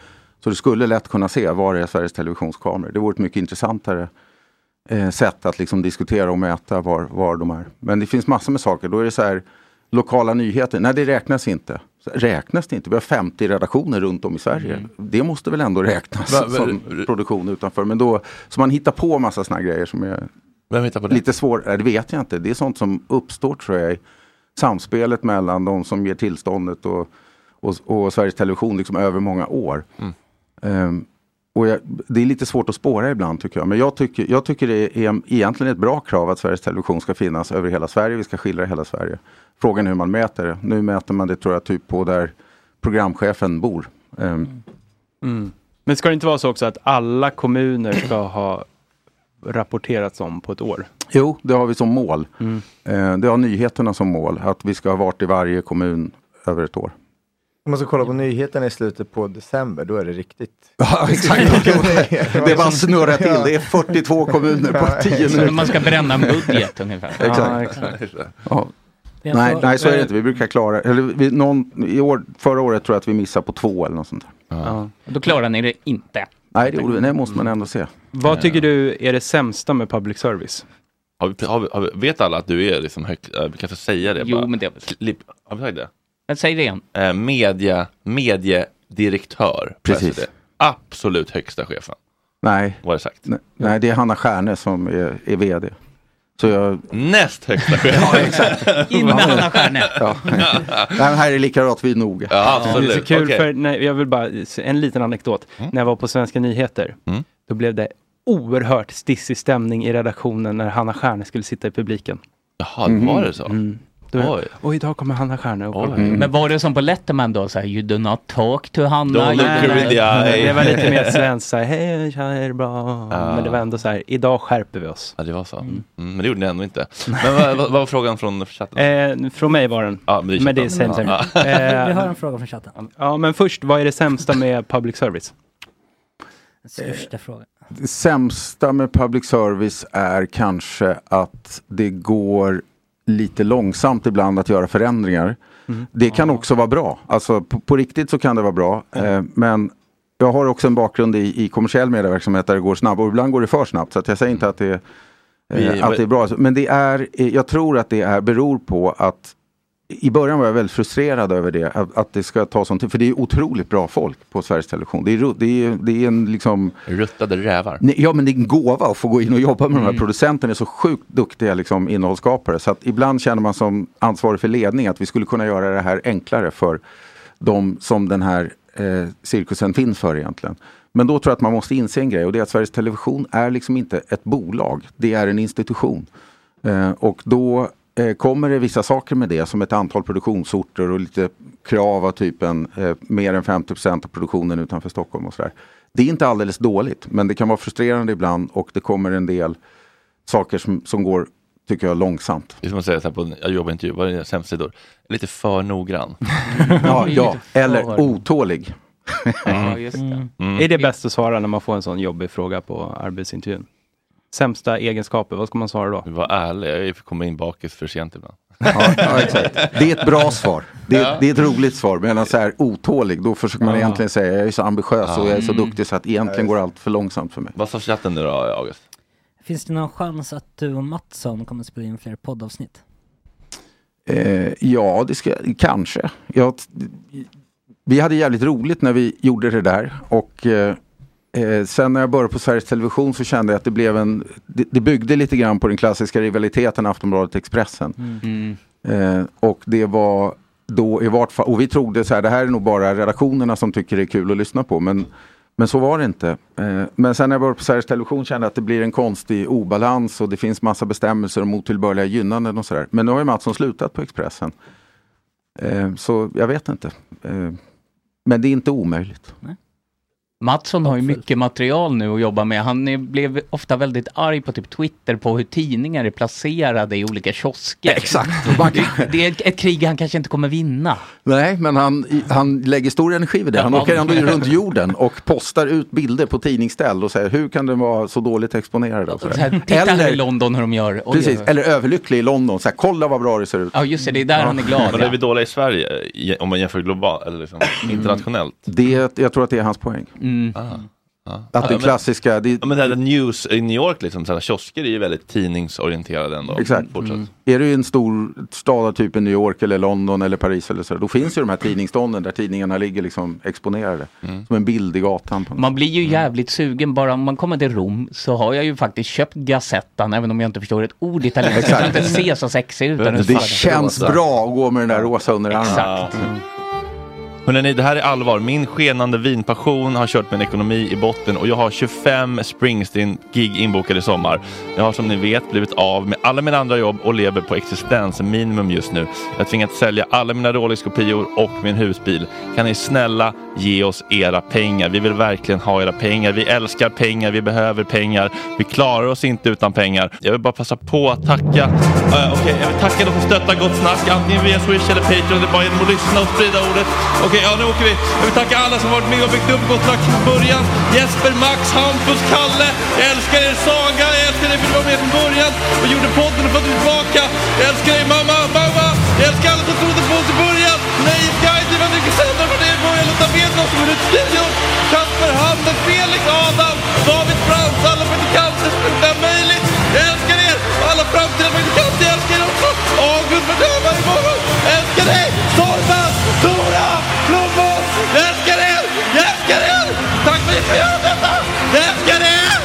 [SPEAKER 10] Så du skulle lätt kunna se var är Sveriges Televisionskameror. Det vore ett mycket intressantare eh, sätt att liksom diskutera och mäta var, var de är. Men det finns massor med saker. Då är det så här, lokala nyheter, nej det räknas inte. Så Räknas det inte? Vi har 50 redaktioner runt om i Sverige.
[SPEAKER 1] Mm.
[SPEAKER 10] Det måste väl ändå räknas
[SPEAKER 1] Va- va-
[SPEAKER 10] som produktion utanför. Men då, så man hittar på massa sådana grejer som är lite svårare. Det vet jag inte. Det är sånt som uppstår tror jag i samspelet mellan de som ger tillståndet och, och, och Sveriges Television liksom över många år. Ehm, och jag, det är lite svårt att spåra ibland tycker jag. Men jag tycker, jag tycker det är egentligen ett bra krav att Sveriges Television ska finnas över hela Sverige. Vi ska skildra hela Sverige. Frågan är hur man mäter det. Nu mäter man det tror jag typ på där programchefen bor. Ehm,
[SPEAKER 6] Mm. Men ska det inte vara så också att alla kommuner ska ha rapporterats om på ett år?
[SPEAKER 10] Jo, det har vi som mål. Eh, det har nyheterna som mål. Att vi ska ha varit i varje kommun över ett år.
[SPEAKER 9] Om man ska kolla på nyheterna i slutet på december, då är det riktigt.
[SPEAKER 10] Ja, exakt. Det bara snurrar till. Det är 42 kommuner på 10 minuter. Exakt.
[SPEAKER 9] Ja, exakt.
[SPEAKER 10] Ja.
[SPEAKER 9] Det är en
[SPEAKER 10] Nej,
[SPEAKER 9] fråga.
[SPEAKER 10] nej, så är det inte. Vi brukar klara, eller vi, någon, i år, förra året tror jag att vi missade på två eller något sånt där.
[SPEAKER 7] Då klarar ni det inte.
[SPEAKER 10] Nej, det gjorde vi. Nej, måste man ändå se.
[SPEAKER 6] Vad tycker du är det sämsta med public service?
[SPEAKER 1] Har vi, har vi, har vi, vet alla att du är liksom högt, eh, vi kan få säga det
[SPEAKER 6] Jo,
[SPEAKER 1] bara.
[SPEAKER 6] men det-
[SPEAKER 1] Klipp, har vi sagt det?
[SPEAKER 7] Jag säger det igen.
[SPEAKER 1] Eh, media, mediedirektör. på
[SPEAKER 10] Precis.
[SPEAKER 1] SVT. Absolut högsta chefen.
[SPEAKER 10] Nej.
[SPEAKER 1] Var det sagt?
[SPEAKER 10] Nej, nej, det är Hanna Stjärne som är, är vd. Så jag...
[SPEAKER 1] Näst högsta chef.
[SPEAKER 10] ja, exakt.
[SPEAKER 1] In med Hanna Stjärne.
[SPEAKER 10] Ja. Nej, men här är likadant, vi är noga.
[SPEAKER 6] Det är så kul för, nej, jag vill bara, en liten anekdot. När jag var på Svenska nyheter, då blev det oerhört stissig stämning i redaktionen när Hanna Stjärne skulle sitta i publiken.
[SPEAKER 1] Jaha, var det så?
[SPEAKER 6] Mm. Då,
[SPEAKER 7] Oj.
[SPEAKER 6] och idag kommer Hanna Stjärne och kolla.
[SPEAKER 7] Mm. Men var det som på Letterman då, så här, you do not talk to Hanna?
[SPEAKER 6] Nej,
[SPEAKER 7] you do
[SPEAKER 6] nej,
[SPEAKER 7] not-"
[SPEAKER 6] nej. Det var lite mer svenskt, så här, hej, tja, är det bra?
[SPEAKER 1] Ja.
[SPEAKER 6] Men det var ändå så här, idag skärper vi oss.
[SPEAKER 1] Ja, det var så. Mm. men det gjorde ni ändå inte. Men vad, vad vad var frågan från chatten?
[SPEAKER 6] Eh, från mig var den.
[SPEAKER 1] Ja, men det är
[SPEAKER 6] men det är
[SPEAKER 1] chatten.
[SPEAKER 6] same, same.
[SPEAKER 1] Ja.
[SPEAKER 6] Eh,
[SPEAKER 8] Vi har en fråga från chatten.
[SPEAKER 6] Ja, men först, vad är det sämsta med public service?
[SPEAKER 7] eh.
[SPEAKER 8] Den största frågan.
[SPEAKER 10] Det sämsta med public service är kanske att det går lite långsamt ibland att göra förändringar. Det kan också vara bra. Alltså på, på riktigt så kan det vara bra. Eh, men jag har också en bakgrund i, i kommersiell medieverksamhet där det går snabbt och ibland går det för snabbt. Så att jag säger inte att det, är,
[SPEAKER 1] Vi-
[SPEAKER 10] eh, att det är bra. Men det är, eh, jag tror att det är, beror på att i början var jag väldigt frustrerad över det, att, att det ska ta sån tid. För det är otroligt bra folk på Sveriges Television. Det är, ru- det är, det är en liksom...
[SPEAKER 1] Ruttade rävar.
[SPEAKER 10] Nej, Ja men det är en gåva att få gå in och jobba med
[SPEAKER 6] Mm.
[SPEAKER 10] de här producenterna. är så sjukt duktiga liksom, innehållsskapare. Så att ibland känner man som ansvarig för ledning att vi skulle kunna göra det här enklare för de som den här eh, cirkusen finns för egentligen. Men då tror jag att man måste inse en grej och det är att Sveriges Television är liksom inte ett bolag. Det är en institution. Eh, och då eh, kommer det vissa saker med det som ett antal produktionsorter och lite krav av typen eh, mer än 50 procent av produktionen utanför Stockholm och sådär. Det är inte alldeles dåligt men det kan vara frustrerande ibland och det kommer en del saker som, som går, tycker jag, långsamt.
[SPEAKER 1] Det är som att säga så här på en jag jobbar intervju, vad är dina sämsta sidor? Lite för noggrann.
[SPEAKER 10] Ja, ja. eller oh, otålig.
[SPEAKER 6] Ja, just
[SPEAKER 7] Mm.
[SPEAKER 6] det. Är det bäst att svara när man får en sån jobbig fråga på arbetsintervjun? Sämsta egenskaper, vad ska man svara då?
[SPEAKER 1] Var ärlig, jag kommer in bakis för sent ibland.
[SPEAKER 10] Ja, ja, exakt. Det är ett bra svar. Det är, det är ett roligt svar. Medan så här otålig, då försöker man
[SPEAKER 1] Ja.
[SPEAKER 10] egentligen säga jag är så ambitiös och jag är så
[SPEAKER 1] Mm.
[SPEAKER 10] duktig så att egentligen går allt för långsamt för mig.
[SPEAKER 1] Vad sa chatten nu då, August?
[SPEAKER 8] Finns det någon chans att du och Mattsson kommer att spela in fler poddavsnitt?
[SPEAKER 10] Eh, ja, det ska, kanske. Jag, vi hade jävligt roligt när vi gjorde det där. Och eh, eh, sen när jag började på Sveriges Television så kände jag att det blev en... Det, det byggde lite grann på den klassiska rivaliteten Aftonbladet-Expressen.
[SPEAKER 7] Mm.
[SPEAKER 10] Eh, och det var då i vart fall, och vi trodde så här, det här är nog bara redaktionerna som tycker det är kul att lyssna på. Men, men så var det inte. Eh, men sen när jag började på Sveriges Television kände jag att det blir en konstig obalans och det finns massa bestämmelser om otillbörliga gynnanden och sådär. Men nu har ju Mattsson slutat på Expressen. Eh, så jag vet inte. Eh, men det är inte omöjligt.
[SPEAKER 7] Mattsson har ju mycket material nu att jobba med. Han är, blev ofta väldigt arg på typ Twitter på hur tidningar är placerade i olika kiosker.
[SPEAKER 10] Exakt. Det,
[SPEAKER 7] det är ett, ett krig han kanske inte kommer vinna.
[SPEAKER 10] Nej, men han, han lägger stor energi vid det. Han
[SPEAKER 7] Ja.
[SPEAKER 10] åker ändå runt jorden och postar ut bilder på tidningsställ och säger hur kan den vara så dåligt exponerad? Och sådär.
[SPEAKER 7] Så här, titta här i London hur de gör. Oj,
[SPEAKER 10] precis,
[SPEAKER 7] oj, oj.
[SPEAKER 10] eller överlycklig i London. Så här, kolla vad bra det ser ut.
[SPEAKER 7] Ja, just det, det är där han är glad.
[SPEAKER 1] Men är vi dåliga i Sverige i- om man jämför globalt eller liksom, internationellt?
[SPEAKER 10] Mm. Det, jag tror att det är hans poäng. Att det klassiska... Det...
[SPEAKER 1] Ja, men det här news i New York, liksom, sådana kiosker är ju väldigt tidningsorienterade ändå.
[SPEAKER 10] Exakt. Mm.
[SPEAKER 1] Fortsatt.
[SPEAKER 10] Är du i en stor stad av typen New York eller London eller Paris eller så, då finns ju de här tidningsstånden där tidningarna ligger liksom exponerade.
[SPEAKER 7] Mm.
[SPEAKER 10] Som en bild i gatan. På något.
[SPEAKER 7] Man blir ju jävligt sugen bara om man kommer till Rom så har jag ju faktiskt köpt Gazettan även om jag inte förstår ett ord italienska. så Jag inte ser så sexig ut. där den
[SPEAKER 10] Det
[SPEAKER 7] svarta.
[SPEAKER 10] känns bra att gå med den där rosa under armen.
[SPEAKER 1] Exakt. Hörrni, det här är allvar. Min skenande vinpassion har kört min ekonomi i botten och jag har 25 Springsteen-gig inbokade i sommar. Jag har som ni vet blivit av med alla mina andra jobb och lever på existensminimum just nu. Jag har tvingats sälja alla mina Rolex-kopior och min husbil. Kan ni snälla ge oss era pengar? Vi vill verkligen ha era pengar. Vi älskar pengar, vi behöver pengar. Vi klarar oss inte utan pengar. Jag vill bara passa på att tacka. Eh, Okej, jag vill tacka dem som stöttar Gott Snack, antingen via Swish eller Patreon. Det är bara genom att lyssna och sprida ordet. Okej, ja nu åker vi. Jag vill tacka alla som varit med och byggt upp Gott Snack från början. Jesper, Max, Hampus, Kalle. Jag älskar er Saga, jag älskar dig för att du var med från början och gjorde podden och fått mig tillbaka. Jag älskar dig mamma, mamma. Jag älskar alla som trodde på oss i början. Nej, guide, det var mycket sämre från er i början. Lotta Bedman som var ute i studion. Kasper Hamner, Felix, Adam, David Frans, alla praktikanter, Spruta Möjligt. Jag älskar er! Alla framtida praktikanter, jag älskar er också! August för döva imorgon! Jag älskar dig! Sorban, Tora, Blommås! Jag älskar er! Jag älskar er! Tack för att ni får göra detta! Jag älskar er!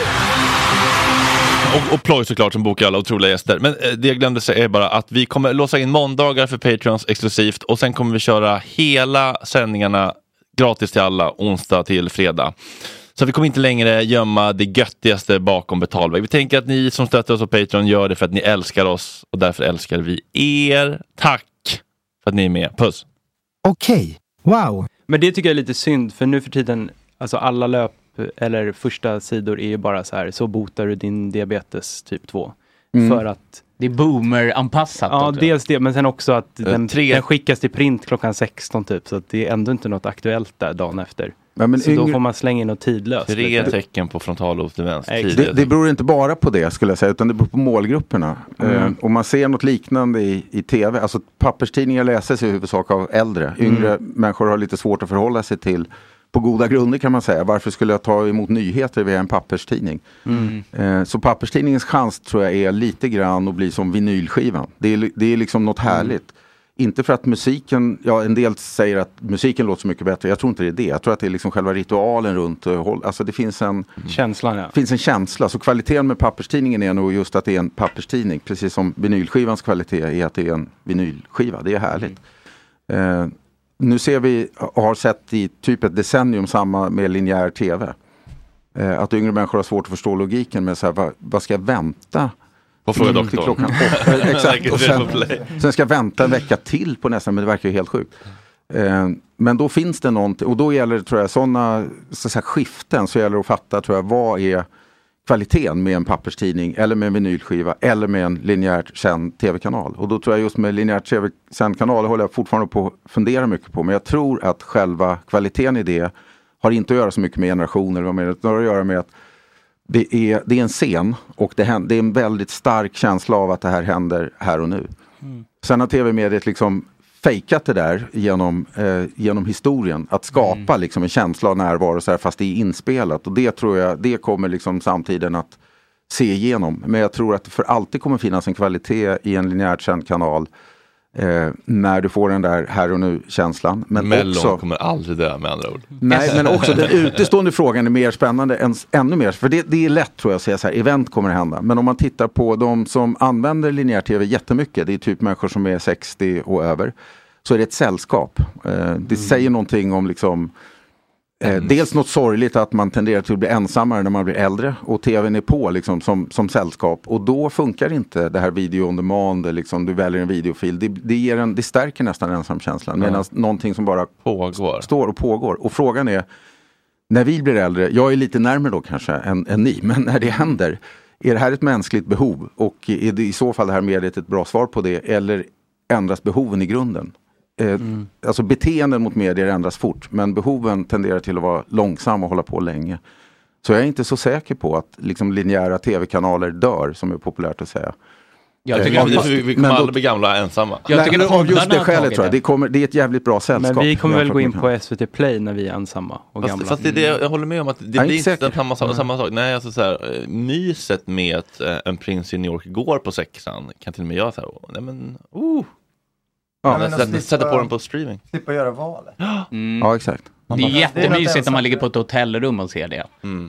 [SPEAKER 1] Och, och Ploy såklart som bokar alla otroliga gäster. Men eh, det jag glömde säga är bara att vi kommer låsa in måndagar för Patreons exklusivt och sen kommer vi köra hela sändningarna gratis till alla onsdag till fredag. Så vi kommer inte längre gömma det göttigaste bakom betalväg. Vi tänker att ni som stöttar oss på Patreon gör det för att ni älskar oss och därför älskar vi er. Tack för att ni är med. Puss!
[SPEAKER 6] Okej, wow. Men det tycker jag är lite synd, för nu för tiden, alltså alla löp eller första sidor är ju bara så här, så botar du din diabetes typ 2.
[SPEAKER 7] Mm.
[SPEAKER 6] För att...
[SPEAKER 7] Det är boomer-anpassat.
[SPEAKER 6] Ja,
[SPEAKER 7] också.
[SPEAKER 6] dels det, men sen också att
[SPEAKER 7] Eh,
[SPEAKER 6] den,
[SPEAKER 7] tre-
[SPEAKER 6] den skickas till print klockan 16 typ, så att det är ändå inte något aktuellt där dagen efter.
[SPEAKER 10] Ja, men
[SPEAKER 6] så då
[SPEAKER 10] yngre-
[SPEAKER 6] får man slänga in något tidlöst. liksom.
[SPEAKER 1] Tre
[SPEAKER 6] lite.
[SPEAKER 1] tecken på frontallob till vänster.
[SPEAKER 10] Det, det beror inte bara på det skulle jag säga, utan det beror på målgrupperna.
[SPEAKER 1] Mm.
[SPEAKER 10] Eh, och man ser något liknande i, i tv. Alltså papperstidningar läses i huvudsak av äldre. Yngre människor har lite svårt att förhålla sig till, på goda grunder kan man säga. Varför skulle jag ta emot nyheter via en papperstidning?
[SPEAKER 12] Mm.
[SPEAKER 10] Eh, så papperstidningens chans tror jag är lite grann att bli som vinylskivan. Det är, li- det är liksom något härligt. Inte för att musiken, ja en del säger att musiken låter så mycket bättre. Jag tror inte det är det. Jag tror att det är liksom själva ritualen runt. eh, håll- Alltså det finns en
[SPEAKER 6] Känslan ja.
[SPEAKER 10] finns en känsla. Så kvaliteten med papperstidningen är nog just att det är en papperstidning. Precis som vinylskivans kvalitet är att det är en vinylskiva. Det är härligt. Eh, nu ser vi, och har sett i typ ett decennium samma med linjär tv. Eh, att yngre människor har svårt att förstå logiken med så här, vad, vad ska jag vänta?
[SPEAKER 1] På Fråga
[SPEAKER 10] till
[SPEAKER 1] Doktorn.
[SPEAKER 10] klockan åtta? Eh, Exakt.
[SPEAKER 1] Vilket
[SPEAKER 10] Och
[SPEAKER 1] fel
[SPEAKER 10] sen,
[SPEAKER 1] på play.
[SPEAKER 10] sen ska jag vänta en vecka till på nästa, men det verkar ju helt sjukt. Eh, men då finns det någonting, och då gäller det tror jag sådana så att säga, skiften, så gäller det att fatta tror jag, vad är kvaliteten med en papperstidning eller med en vinylskiva eller med en linjärt sänd tv-kanal. Och då tror jag just med linjärt tv-sänd kanal det håller jag fortfarande på att fundera mycket på. Men jag tror att själva kvaliteten i det har inte att göra så mycket med generationer, eller vad menar, utan det har att göra med att det är, det är en scen och det, händer, det är en väldigt stark känsla av att det här händer här och nu. Sen har tv-mediet liksom fejkat det där genom, eh, genom historien. Att skapa liksom en känsla av närvaro så här, fast det är inspelat. Och det tror jag, det kommer liksom samtiden att se igenom. Men jag tror att det för alltid kommer finnas en kvalitet i en linjärt känd kanal. Eh, när du får den där här och nu-känslan. Men
[SPEAKER 1] Mellon
[SPEAKER 10] också,
[SPEAKER 1] kommer aldrig dö med andra ord.
[SPEAKER 10] Nej, men också den utestående frågan är mer spännande, än, ännu mer. För det, det är lätt tror jag att säga så här, event kommer att hända. Men om man tittar på de som använder linjär tv jättemycket, det är typ människor som är 60 och över, så är det ett sällskap. Eh, det säger någonting om liksom Eh, dels något sorgligt att man tenderar till att bli ensammare när man blir äldre och tvn är på liksom, som, som sällskap. Och då funkar inte det här video on demand, liksom, du väljer en videofil. Det, det, ger en, det stärker nästan ensamkänslan. Medan någonting som bara
[SPEAKER 1] pågår.
[SPEAKER 10] står och pågår. Och frågan är, när vi blir äldre, jag är lite närmare då kanske än, än ni, men när det händer, är det här ett mänskligt behov och är det i så fall det här mediet ett bra svar på det eller ändras behoven i grunden? Eh, Alltså beteenden mot medier ändras fort men behoven tenderar till att vara långsamma och hålla på länge. Så jag är inte så säker på att liksom, linjära tv-kanaler dör, som är populärt att säga.
[SPEAKER 1] Jag
[SPEAKER 10] Eh,
[SPEAKER 1] tycker
[SPEAKER 10] av
[SPEAKER 1] att vi-
[SPEAKER 10] just-
[SPEAKER 1] vi, vi
[SPEAKER 10] men
[SPEAKER 1] kommer
[SPEAKER 10] då-
[SPEAKER 1] aldrig bli gamla ensamma.
[SPEAKER 10] Nej, av just det skälet tror jag. Det, kommer, det är ett jävligt bra sällskap.
[SPEAKER 6] Men vi kommer
[SPEAKER 10] Jag
[SPEAKER 6] väl
[SPEAKER 10] tror
[SPEAKER 6] gå
[SPEAKER 10] att
[SPEAKER 6] in
[SPEAKER 10] man
[SPEAKER 6] på SVT Play när vi är ensamma och gamla. Mm.
[SPEAKER 1] Fast, fast det är det, jag håller med om att det
[SPEAKER 6] Jag är
[SPEAKER 1] blir
[SPEAKER 6] inte
[SPEAKER 1] inte
[SPEAKER 6] säker.
[SPEAKER 1] samma, samma,
[SPEAKER 6] Nej.
[SPEAKER 1] samma sak. Nej, alltså så här, eh, myset med att eh, en prins i New York går på sexan kan till och med jag säga, "Åh, nej men, oh.
[SPEAKER 10] Ja,
[SPEAKER 1] Ja,
[SPEAKER 10] men
[SPEAKER 1] sätta,
[SPEAKER 10] alltså, det är
[SPEAKER 1] sätta på
[SPEAKER 10] bara-
[SPEAKER 1] den på streaming.
[SPEAKER 9] Slippa göra valet.
[SPEAKER 7] Mm.
[SPEAKER 10] Ja, exakt. Mm.
[SPEAKER 7] Det är
[SPEAKER 9] Det är
[SPEAKER 7] jättemysigt
[SPEAKER 9] något
[SPEAKER 7] när man ligger på ett hotellrum och ser det.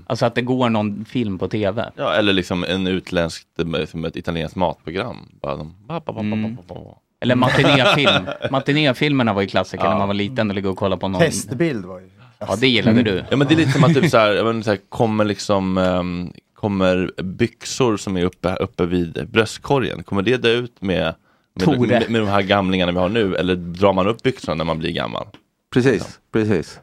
[SPEAKER 7] Alltså att det går någon film på tv.
[SPEAKER 1] Ja, eller liksom en utländsk, som ett italienskt matprogram. Bara de, ba, ba, ba, ba, ba, ba, ba.
[SPEAKER 7] Eller matinéfilm. Matinéfilmerna var ju klassiker
[SPEAKER 1] Ja.
[SPEAKER 7] när man var liten och ligga och kolla på någon.
[SPEAKER 9] Testbild var ju...
[SPEAKER 7] Ja, det gillade du.
[SPEAKER 1] Ja, men det är lite som att typ så här, jag menar, så här kommer liksom ehm, kommer byxor som är uppe, uppe vid bröstkorgen, kommer det dö ut med med,
[SPEAKER 10] Tore.
[SPEAKER 1] med, med de här gamlingarna vi har nu eller drar man upp byxorna när man blir gammal?
[SPEAKER 10] Precis, precis.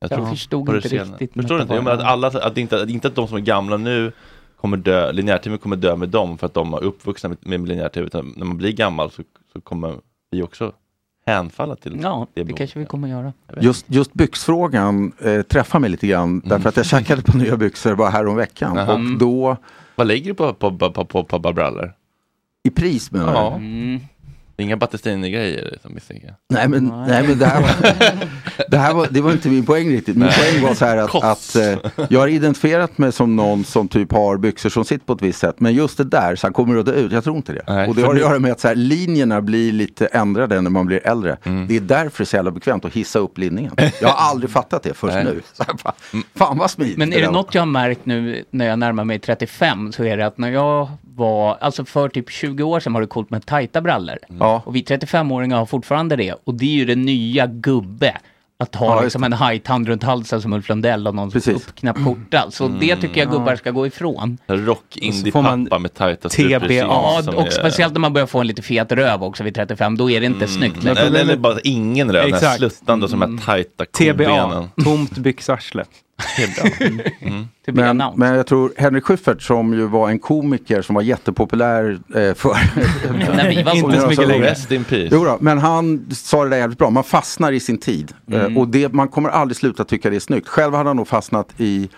[SPEAKER 1] Jag,
[SPEAKER 7] Jag
[SPEAKER 1] tror
[SPEAKER 7] förstod
[SPEAKER 1] på det
[SPEAKER 7] inte
[SPEAKER 1] senare.
[SPEAKER 7] riktigt
[SPEAKER 1] Förstår du inte? Jag menar att, alla, att, det inte, att inte att de som är gamla nu kommer dö, linjär-tv kommer dö med dem för att de är uppvuxna med, med linjär-tv. Utan När man blir gammal så, så kommer vi också hänfalla till
[SPEAKER 10] Mm.
[SPEAKER 7] Ja,
[SPEAKER 1] det.
[SPEAKER 7] det kanske vi kommer att göra.
[SPEAKER 10] Just, just byxfrågan eh, träffar mig lite grann därför att jag tjackade på nya byxor bara häromveckan.
[SPEAKER 1] Jaha.
[SPEAKER 10] Och
[SPEAKER 7] Mm.
[SPEAKER 10] då...
[SPEAKER 1] Vad lägger du på, på, på, på, på, på, brallor?
[SPEAKER 10] I pris menar
[SPEAKER 1] Ja.
[SPEAKER 10] du?
[SPEAKER 7] Mm.
[SPEAKER 1] Inga liksom, Battistini-grejer som misstänker jag.
[SPEAKER 10] Nej men, nej. men det här, var, det här var, det var inte min poäng riktigt. Min poäng var så här att, att eh, jag har identifierat mig som någon som typ har byxor som sitter på ett visst sätt. Men just det där, så här, kommer det att dö ut? Jag tror inte det. och det
[SPEAKER 1] för
[SPEAKER 10] har att
[SPEAKER 1] nu-
[SPEAKER 10] göra med att så här, linjerna blir lite ändrade när man blir äldre. Det är därför det är så jävla bekvämt att hissa upp linningen. Jag har aldrig fattat det först
[SPEAKER 7] Nej.
[SPEAKER 10] nu. Så här, bara, fan vad smidigt.
[SPEAKER 7] Men är det
[SPEAKER 10] där
[SPEAKER 7] något jag har märkt nu när jag närmar mig 35 så är det att när jag var, alltså för typ 20 år sedan var det coolt med tajta brallor.
[SPEAKER 10] Mm.
[SPEAKER 7] Och vi 35-åringar har fortfarande det. Och det är ju det nya gubbe. Att ha
[SPEAKER 10] Ja, just
[SPEAKER 7] liksom en hajtand runt halsen som Ulf Lundell och någon uppknäppt skjorta. Så
[SPEAKER 10] Mm.
[SPEAKER 7] det tycker jag gubbar ska gå ifrån.
[SPEAKER 1] Rock
[SPEAKER 7] Och så får man
[SPEAKER 1] indie-pappa med tajta
[SPEAKER 7] Ja,
[SPEAKER 1] som
[SPEAKER 7] och
[SPEAKER 1] är- Mm.
[SPEAKER 7] speciellt när man börjar få en lite fet röv också vid 35, då är det inte snyggt
[SPEAKER 1] Men
[SPEAKER 7] längre.
[SPEAKER 1] eller, eller bara ingen röd, den här
[SPEAKER 7] Exakt. Mm.
[SPEAKER 1] sluttande som de här tajta
[SPEAKER 6] TBA,
[SPEAKER 1] kobenen.
[SPEAKER 6] tomt Mm. byxarsle.
[SPEAKER 10] Men, men jag tror Henrik Schyffert som ju var en komiker som var jättepopulär eh, för...
[SPEAKER 1] När vi var Inte så mycket längre. Rest in peace.
[SPEAKER 10] Jo då, men han sa det där jävligt bra, man fastnar i sin tid. Eh, och det, man kommer aldrig sluta tycka det är snyggt. Själv hade han nog fastnat i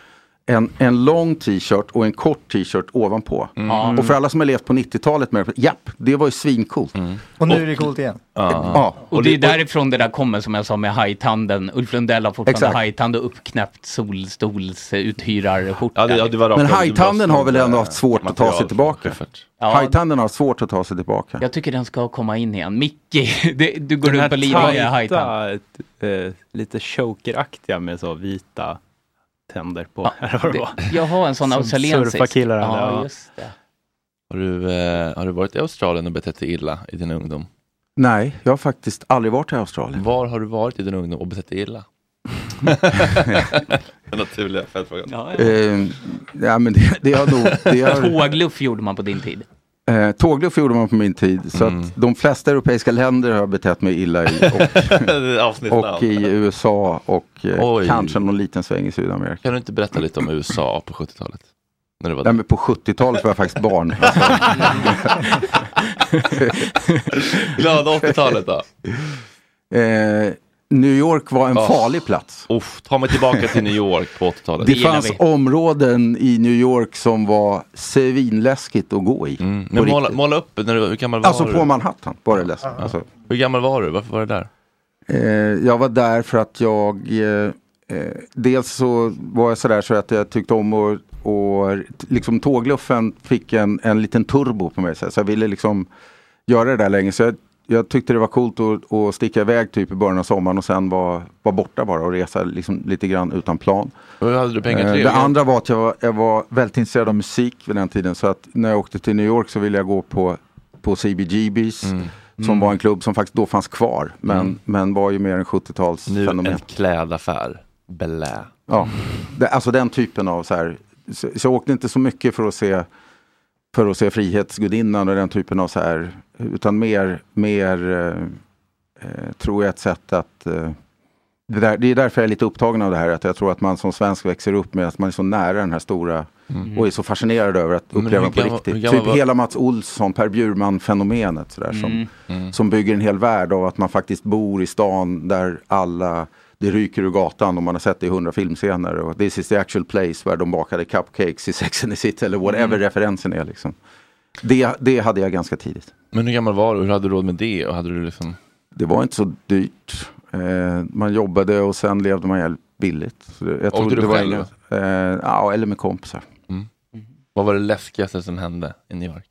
[SPEAKER 10] en, en lång t-shirt och en kort t-shirt ovanpå.
[SPEAKER 9] Mm.
[SPEAKER 10] Och för alla som har levt på 90-talet med japp, det var ju svincoolt.
[SPEAKER 9] Och nu är det coolt igen.
[SPEAKER 10] Ja.
[SPEAKER 7] Och det är därifrån det där kommer som jag sa med hajtanden. Ulf Lundell har
[SPEAKER 10] Exakt.
[SPEAKER 7] fortfarande hajtand och uppknäppt solstolsuthyrarskjorta.
[SPEAKER 1] Ja, det- ja, det var rakt
[SPEAKER 10] Men
[SPEAKER 1] av. Det var
[SPEAKER 10] hajtanden har väl
[SPEAKER 1] sånt
[SPEAKER 10] ändå
[SPEAKER 1] där
[SPEAKER 10] haft svårt att ta
[SPEAKER 1] material
[SPEAKER 10] sig tillbaka?
[SPEAKER 7] Ja.
[SPEAKER 10] Hajtanden har haft svårt att ta sig tillbaka.
[SPEAKER 7] Jag tycker den ska komma in igen. Micke, det- du går
[SPEAKER 6] Den
[SPEAKER 7] runt på
[SPEAKER 6] här
[SPEAKER 7] Levi i hajtand.
[SPEAKER 6] tajta, eh, lite chokeraktiga med så vita tänder på.
[SPEAKER 7] det- jag har en sån
[SPEAKER 6] Som
[SPEAKER 7] australiensisk.
[SPEAKER 6] surfarkillar hade,
[SPEAKER 7] Ja,
[SPEAKER 6] ja.
[SPEAKER 7] just det.
[SPEAKER 1] Har du, eh, har du varit i Australien och betett dig illa i din ungdom?
[SPEAKER 10] Nej, jag har faktiskt aldrig varit i Australien.
[SPEAKER 1] Var har du varit i din ungdom och betett dig illa? Den naturliga följdfrågan.
[SPEAKER 10] Eh, ja, men det, det har nog... Det har,
[SPEAKER 7] Tågluff gjorde man på din tid.
[SPEAKER 10] Eh, tågluff gjorde man på min tid, så att de flesta europeiska länder har jag betett mig illa i. Och, och i USA och eh,
[SPEAKER 1] Oj.
[SPEAKER 10] kanske någon liten sväng i Sydamerika.
[SPEAKER 1] Kan du inte berätta lite om USA på 70-talet? När du var där?
[SPEAKER 10] Nej, men på 70-talet var jag faktiskt barn.
[SPEAKER 1] Glada 80-talet då?
[SPEAKER 10] Eh, New York var en
[SPEAKER 1] Ah.
[SPEAKER 10] farlig plats.
[SPEAKER 1] Uff, ta mig tillbaka till New York på 80-talet.
[SPEAKER 10] Det fanns områden i New York som var svinläskigt att gå i. på
[SPEAKER 1] Men Mm. måla,
[SPEAKER 10] riktigt.
[SPEAKER 1] måla upp när du, hur gammal var
[SPEAKER 10] alltså
[SPEAKER 1] du?
[SPEAKER 10] på Manhattan var det läskigt. Alltså,
[SPEAKER 1] Hur gammal var du? Varför var du där?
[SPEAKER 10] Eh, jag var där för att jag eh, eh, Dels så var jag sådär så att jag tyckte om och, och liksom tågluffen fick en, en liten turbo på mig. Så här. Så jag ville liksom göra det där länge. Så jag, jag tyckte det var coolt att, att sticka iväg typ i början av sommaren och sen vara var borta bara och resa liksom lite grann utan plan.
[SPEAKER 1] Hur hade du pengar
[SPEAKER 10] Eh,
[SPEAKER 1] till
[SPEAKER 10] Det
[SPEAKER 1] det?
[SPEAKER 10] andra var att jag var, jag var väldigt intresserad av musik vid den tiden. Så att när jag åkte till New York så ville jag gå på, på CBGBs. Som
[SPEAKER 1] Mm.
[SPEAKER 10] var en klubb som faktiskt då fanns kvar. Men,
[SPEAKER 1] Mm.
[SPEAKER 10] men var ju mer en
[SPEAKER 1] Nu
[SPEAKER 10] 70-talsfenomen.
[SPEAKER 1] en klädaffär. Belä.
[SPEAKER 10] Ja, det, alltså den typen av så här. Så, så jag åkte inte så mycket för att se för att se Frihetsgudinnan och den typen av så här. Utan mer, mer eh, eh, tror jag ett sätt att eh, det, där, det är därför jag är lite upptagen av det här, att jag tror att man som svensk växer upp med att man är så nära den här stora
[SPEAKER 1] Mm.
[SPEAKER 10] och är så fascinerad över att
[SPEAKER 1] Men
[SPEAKER 10] uppleva den
[SPEAKER 1] hur
[SPEAKER 10] på
[SPEAKER 1] gammal- hur
[SPEAKER 10] riktigt.
[SPEAKER 1] gammal
[SPEAKER 10] Typ
[SPEAKER 1] var-
[SPEAKER 10] hela Mats Olsson, Per Bjurman-fenomenet sådär,
[SPEAKER 1] Mm.
[SPEAKER 10] som,
[SPEAKER 1] Mm.
[SPEAKER 10] som bygger en hel värld av att man faktiskt bor i stan där alla det ryker ur gatan och man har sett det i hundra filmscener. Och this is the actual place where de bakade cupcakes i Sex and the City eller whatever
[SPEAKER 1] Mm.
[SPEAKER 10] referensen är. Liksom. Det, det hade jag ganska tidigt.
[SPEAKER 1] Men hur gammal var du? Hur hade du råd med det? Och hade du liksom...
[SPEAKER 10] Det var inte så dyrt. Eh, man jobbade och sen levde man jävligt billigt. Så det, jag
[SPEAKER 1] Åkte
[SPEAKER 10] tror
[SPEAKER 1] du
[SPEAKER 10] det var
[SPEAKER 1] själv Mm.
[SPEAKER 10] inga- Eh, ja, eller med kompisar.
[SPEAKER 1] Vad var det läskigaste som hände i New York?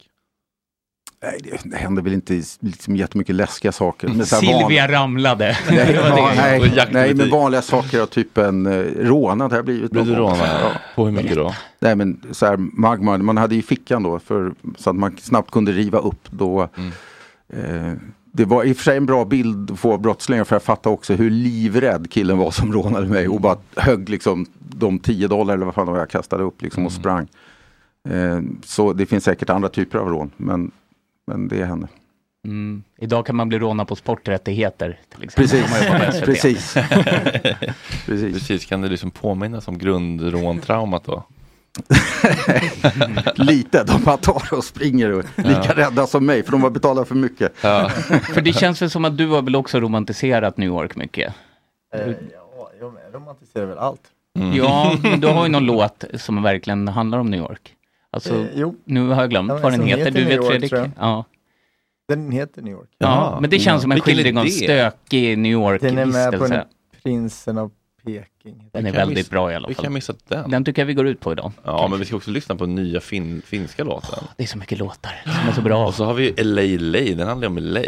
[SPEAKER 10] Nej, det, det hände väl inte s- liksom jättemycket läskiga saker. Men så här van-
[SPEAKER 7] Silvia ramlade.
[SPEAKER 10] Nej,
[SPEAKER 7] Det var det.
[SPEAKER 10] ja,
[SPEAKER 7] Och
[SPEAKER 10] nej,
[SPEAKER 7] jaktpolitik.
[SPEAKER 10] nej, men vanliga saker av typ en eh, rånad har jag blivit.
[SPEAKER 1] Blev
[SPEAKER 10] någon
[SPEAKER 1] du
[SPEAKER 10] gång.
[SPEAKER 1] rånad?
[SPEAKER 10] Ja.
[SPEAKER 1] På hur mycket då?
[SPEAKER 10] Nej men så här magma, man hade ju fickan då för, så att man snabbt kunde riva upp då.
[SPEAKER 1] Mm.
[SPEAKER 10] Eh, det var i och för sig en bra bild att få av brottslingar för jag fattade också hur livrädd killen var som rånade mig och bara högg liksom de 10 dollar eller vad fan det var jag kastade upp liksom och
[SPEAKER 1] Mm.
[SPEAKER 10] sprang. Eh, så det finns säkert andra typer av rån men, men det hände.
[SPEAKER 7] Mm. Idag kan man bli rånad på sporträttigheter. Till exempel,
[SPEAKER 10] Precis.
[SPEAKER 7] om man jobbar på SVT.
[SPEAKER 10] Precis.
[SPEAKER 1] Precis. Kan det liksom påminnas om grundråntraumat då?
[SPEAKER 10] Lite, de bara tar och springer och är lika
[SPEAKER 7] Ja.
[SPEAKER 10] rädda som mig för de har betalat för mycket.
[SPEAKER 7] För det känns väl som att du har väl också romantiserat New York mycket?
[SPEAKER 9] Jag romantiserar väl allt.
[SPEAKER 1] Mm.
[SPEAKER 7] Ja, men du har ju någon låt som verkligen handlar om New York. Alltså,
[SPEAKER 9] Eh, jo.
[SPEAKER 7] nu har jag glömt
[SPEAKER 9] Ja, men
[SPEAKER 7] vad den
[SPEAKER 9] som
[SPEAKER 7] heter.
[SPEAKER 9] heter
[SPEAKER 7] Du
[SPEAKER 9] New
[SPEAKER 7] vet
[SPEAKER 9] York,
[SPEAKER 7] Fredrik?
[SPEAKER 9] tror jag.
[SPEAKER 7] Ja.
[SPEAKER 9] Den heter New York.
[SPEAKER 7] ja, men det känns som en
[SPEAKER 9] Vilken
[SPEAKER 7] skildring av
[SPEAKER 9] idé.
[SPEAKER 7] en stökig New
[SPEAKER 9] Den är med på den
[SPEAKER 7] York-vistelse.
[SPEAKER 9] Prinsen av Peking.
[SPEAKER 7] Den är väldigt bra i alla fall.
[SPEAKER 1] Vi kan missa den.
[SPEAKER 7] Den tycker jag vi går ut på idag.
[SPEAKER 1] Ja, men vi ska också lyssna på nya fin, finska låten.
[SPEAKER 7] det är så mycket låtar som är så bra.
[SPEAKER 1] Och så har vi ju LA LA, den handlar ju om LA.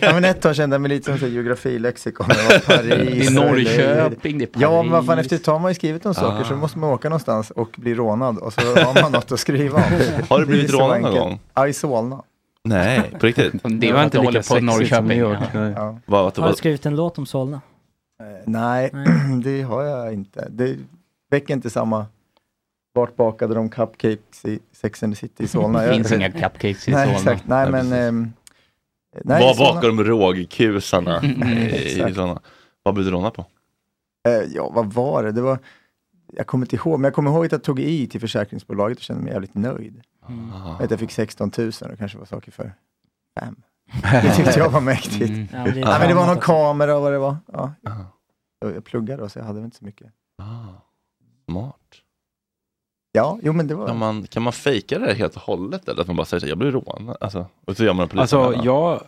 [SPEAKER 9] Ja, men ett tag kände jag mig lite som så här geografilexikon. Det var Paris.
[SPEAKER 7] Det är
[SPEAKER 9] och-
[SPEAKER 7] Norrköping, det är
[SPEAKER 9] Ja,
[SPEAKER 7] Paris.
[SPEAKER 9] men vad fan, efter ett tag har man ju skrivit om saker
[SPEAKER 1] Ah.
[SPEAKER 9] så måste man åka någonstans och bli rånad och så har man något att skriva om.
[SPEAKER 1] Har
[SPEAKER 9] Det
[SPEAKER 1] du
[SPEAKER 9] är
[SPEAKER 1] blivit
[SPEAKER 9] så
[SPEAKER 1] rånad någon
[SPEAKER 9] enkelt.
[SPEAKER 1] gång?
[SPEAKER 9] Ja, i Solna.
[SPEAKER 1] Nej, på riktigt?
[SPEAKER 7] Det var inte lika sexigt som New York.
[SPEAKER 9] Ja.
[SPEAKER 1] Vad, vad,
[SPEAKER 8] Har du
[SPEAKER 1] vad,
[SPEAKER 8] skrivit en låt om Solna?
[SPEAKER 9] Eh, Nej, det har jag inte. Det väcker inte samma... Vart bakade de cupcakes i Sex and the City i Solna?
[SPEAKER 7] Det
[SPEAKER 9] Jag-
[SPEAKER 7] finns inga cupcakes i
[SPEAKER 9] nej,
[SPEAKER 7] Solna.
[SPEAKER 9] Exakt. Nej,
[SPEAKER 7] Nej,
[SPEAKER 9] men...
[SPEAKER 7] precis.
[SPEAKER 9] ehm, nej, i
[SPEAKER 1] vad
[SPEAKER 9] Solna-
[SPEAKER 1] bakar de rågkusarna? i- i
[SPEAKER 9] Exakt.
[SPEAKER 1] sådana? Vad blev du rånad på?
[SPEAKER 9] Eh, Ja, vad var det? det var, jag kommer inte ihåg, men jag kommer ihåg att jag tog i till försäkringsbolaget och kände mig jävligt nöjd.
[SPEAKER 1] Ah.
[SPEAKER 9] Att jag fick 16 000 och kanske var saker för fem. Det tyckte jag var mäktigt.
[SPEAKER 8] Mm. Ja,
[SPEAKER 9] Ja,
[SPEAKER 8] men
[SPEAKER 9] men
[SPEAKER 8] det
[SPEAKER 9] det,
[SPEAKER 8] är
[SPEAKER 9] var
[SPEAKER 8] annat
[SPEAKER 9] någon
[SPEAKER 8] också.
[SPEAKER 9] kamera och vad det var. Ja. Jag- Jag pluggade då, så jag hade väl inte så mycket.
[SPEAKER 1] Ah. Smart.
[SPEAKER 9] Ja, jo men det var...
[SPEAKER 1] Kan man, kan man fejka det här helt och hållet? Eller att man bara säger så här, jag blev rånad? Alltså, och så gör man en
[SPEAKER 6] Alltså
[SPEAKER 1] polisanmälan.
[SPEAKER 6] jag,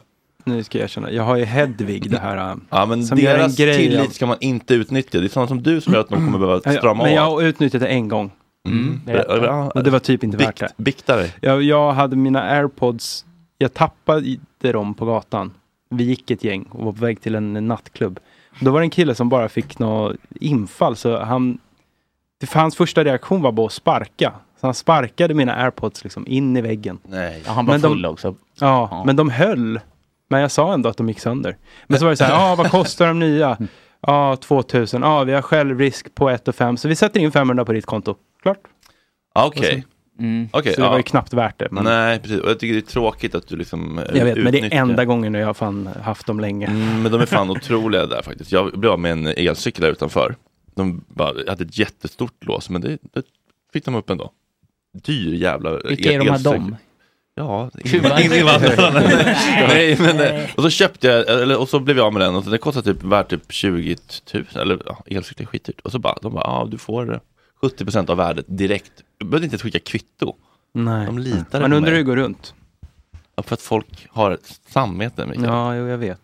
[SPEAKER 6] nu ska jag erkänna, jag har ju Hedvig det här äh,
[SPEAKER 1] Ja, men
[SPEAKER 6] gör en
[SPEAKER 1] deras
[SPEAKER 6] grej av-
[SPEAKER 1] tillit ska man inte utnyttja. Det är sådant som du som gör att man kommer behöva
[SPEAKER 6] Ja,
[SPEAKER 1] strama
[SPEAKER 6] Men jag
[SPEAKER 1] av.
[SPEAKER 6] har utnyttjat det en gång.
[SPEAKER 1] Mm. Berätta.
[SPEAKER 6] Ja, Och det var typ inte värt det.
[SPEAKER 1] Bikta dig.
[SPEAKER 6] Jag, jag hade mina airpods, jag tappade dem på gatan. Vi gick ett gäng och var på väg till en nattklubb. Då var det en kille som bara fick något infall så han, det- för hans första reaktion var bara att sparka. Så han sparkade mina airpods liksom in i väggen.
[SPEAKER 1] Nej.
[SPEAKER 7] Ja, han var full också.
[SPEAKER 6] Ja, men de höll. Men jag sa ändå att de gick sönder. Men så var det så här, ja ah, vad kostar de nya?
[SPEAKER 1] Mm.
[SPEAKER 6] Ja, ah, 2000. Ja, ah, vi har självrisk på 1 5 så vi sätter in 500 på ditt konto. Klart.
[SPEAKER 1] Ja, Ah, Okej.
[SPEAKER 7] Mm.
[SPEAKER 1] Okej,
[SPEAKER 6] så det var
[SPEAKER 1] ja.
[SPEAKER 6] ju knappt värt det. Men
[SPEAKER 1] Nej, precis. Och jag tycker det är tråkigt att du liksom eh,
[SPEAKER 6] jag vet, men det är
[SPEAKER 1] utnyttjar-
[SPEAKER 6] enda gången jag har fan haft dem länge.
[SPEAKER 1] Mm, men de är fan otroliga där faktiskt. Jag blev av med en elcykel där utanför. De bara, jag hade ett jättestort lås, men det, det fick de upp ändå. Dyr jävla
[SPEAKER 7] Vilka är de här dom?
[SPEAKER 1] Ja,
[SPEAKER 7] Tjuvar.
[SPEAKER 1] invandrarna. Nej, men, eh,
[SPEAKER 7] Nej.
[SPEAKER 1] och så köpte jag, eller, och så blev jag av med den och så, den kostade typ värt typ 20 000, eller ja, elcykel är skitdyrt. Och så bara, de bara, ja ah, du får 70% av värdet direkt. Du behövde inte ens skicka kvitto.
[SPEAKER 6] Nej.
[SPEAKER 1] De litade
[SPEAKER 6] Man
[SPEAKER 1] på
[SPEAKER 6] undrar
[SPEAKER 1] mig.
[SPEAKER 6] hur det går runt.
[SPEAKER 1] Ja, för att folk har ett samvete, Mikael.
[SPEAKER 6] Ja, jo, jag vet.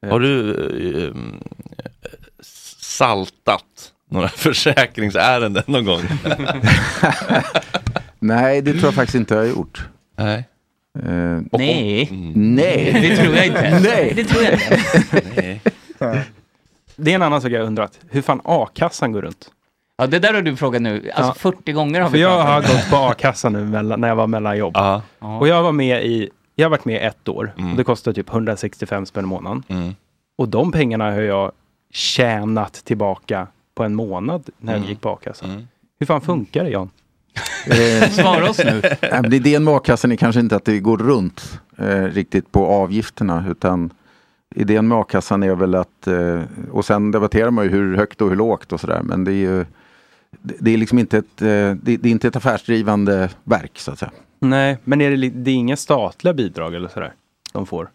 [SPEAKER 6] Jag
[SPEAKER 1] Har
[SPEAKER 6] vet.
[SPEAKER 1] du eh, ehm, saltat några försäkringsärenden någon gång?
[SPEAKER 10] Nej, det tror jag faktiskt inte jag har gjort.
[SPEAKER 1] Nej.
[SPEAKER 7] Nej.
[SPEAKER 6] Mm.
[SPEAKER 10] Nej.
[SPEAKER 7] Det tror jag inte.
[SPEAKER 10] Nej.
[SPEAKER 7] Det tror jag inte.
[SPEAKER 1] Nej.
[SPEAKER 6] Det är en annan sak jag har undrat. Hur fan a-kassan går runt?
[SPEAKER 7] Ja, det där har du frågat nu. Alltså 40 gånger har
[SPEAKER 6] För
[SPEAKER 7] vi
[SPEAKER 6] jag har
[SPEAKER 7] pratat om det.
[SPEAKER 6] gått på a-kassan nu mellan, när jag var mellan jobb. Och jag var med i, jag har varit med i ett år. Och det kostar typ 165 spänn i månaden.
[SPEAKER 1] Mm,
[SPEAKER 6] Och de pengarna har jag tjänat tillbaka på en månad när jag
[SPEAKER 10] Mm.
[SPEAKER 6] gick på a-kassan. Hur fan funkar det Jan?
[SPEAKER 10] Eh,
[SPEAKER 6] Svara oss nu.
[SPEAKER 10] Mm. Nej, men idén med a-kassan är kanske inte att det går runt eh, riktigt på avgifterna utan idén med a-kassan är väl att, eh, och sen debatterar man ju hur högt och hur lågt och sådär, men det är ju det det är liksom inte ett, eh, det, det är inte ett affärsdrivande verk så att säga.
[SPEAKER 6] Nej, Eh, men är det, li- det är inga statliga bidrag eller sådär de får?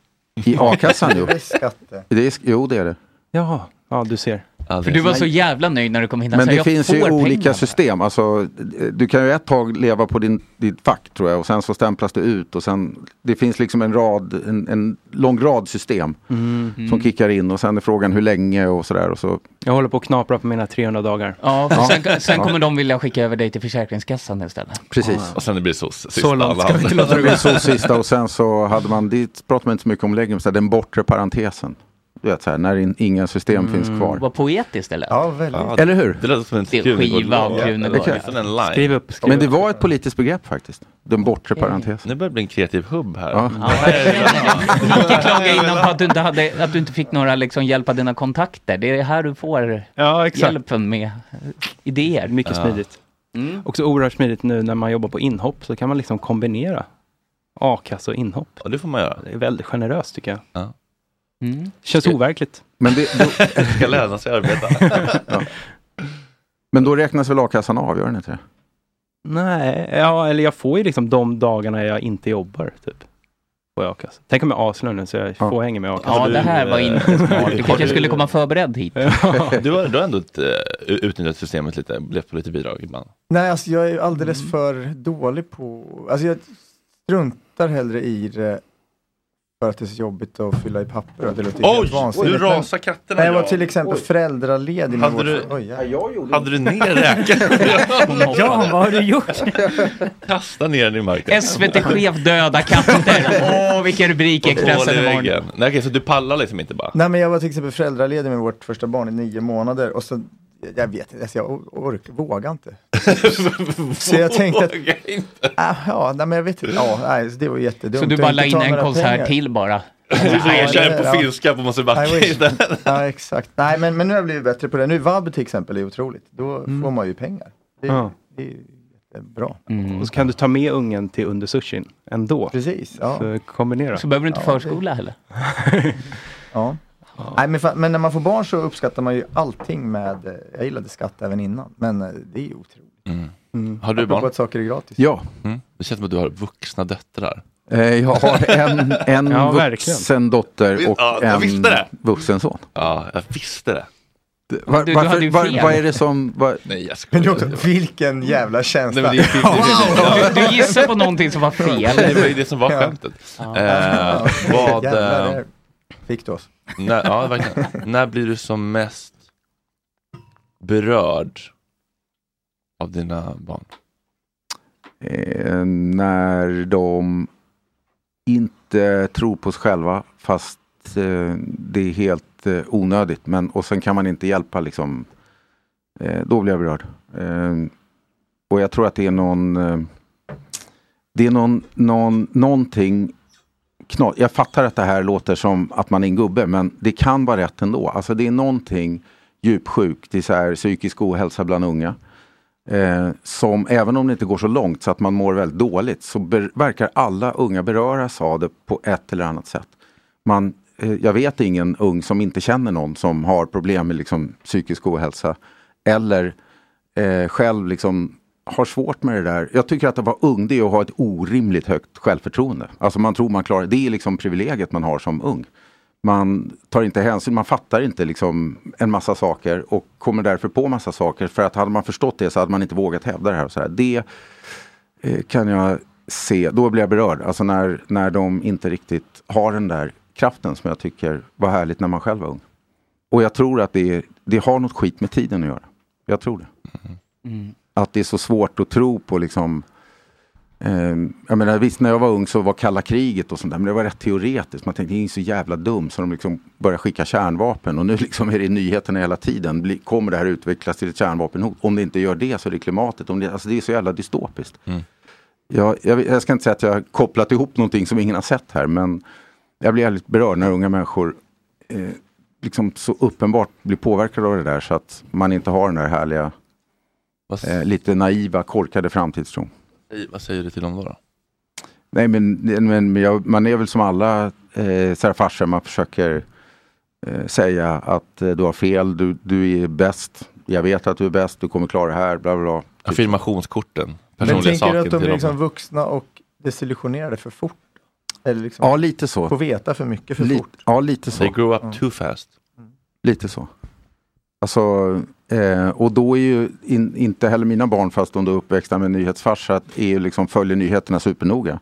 [SPEAKER 10] I a-kassan jo.
[SPEAKER 7] Det är skatte.
[SPEAKER 10] Det är, sk- jo det är det.
[SPEAKER 6] Jaha, ja du ser.
[SPEAKER 7] För du var så jävla nöjd när du kom hit.
[SPEAKER 10] Men
[SPEAKER 7] Alltså,
[SPEAKER 10] det
[SPEAKER 7] jag
[SPEAKER 10] finns
[SPEAKER 7] får
[SPEAKER 10] ju olika
[SPEAKER 7] pengar.
[SPEAKER 10] system. Alltså, du kan ju ett tag leva på din, ditt fack tror jag och sen så stämplas du ut och sen det finns liksom en rad, en, en lång rad system
[SPEAKER 6] Mm.
[SPEAKER 10] som kickar in och sen är frågan hur länge och sådär. Och så.
[SPEAKER 6] Jag håller på och knaprar på mina 300 dagar.
[SPEAKER 7] Ja, för sen, sen
[SPEAKER 10] Ja.
[SPEAKER 7] kommer de vilja skicka över dig till Försäkringskassan istället.
[SPEAKER 10] Precis.
[SPEAKER 1] Och sen det blir SOS. sist
[SPEAKER 7] Så långt
[SPEAKER 1] av
[SPEAKER 7] ska
[SPEAKER 1] alla
[SPEAKER 7] vi inte
[SPEAKER 1] andra.
[SPEAKER 7] låta det gå.
[SPEAKER 10] Så sista och sen så hade man, det pratar man inte så mycket om längre, men så här, den bortre parentesen. Du vet så här, när in, inga system finns kvar.
[SPEAKER 7] Vad poetiskt det lät.
[SPEAKER 12] Ja, väldigt.
[SPEAKER 10] Ja, Eller hur?
[SPEAKER 1] Det låter som en
[SPEAKER 7] Det är Krunegård- skiva av Ja, Krunegård.
[SPEAKER 10] Exakt.
[SPEAKER 1] åtminstone en line. Skriv upp, skriv
[SPEAKER 10] Men det
[SPEAKER 1] upp.
[SPEAKER 10] var ett politiskt begrepp faktiskt. Den bortre
[SPEAKER 7] Okej.
[SPEAKER 10] parentesen.
[SPEAKER 1] Nu börjar det bli en kreativ hubb här.
[SPEAKER 7] Micke klagade innan på att du inte, hade, att du inte fick några liksom, hjälp av dina kontakter. Det är här du får hjälpen med idéer. Mm.
[SPEAKER 6] Mycket smidigt. Också oerhört smidigt nu när man jobbar på inhopp så kan man liksom kombinera a-kassa och inhopp.
[SPEAKER 1] Ja, det får man göra.
[SPEAKER 6] Det är väldigt generöst tycker jag.
[SPEAKER 1] Ja.
[SPEAKER 7] Mm.
[SPEAKER 6] Känns overkligt.
[SPEAKER 10] Men det,
[SPEAKER 1] Det ska löna sig att arbeta.
[SPEAKER 10] ja. Men då räknas väl a-kassan av, gör den inte det?
[SPEAKER 6] Nej, ja, eller jag får ju liksom de dagarna jag inte jobbar. Typ. Får jag a-kassa. Tänk om jag avslöjar nu så jag får hänga med a-kassa.
[SPEAKER 7] Ja, det här var inte smart. Du kanske skulle komma förberedd hit.
[SPEAKER 1] du, har, du har ändå ett, eh, utnyttjat systemet lite, levt på lite bidrag ibland.
[SPEAKER 12] Nej, alltså jag är alldeles för dålig på... Alltså jag struntar hellre i det för att det är så jobbigt att fylla i papper. och Det låter ju
[SPEAKER 1] Oj,
[SPEAKER 12] helt vansinnigt.
[SPEAKER 1] nu
[SPEAKER 12] Men-
[SPEAKER 1] rasar katterna
[SPEAKER 12] Nej, Jag var
[SPEAKER 1] idag.
[SPEAKER 12] till exempel
[SPEAKER 1] Oj.
[SPEAKER 12] föräldraledig. med
[SPEAKER 1] Hade
[SPEAKER 12] vår-
[SPEAKER 1] du-
[SPEAKER 12] Oj, ja.
[SPEAKER 1] Hade du ner räkan?
[SPEAKER 12] Jan, vad har du gjort?
[SPEAKER 1] Kasta ner den i marken.
[SPEAKER 7] SVT-chef döda katter. Åh, vilken rubrik i
[SPEAKER 1] Och hål
[SPEAKER 7] Expressen
[SPEAKER 1] i
[SPEAKER 7] imorgon.
[SPEAKER 1] väggen. Nej, okej, så du pallar liksom inte bara?
[SPEAKER 12] Nej, men jag var till exempel föräldraledig med vårt första barn i nio månader och så, jag vet inte, alltså jag or- ork, vågar inte. så jag tänkte att, Ah, ja, nej, men jag vet inte, ja, nej, så det var ju jättedumt.
[SPEAKER 7] Så du
[SPEAKER 12] Och
[SPEAKER 7] bara
[SPEAKER 12] inte
[SPEAKER 7] la in
[SPEAKER 12] ta
[SPEAKER 7] en
[SPEAKER 12] några
[SPEAKER 7] konsert
[SPEAKER 12] pengar.
[SPEAKER 7] till bara?
[SPEAKER 1] Du får
[SPEAKER 12] Ja,
[SPEAKER 1] erkänna
[SPEAKER 12] det-
[SPEAKER 1] på
[SPEAKER 12] ja.
[SPEAKER 1] finska på Mosebacke.
[SPEAKER 12] I wish. ja, exakt. Nej, men, men nu har jag blivit bättre på det. Nu vab till exempel är otroligt. Då får man ju pengar. Det,
[SPEAKER 6] Ja.
[SPEAKER 12] det är ju jättebra.
[SPEAKER 7] Mm.
[SPEAKER 6] Och så kan du ta med ungen till under sushin ändå.
[SPEAKER 12] Precis. Ja.
[SPEAKER 6] Så kombinera.
[SPEAKER 7] Så behöver du inte
[SPEAKER 12] Ja, det-
[SPEAKER 7] förskola heller.
[SPEAKER 12] Ja. Nej, men, fa- men när man får barn så uppskattar man ju allting med, eh, jag gillade skatt även innan, men eh, det är ju otroligt.
[SPEAKER 1] Mm. Har du
[SPEAKER 12] Apropå
[SPEAKER 1] barn?
[SPEAKER 12] att saker är gratis.
[SPEAKER 10] Ja.
[SPEAKER 1] Mm. Det känns som att du har vuxna döttrar.
[SPEAKER 10] Eh, Jag har en, en
[SPEAKER 1] Ja, verkligen.
[SPEAKER 10] vuxen dotter och
[SPEAKER 1] Ja, jag
[SPEAKER 10] en
[SPEAKER 1] visste det.
[SPEAKER 10] vuxen son.
[SPEAKER 1] Ja, jag visste det.
[SPEAKER 10] Var,
[SPEAKER 1] Du- du hade
[SPEAKER 10] varför,
[SPEAKER 1] ju
[SPEAKER 10] var,
[SPEAKER 1] fel.
[SPEAKER 10] vad är det som... Var,
[SPEAKER 1] Eh, Nej, jag skojar.
[SPEAKER 12] Men det är också, vilken jävla
[SPEAKER 9] Mm.
[SPEAKER 12] känsla.
[SPEAKER 1] Nej, men det är fint, det är fint.
[SPEAKER 7] Du, du gissar på någonting som var fel.
[SPEAKER 1] Det var ju det som var skämtet. Eh, vad...
[SPEAKER 12] Jävlar,
[SPEAKER 1] eh,
[SPEAKER 12] där fick du oss.
[SPEAKER 1] när, ja, verkligen. När blir du som mest berörd av dina barn?
[SPEAKER 10] eh, när de inte tror på sig själva fast eh, det är helt eh, onödigt. Men, och sen kan man inte hjälpa liksom. Eh, då blir jag berörd. Eh, och jag tror att det är någon... Eh, det är någon, någon, någonting knas. Jag fattar att det här låter som att man är en gubbe men det kan vara rätt ändå. Alltså det är någonting djupsjukt i så här psykisk ohälsa bland unga. Eh, som även om det inte går så långt så att man mår väldigt dåligt så ber- verkar alla unga beröras av det på ett eller annat sätt. Man, eh, jag vet ingen ung som inte känner någon som har problem med liksom, psykisk ohälsa eller eh, själv liksom har svårt med det där. Jag tycker att att vara ung det är att ha ett orimligt högt självförtroende. Alltså man tror man klarar det. är liksom privilegiet man har som ung. Man tar inte hänsyn, man fattar inte liksom en massa saker och kommer därför på massa saker. För att hade man förstått det så hade man inte vågat hävda det här. Och så här. Det eh, kan jag se, då blir jag berörd. Alltså när, när de inte riktigt har den där kraften som jag tycker var härligt när man själv var ung. Och jag tror att det, är, det har något skit med tiden att göra. Jag tror det att det är så svårt att tro på liksom eh, jag menar, visst när jag var ung så var kalla kriget och sånt där, men det var rätt teoretiskt. Man tänkte, det är så jävla dumt så de liksom började skicka kärnvapen och nu liksom är det i nyheterna hela tiden. Bli, kommer det här utvecklas till ett kärnvapenhot? Om det inte gör det så är det klimatet. Om det, alltså det är så jävla dystopiskt. Jag, jag, jag ska inte säga att jag har kopplat ihop någonting som ingen har sett här, men jag blir jävligt berörd när unga människor eh, liksom så uppenbart blir påverkade av det där så att man inte har den där härliga, eh, lite naiva, korkade framtidstron.
[SPEAKER 1] Hej, Vad säger du till dem då? då?
[SPEAKER 10] Nej, men, men men jag, man är väl som alla eh, så här farsor, man försöker eh, säga att eh, du har fel, du, du är bäst, jag vet att du är bäst, du kommer klara det här, bla bla bla.
[SPEAKER 1] Affirmationskorten,
[SPEAKER 10] personliga
[SPEAKER 9] Men tänker du att de
[SPEAKER 10] till
[SPEAKER 9] blir
[SPEAKER 10] dem.
[SPEAKER 9] liksom vuxna och desillusionerade för fort? Eller liksom
[SPEAKER 10] Ja, lite så.
[SPEAKER 9] får veta för mycket för
[SPEAKER 10] Li-
[SPEAKER 9] fort?
[SPEAKER 10] Ja, lite så.
[SPEAKER 9] They grew up
[SPEAKER 10] Ja.
[SPEAKER 1] too fast.
[SPEAKER 10] Lite så. Alltså, eh, och då är ju in, inte heller mina barn, fast de då är uppväxta med en nyhetsfarsa, att är ju liksom, följer nyheterna supernoga.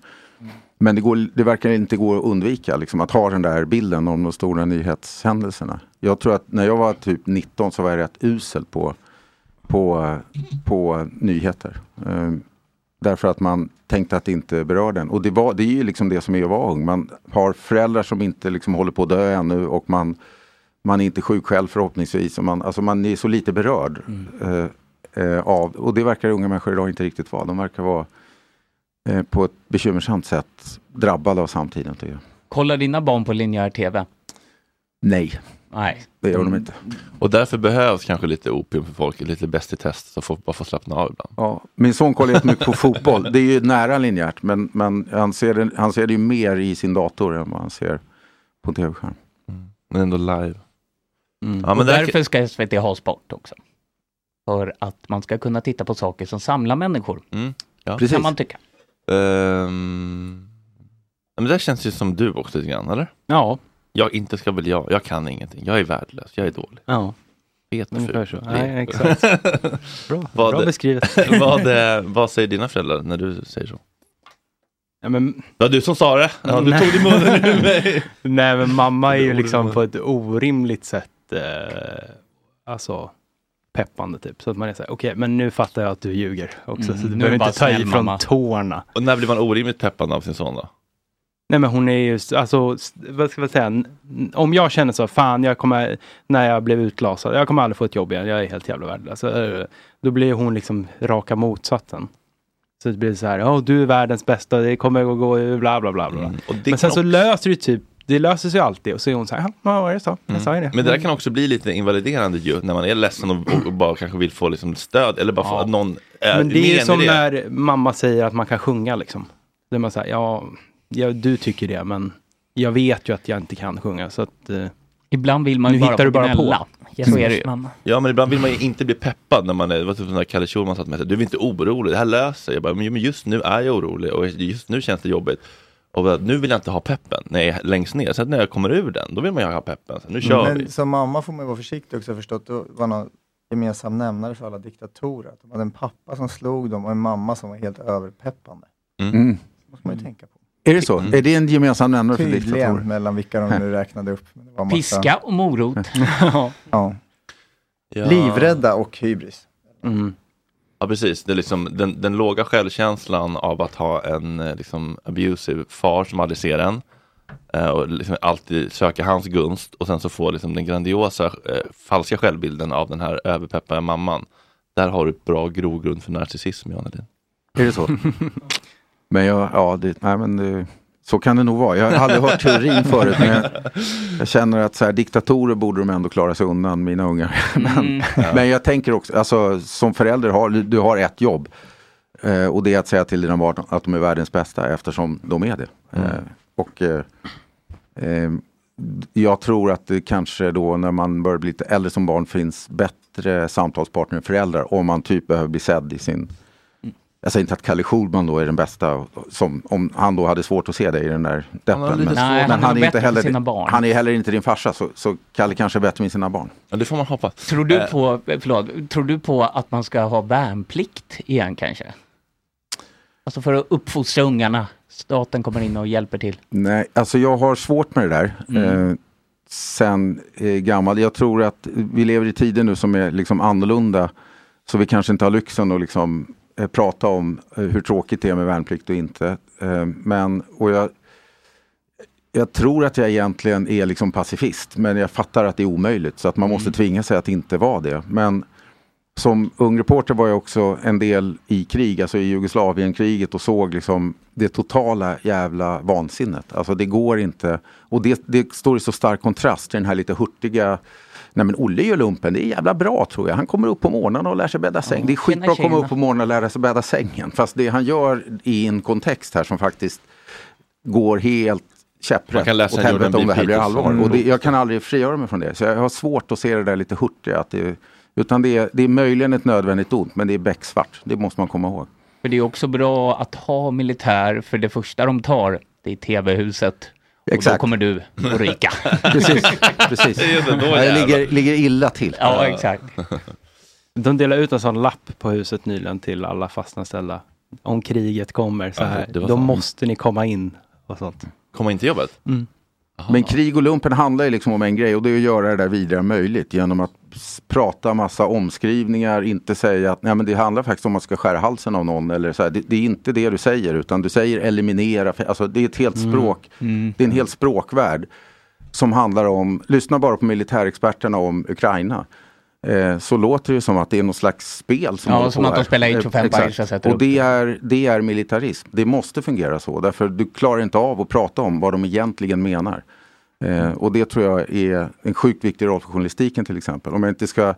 [SPEAKER 10] Men det, går, det verkar inte gå att undvika liksom, att ha den där bilden om de stora nyhetshändelserna. Jag tror att när jag var typ 19 så var jag rätt usel på, på, på nyheter. Eh, därför att man tänkte att det inte berör den. Och det, var, det är ju liksom det som är att vara ung. Man har föräldrar som inte liksom håller på att dö ännu och man, man är inte sjuk själv förhoppningsvis. Och man, alltså man är så lite berörd eh, eh, av, och det verkar unga människor idag inte riktigt vara. De verkar vara eh, på ett bekymmersamt sätt drabbade av samtiden tycker jag.
[SPEAKER 7] Kollar dina barn på linjär TV?
[SPEAKER 10] Nej.
[SPEAKER 7] Nej.
[SPEAKER 10] Det gör de inte.
[SPEAKER 1] Och därför behövs kanske lite opium för folk, lite bäst i test, så folk bara får slappna av ibland.
[SPEAKER 10] Ja, min son kollar jättemycket på fotboll. Det är ju nära linjärt men, men han, ser det, han ser det ju mer i sin dator än vad han ser på tv-skärm.
[SPEAKER 6] Mm.
[SPEAKER 1] Men ändå live.
[SPEAKER 7] Ja,
[SPEAKER 10] Mm.
[SPEAKER 1] Ja, men det här-
[SPEAKER 7] därför ska SVT ha sport också. För att man ska kunna titta på saker som samlar människor.
[SPEAKER 1] Mm, ja.
[SPEAKER 7] Precis. Kan man tycka.
[SPEAKER 1] Ehm, men det där känns ju som du också lite grann, eller?
[SPEAKER 7] Ja.
[SPEAKER 1] Jag inte ska väl jag, jag kan ingenting, jag är värdelös, jag är dålig.
[SPEAKER 6] Ja.
[SPEAKER 1] Fet och
[SPEAKER 6] Ungefär
[SPEAKER 1] ful.
[SPEAKER 6] så.
[SPEAKER 1] Fet.
[SPEAKER 6] Nej, exakt. Bra.
[SPEAKER 1] vad,
[SPEAKER 6] Bra beskrivet.
[SPEAKER 1] vad, eh, vad säger dina föräldrar när du säger så?
[SPEAKER 6] Ja, men...
[SPEAKER 1] Det var du som sa det. Ja, du tog det i munnen ur mig.
[SPEAKER 6] Nej, men mamma är ju liksom på ett orimligt sätt eh, alltså peppande typ. Så att man är så här, okej, men nu fattar jag att du ljuger också.
[SPEAKER 1] Mm,
[SPEAKER 6] så du
[SPEAKER 1] nu är
[SPEAKER 6] behöver
[SPEAKER 1] bara
[SPEAKER 6] inte ta
[SPEAKER 1] snäll,
[SPEAKER 6] i från
[SPEAKER 1] mamma.
[SPEAKER 6] tårna.
[SPEAKER 1] Och när blir man orimligt peppad av sin son då?
[SPEAKER 6] Nej men hon är ju, alltså, s- vad ska jag säga, n- om jag känner så, fan jag kommer, när jag blev utlasad, jag kommer aldrig få ett jobb igen, jag är helt jävla värdelös. Eh, Då blir hon liksom raka motsatsen. Så det blir så här, ja du är världens bästa, det kommer att gå, bla bla
[SPEAKER 1] Mm.
[SPEAKER 6] bla. bla. Mm. men sen
[SPEAKER 1] kan
[SPEAKER 6] så löser det typ, det löser sig alltid och så är hon så här, ja vad var det så? Jag sa ju det.
[SPEAKER 1] Mm. Men det där kan också bli lite invaliderande ju, när man är ledsen och, och bara kanske vill få liksom stöd eller bara få
[SPEAKER 6] Ja.
[SPEAKER 1] att någon är
[SPEAKER 6] Men det
[SPEAKER 1] med
[SPEAKER 6] är ju
[SPEAKER 1] en i
[SPEAKER 6] som
[SPEAKER 1] det.
[SPEAKER 6] när mamma säger att man kan sjunga liksom. Då är man såhär, ja, ja, du tycker det, men jag vet ju att jag inte kan sjunga så att... eh,
[SPEAKER 7] Ibland vill man
[SPEAKER 6] nu
[SPEAKER 7] ju bara
[SPEAKER 6] hittar du
[SPEAKER 7] få
[SPEAKER 6] bara
[SPEAKER 7] gnälla.
[SPEAKER 6] på.
[SPEAKER 10] Mm.
[SPEAKER 7] Så är det ju.
[SPEAKER 1] Ja men ibland vill man ju inte bli peppad när man är, det var typ den där Kalle Schulman satt med sig, du är inte orolig, det här löser sig." jag bara, men just nu är jag orolig och just nu känns det jobbigt. Och bara, nu vill jag inte ha peppen när jag är längst ner, sen när jag kommer ur den, då vill man ju ha peppen, så nu kör
[SPEAKER 9] Men
[SPEAKER 1] vi.
[SPEAKER 9] som mamma får man ju vara försiktig också, jag har förstått. Det var någon gemensam nämnare för alla diktatorer. Att de hade en pappa som slog dem och en mamma som var helt överpeppande.
[SPEAKER 10] Mm.
[SPEAKER 9] måste man ju tänka på.
[SPEAKER 10] Är det så? Är det en gemensam nämnare för
[SPEAKER 9] Tydligen
[SPEAKER 10] diktatorer?
[SPEAKER 9] mellan vilka de nu räknade upp. Men det var en massa-
[SPEAKER 7] Piska och morot.
[SPEAKER 9] ja. Livrädda och hybris. Mm.
[SPEAKER 1] Ja precis, det är liksom den, den låga självkänslan av att ha en eh, liksom, abusive far som aldrig ser en eh, och liksom alltid söka hans gunst och sen så få liksom, den grandiosa eh, falska självbilden av den här överpeppade mamman. Där har du bra grogrund för narcissism, Jan Hedin.
[SPEAKER 10] Är det så? men jag, ja, det, nej, men det, så kan det nog vara. Jag har aldrig hört teorin förut. Men jag, jag känner att så här, diktatorer borde de ändå klara sig undan, mina ungar. men, men jag tänker också, alltså, som förälder, har, du- du har ett jobb. Eh, och det är att säga till dina barn att de är världens bästa eftersom de är det. Eh, och eh, eh, jag tror att det kanske då när man börjar bli lite äldre som barn finns bättre samtalspartner än föräldrar om man typ behöver bli sedd i sin jag säger inte att Kalle Schulman då är den bästa, som, om han då hade svårt att se dig i den där deppen.
[SPEAKER 1] har lite svårt- Nej, han är nog bättre med sina barn.
[SPEAKER 10] han är heller inte din farsa, så, så Kalle kanske är bättre med sina barn.
[SPEAKER 1] Ja, det får man hoppas. Eh,
[SPEAKER 7] Tror du,
[SPEAKER 10] Eh.
[SPEAKER 7] på, förlåt, tror du på att man ska ha värnplikt igen kanske? Alltså för att uppfostra ungarna. Staten kommer in och hjälper till.
[SPEAKER 10] Nej, alltså jag har svårt med det där.
[SPEAKER 7] Mm.
[SPEAKER 10] Eh, sen eh, gammal. Jag tror att vi lever i tider nu som är liksom annorlunda. Så vi kanske inte har lyxen att liksom, eh, prata om eh, hur tråkigt det är med värnplikt och inte. Eh, men, och jag, jag tror att jag egentligen är liksom pacifist, men jag fattar att det är omöjligt. Så att man
[SPEAKER 1] Mm.
[SPEAKER 10] måste tvinga sig att inte vara det. Men som ung reporter var jag också en del i krig, alltså i Jugoslavienkriget och såg liksom det totala jävla vansinnet. Alltså det går inte. Och det, det står i så stark kontrast till den här lite hurtiga Nej men Olle gör lumpen, det är jävla bra tror jag. Han kommer upp på morgnarna och lär sig bädda säng. det är skitbra att komma
[SPEAKER 1] tjena.
[SPEAKER 10] upp på morgnarna och lära sig bädda sängen. Fast det han gör i en kontext här som faktiskt går helt
[SPEAKER 1] Man
[SPEAKER 10] käpprätt
[SPEAKER 1] kan läsa
[SPEAKER 10] åt
[SPEAKER 1] en
[SPEAKER 10] helvete
[SPEAKER 1] Jordan
[SPEAKER 10] om
[SPEAKER 1] B.
[SPEAKER 10] det här blir
[SPEAKER 1] Peterson.
[SPEAKER 10] allvar.
[SPEAKER 1] Mm.
[SPEAKER 10] Och det, jag kan aldrig frigöra mig från det. Så jag har svårt att se det där lite hurtiga. Att det, utan det är, det är möjligen ett nödvändigt ont, men det är becksvart. Det måste man komma ihåg.
[SPEAKER 7] För det är också bra att ha militär, för det första de tar, det är tv-huset. Och då
[SPEAKER 10] Exakt.
[SPEAKER 7] kommer du och rika.
[SPEAKER 10] Precis, precis. det ligger, ligger illa till.
[SPEAKER 7] Ja, exakt.
[SPEAKER 6] De delade ut en sån lapp på huset nyligen till alla fastanställda. Om kriget kommer så
[SPEAKER 10] Ja,
[SPEAKER 6] här,
[SPEAKER 10] det var
[SPEAKER 6] då
[SPEAKER 10] sant.
[SPEAKER 6] måste ni komma in och sånt.
[SPEAKER 1] Komma in till jobbet?
[SPEAKER 6] Mm.
[SPEAKER 10] Men krig och lumpen handlar ju liksom om en grej och det är att göra det där vidare möjligt genom att s- prata massa omskrivningar, inte säga att nej, men det handlar faktiskt om att man ska skära halsen av någon. Eller så här. Det, det är inte det du säger utan du säger eliminera, för- alltså, det är ett helt
[SPEAKER 1] Mm.
[SPEAKER 10] språk,
[SPEAKER 1] Mm.
[SPEAKER 10] det är en hel språkvärld som handlar om, lyssna bara på militärexperterna om Ukraina. Eh, så låter det som att det är någon slags spel som
[SPEAKER 7] Ja,
[SPEAKER 10] håller
[SPEAKER 7] som
[SPEAKER 10] på
[SPEAKER 7] att de
[SPEAKER 10] här.
[SPEAKER 7] spelar Age of
[SPEAKER 10] Eh,
[SPEAKER 7] Empires
[SPEAKER 10] exakt.
[SPEAKER 7] och sätter
[SPEAKER 10] Och
[SPEAKER 7] upp
[SPEAKER 10] det är, det är militarism. Det måste fungera så, därför du klarar inte av att prata om vad de egentligen menar. Eh, och det tror jag är en sjukt viktig roll för journalistiken till exempel. Om jag inte ska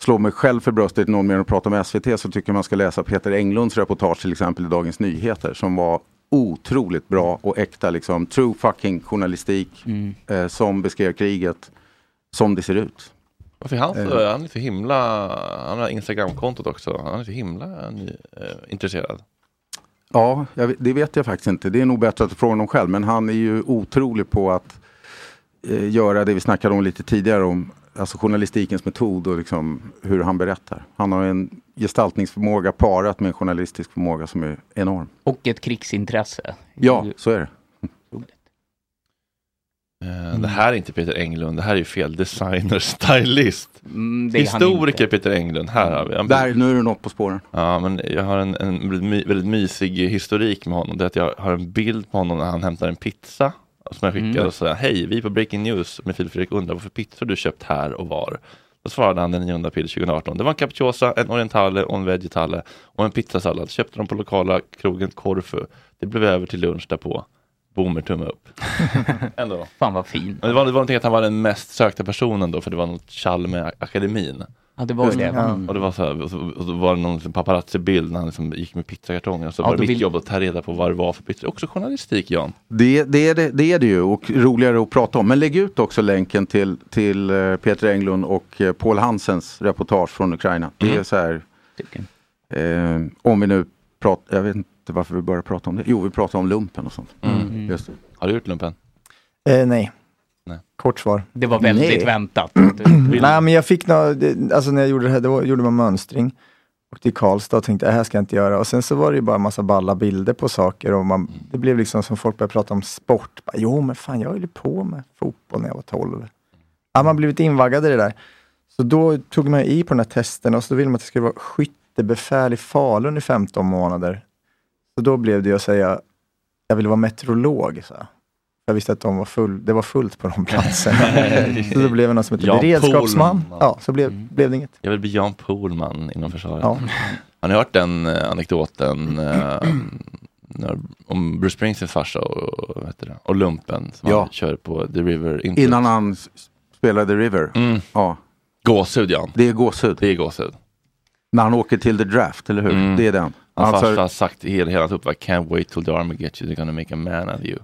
[SPEAKER 10] slå mig själv för bröstet någon mer och prata om SVT så tycker jag man ska läsa Peter Englunds reportage till exempel i Dagens Nyheter som var otroligt bra och äkta liksom. True fucking journalistik eh, som beskrev kriget som det ser ut.
[SPEAKER 1] Varför är han, så,
[SPEAKER 10] Eh.
[SPEAKER 1] han är så himla, han har Instagramkontot också, han är så himla ny, eh, intresserad.
[SPEAKER 10] Ja, jag, vet- det vet jag faktiskt inte. Det är nog bättre att du frågar honom själv. Men han är ju otrolig på att eh, göra det vi snackade om lite tidigare om alltså journalistikens metod och liksom hur han berättar. Han har en gestaltningsförmåga parat med en journalistisk förmåga som är enorm.
[SPEAKER 7] Och ett krigsintresse.
[SPEAKER 10] Ja, så är det.
[SPEAKER 1] Eh,
[SPEAKER 7] Mm.
[SPEAKER 1] Det här är inte Peter Englund, det här är ju fel designer, stylist.
[SPEAKER 7] Mm, det är han
[SPEAKER 1] Historiker Peter Englund, här har vi. Han-
[SPEAKER 10] Där, nu är du något på spåren.
[SPEAKER 1] Ja, men jag har en, en väldigt, my, väldigt mysig historik med honom. Det är att jag har en bild på honom när han hämtar en pizza. Som jag skickade
[SPEAKER 7] Mm.
[SPEAKER 1] och sa, hej, vi på Breaking News med Filip Fredrik undrar varför pizzor du köpt här och var. Då svarade han den 9 april 2018. Det var en capricciosa, en orientale och en vegetale och en pizzasallad. Köpte de på lokala krogen Corfu. Det blev över till lunch därpå. Boomer tumme upp. Ändå.
[SPEAKER 7] Fan vad fin.
[SPEAKER 1] Men det var, det var någonting att han var den mest sökta personen då, för det var något tjall med akademin.
[SPEAKER 7] Ja, det var
[SPEAKER 1] Just
[SPEAKER 7] det. Ja.
[SPEAKER 1] Och det var så här, och så, och så var det någon liksom paparazzi-bild när han liksom gick med pizzakartonger. Så
[SPEAKER 7] Ja,
[SPEAKER 1] var det
[SPEAKER 7] då
[SPEAKER 1] mitt
[SPEAKER 7] vill-
[SPEAKER 1] jobb att ta reda på vad det var för pizza. Också journalistik, Jan.
[SPEAKER 10] Det, det, är det, det är det ju och roligare att prata om. Men lägg ut också länken till, till eh, Peter Englund och eh, Paul Hansens reportage från Ukraina. Det
[SPEAKER 1] Mm.
[SPEAKER 10] är så här, eh, om vi nu pratar, jag vet inte varför vi börjar prata om det. Jo, vi pratar om lumpen och sånt.
[SPEAKER 1] Mm.
[SPEAKER 10] Just det.
[SPEAKER 1] Har du gjort lumpen?
[SPEAKER 9] Eh, nej.
[SPEAKER 1] Nej.
[SPEAKER 9] Kort svar.
[SPEAKER 7] Det var väldigt
[SPEAKER 9] Nej.
[SPEAKER 7] väntat.
[SPEAKER 9] Nej, men jag fick nå, det- alltså när jag gjorde det här, då gjorde man mönstring. Och till Karlstad och tänkte, det här ska jag inte göra. Och sen så var det ju bara massa balla bilder på saker och
[SPEAKER 10] Mm.
[SPEAKER 9] man, det blev liksom som folk började prata om sport. Bara, jo, men fan, jag höll ju på med fotboll när jag var 12. Ja, man blev lite invaggad i det där. Så då tog man ju i på den här testen och så ville man att det skulle vara skyttebefäl i Falun i 15 månader. Så då blev det ju att säga, jag ville vara meteorolog. Så. här. Jag visste att de var full, det var fullt på de platserna. så då blev det något som hette
[SPEAKER 1] Jan
[SPEAKER 9] beredskapsman.
[SPEAKER 1] Pohlman.
[SPEAKER 9] Ja, så blev,
[SPEAKER 7] Mm.
[SPEAKER 9] blev det inget.
[SPEAKER 1] Jag vill bli Jan Pohlman inom försvaret.
[SPEAKER 9] Ja.
[SPEAKER 1] Har ni hört den eh, anekdoten eh, när, om Bruce Springsteens farsa och, vad heter det, och lumpen som
[SPEAKER 10] Ja.
[SPEAKER 1] han kör på The River Intet?
[SPEAKER 10] Innan han s- spelade River. Ja.
[SPEAKER 1] Gåshud, Jan.
[SPEAKER 10] Det är gåshud.
[SPEAKER 1] Det är gåshud.
[SPEAKER 10] När han åker till The Draft, eller hur?
[SPEAKER 1] Mm.
[SPEAKER 10] Det är den.
[SPEAKER 1] Hans
[SPEAKER 10] Alltså-
[SPEAKER 1] farsa har sagt i hela, hela hans uppväxt, can't wait till the army gets you, they're gonna make a man of you.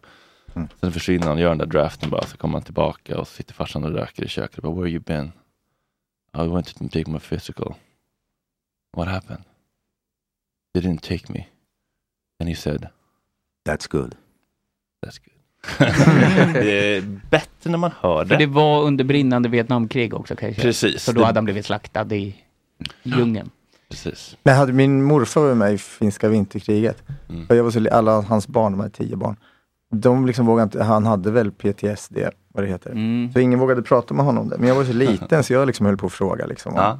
[SPEAKER 1] Sen försvinner han, gör den där draften bara, så kommer han tillbaka och så sitter farsan och röker i köket. Bara, Where you been? I went to take my physical. What happened? They didn't take me. And he said,
[SPEAKER 10] That's good.
[SPEAKER 1] That's good. det är bättre när man hör
[SPEAKER 7] För det
[SPEAKER 1] det.
[SPEAKER 7] var under brinnande Vietnamkrig också. Kan jag säga.
[SPEAKER 1] Precis.
[SPEAKER 7] Så då
[SPEAKER 1] Det-
[SPEAKER 7] hade han blivit slaktad i djungeln.
[SPEAKER 1] Precis.
[SPEAKER 9] Men jag hade, min morfar var med i finska vinterkriget.
[SPEAKER 1] Mm.
[SPEAKER 9] Och jag var så, li- alla hans barn, de hade tio barn. De liksom vågade inte, han hade väl PTSD, vad det heter.
[SPEAKER 7] Mm.
[SPEAKER 9] Så ingen vågade prata med honom om det. Men jag var så liten så jag liksom höll på att fråga liksom, om
[SPEAKER 1] Ja. Mm.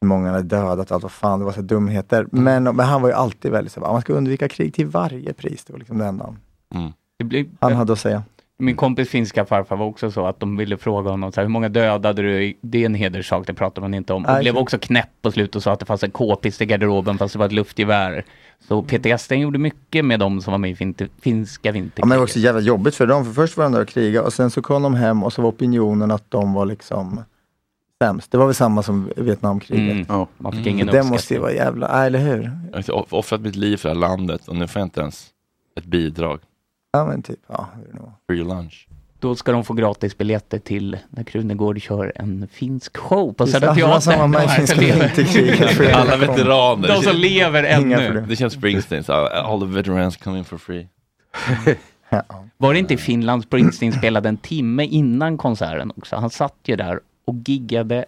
[SPEAKER 9] hur många hade dödat, allt vad fan, det var så här dumheter. Men, men han var ju alltid väldigt så här, man ska undvika krig till varje pris. Det var liksom det enda han,
[SPEAKER 1] Mm.
[SPEAKER 7] Det blev,
[SPEAKER 9] han hade att säga.
[SPEAKER 7] Min kompis finska farfar var också så att de ville fråga honom så här, hur många dödade du? i- Det är en hederssak, det pratar man inte om. Och
[SPEAKER 9] Nej,
[SPEAKER 7] blev
[SPEAKER 9] så-
[SPEAKER 7] också knäpp på slutet och sa att det fanns en k-pist i garderoben fast det var ett luftgevär. Så PTSD gjorde mycket med de som var med i fin- finska
[SPEAKER 9] Ja, men det
[SPEAKER 7] vinterkriget.
[SPEAKER 9] var också jävla jobbigt för dem, för först var de där och krigade och sen så kom de hem och så var opinionen att de var liksom sämst. Det var väl samma som Vietnamkriget.
[SPEAKER 7] Mm.
[SPEAKER 10] Ja.
[SPEAKER 7] Man fick ingen
[SPEAKER 9] det
[SPEAKER 7] uppskattning.
[SPEAKER 9] måste ju vara jävla, äh, eller hur?
[SPEAKER 1] Jag har off- offrat mitt liv för det här landet och nu får jag inte ens ett bidrag.
[SPEAKER 13] Ja men typ, ja. hur det nu var.
[SPEAKER 1] Free lunch.
[SPEAKER 7] Då ska de få gratisbiljetter till när Krunegård kör en finsk show på
[SPEAKER 13] Just
[SPEAKER 7] Södra
[SPEAKER 13] alla
[SPEAKER 7] Teatern.
[SPEAKER 13] som var med i
[SPEAKER 7] De
[SPEAKER 13] finska
[SPEAKER 7] lever.
[SPEAKER 13] vinterkriget.
[SPEAKER 1] Alla veteraner.
[SPEAKER 7] De som lever ännu.
[SPEAKER 1] Det känns Springsteen, så uh, all the veterans come in for free.
[SPEAKER 7] Var det inte i Finland Springsteen spelade en timme innan konserten också? Han satt ju där och giggade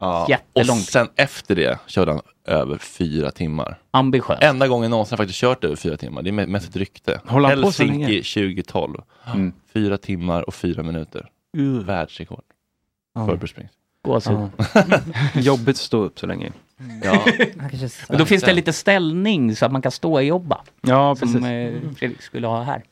[SPEAKER 1] Ja. Och
[SPEAKER 7] jättelångt.
[SPEAKER 1] sen efter det körde han över fyra timmar.
[SPEAKER 7] Ambitiöst.
[SPEAKER 1] Enda gången någonsin jag faktiskt kört över fyra timmar. Det är me- mest ett rykte.
[SPEAKER 6] Håller han på så
[SPEAKER 1] Helsinki
[SPEAKER 6] länge?
[SPEAKER 1] 2012.
[SPEAKER 6] Mm.
[SPEAKER 1] Fyra timmar och fyra minuter.
[SPEAKER 6] Uh.
[SPEAKER 1] Världsrekord.
[SPEAKER 6] Ja.
[SPEAKER 1] För Bruce Springsteen.
[SPEAKER 7] Gåshud.
[SPEAKER 6] Jobbigt att stå upp så länge.
[SPEAKER 1] Ja.
[SPEAKER 7] Men då finns det lite ställning så att man kan stå och jobba.
[SPEAKER 6] Ja,
[SPEAKER 7] som
[SPEAKER 6] precis.
[SPEAKER 1] Mm.
[SPEAKER 7] eh, Fredrik skulle ha här.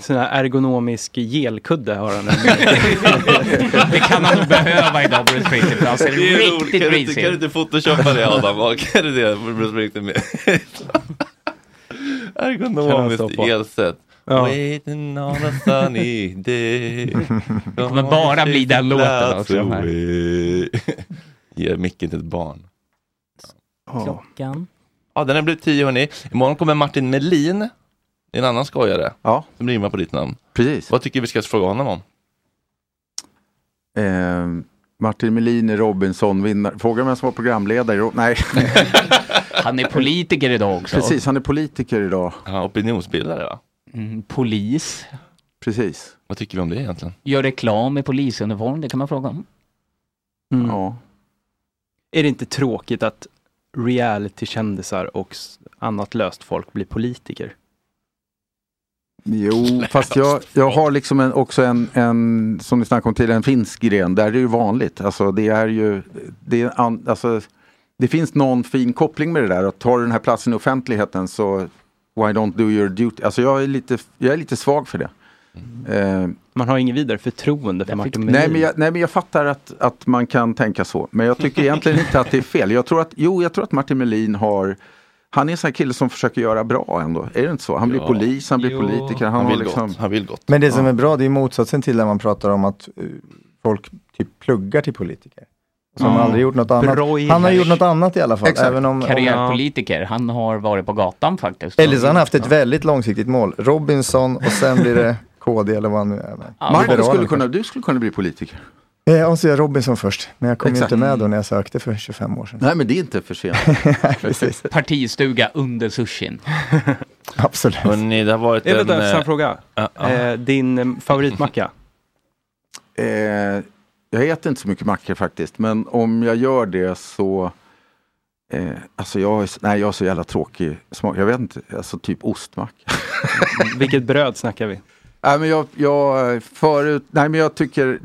[SPEAKER 6] Sån här ergonomisk gelkudde har han.
[SPEAKER 7] det kan han nog behöva idag, Bruce Springsteen, för han ser
[SPEAKER 1] alltså, Det är roligt.
[SPEAKER 7] riktigt
[SPEAKER 1] kan, du inte,
[SPEAKER 7] risig
[SPEAKER 1] kan du
[SPEAKER 7] ut.
[SPEAKER 1] inte photoshoppa det Adam? Kan du det? för Bruce Springsteen med?
[SPEAKER 6] stå
[SPEAKER 1] Ergonomiskt
[SPEAKER 6] på?
[SPEAKER 1] elsätt.
[SPEAKER 6] Ja.
[SPEAKER 1] Waiting on a sunny day.
[SPEAKER 7] Det kommer bara bli den låten också, de här.
[SPEAKER 1] Ge micken till ett barn.
[SPEAKER 8] Klockan.
[SPEAKER 1] Ja, den har blivit tio hörni. Imorgon kommer Martin Melin. Det är en annan skojare.
[SPEAKER 10] Ja.
[SPEAKER 1] Som rimmar på ditt namn.
[SPEAKER 10] Precis.
[SPEAKER 1] Vad tycker vi ska fråga honom om?
[SPEAKER 10] Eh, Martin Melin är Robinson-vinnare. Fråga vem som var programledare. Jo, Nej.
[SPEAKER 7] Han är politiker idag också.
[SPEAKER 10] Precis, han är politiker idag.
[SPEAKER 1] Ja, opinionsbildare va?
[SPEAKER 7] Mm, polis.
[SPEAKER 10] Precis.
[SPEAKER 1] Vad tycker vi om det egentligen?
[SPEAKER 7] Gör reklam i polisuniform, det kan man fråga om.
[SPEAKER 10] Ja.
[SPEAKER 6] Är det inte tråkigt att reality-kändisar och s- annat löst folk blir politiker?
[SPEAKER 10] Jo, fast jag, jag har liksom en, också en, en, som ni snackade om tidigare, en finsk gren. Där är det ju vanligt. Alltså, det är ju, det, är en an, alltså, det finns någon fin koppling med det där. Att tar du den här platsen i offentligheten så why don't do your duty. Alltså jag är lite, jag är lite svag för det. Eh,
[SPEAKER 6] Man har ingen vidare förtroende för Martin Melin.
[SPEAKER 10] Nej men, jag, nej men jag fattar att, att man kan tänka så. Men jag tycker egentligen inte att det är fel. Jag tror att, jo, jag tror att Martin Melin har han är en sån här kille som försöker göra bra ändå. Är det inte så? Han blir
[SPEAKER 1] Ja.
[SPEAKER 10] polis, han blir
[SPEAKER 1] Jo.
[SPEAKER 10] politiker. Han,
[SPEAKER 1] Han
[SPEAKER 10] har
[SPEAKER 1] vill
[SPEAKER 10] liksom...
[SPEAKER 1] gott. Han vill gott.
[SPEAKER 10] Men
[SPEAKER 9] Men det som är bra, det är motsatsen till när man pratar om att eh, folk typ pluggar till politiker. Som
[SPEAKER 7] Ja.
[SPEAKER 9] aldrig gjort något annat.
[SPEAKER 7] Broilers.
[SPEAKER 9] Han har gjort något annat Mm. i alla fall. Även om, om,
[SPEAKER 7] Karriärpolitiker, han har varit på gatan faktiskt.
[SPEAKER 9] eller så har han haft ett
[SPEAKER 7] Ja.
[SPEAKER 9] väldigt långsiktigt mål. Robinson och sen blir det KD eller vad han nu är.
[SPEAKER 10] Ja, Marcus skulle kunna, du skulle kunna bli politiker.
[SPEAKER 9] Eh, och så gör Robinson först, men jag kom ju
[SPEAKER 10] Exakt.
[SPEAKER 9] inte med då när jag sökte för 25 år sedan.
[SPEAKER 10] Nej men det är inte för sent.
[SPEAKER 7] Partistuga under sushin.
[SPEAKER 9] Absolut.
[SPEAKER 1] Hörrni, det har varit
[SPEAKER 6] Jag vet
[SPEAKER 1] en...
[SPEAKER 6] inte, snabb
[SPEAKER 1] eh,
[SPEAKER 6] fråga.
[SPEAKER 1] ja, ja.
[SPEAKER 6] Eh, din eh, favoritmacka?
[SPEAKER 10] Eh, jag äter inte så mycket mackor faktiskt, men om jag gör det så... Eh, alltså jag, är, nej, jag har så jävla tråkig smak. Jag vet inte, alltså typ ostmacka.
[SPEAKER 6] Vilket bröd snackar vi?
[SPEAKER 10] nej, men jag, jag, förut, nej men jag tycker...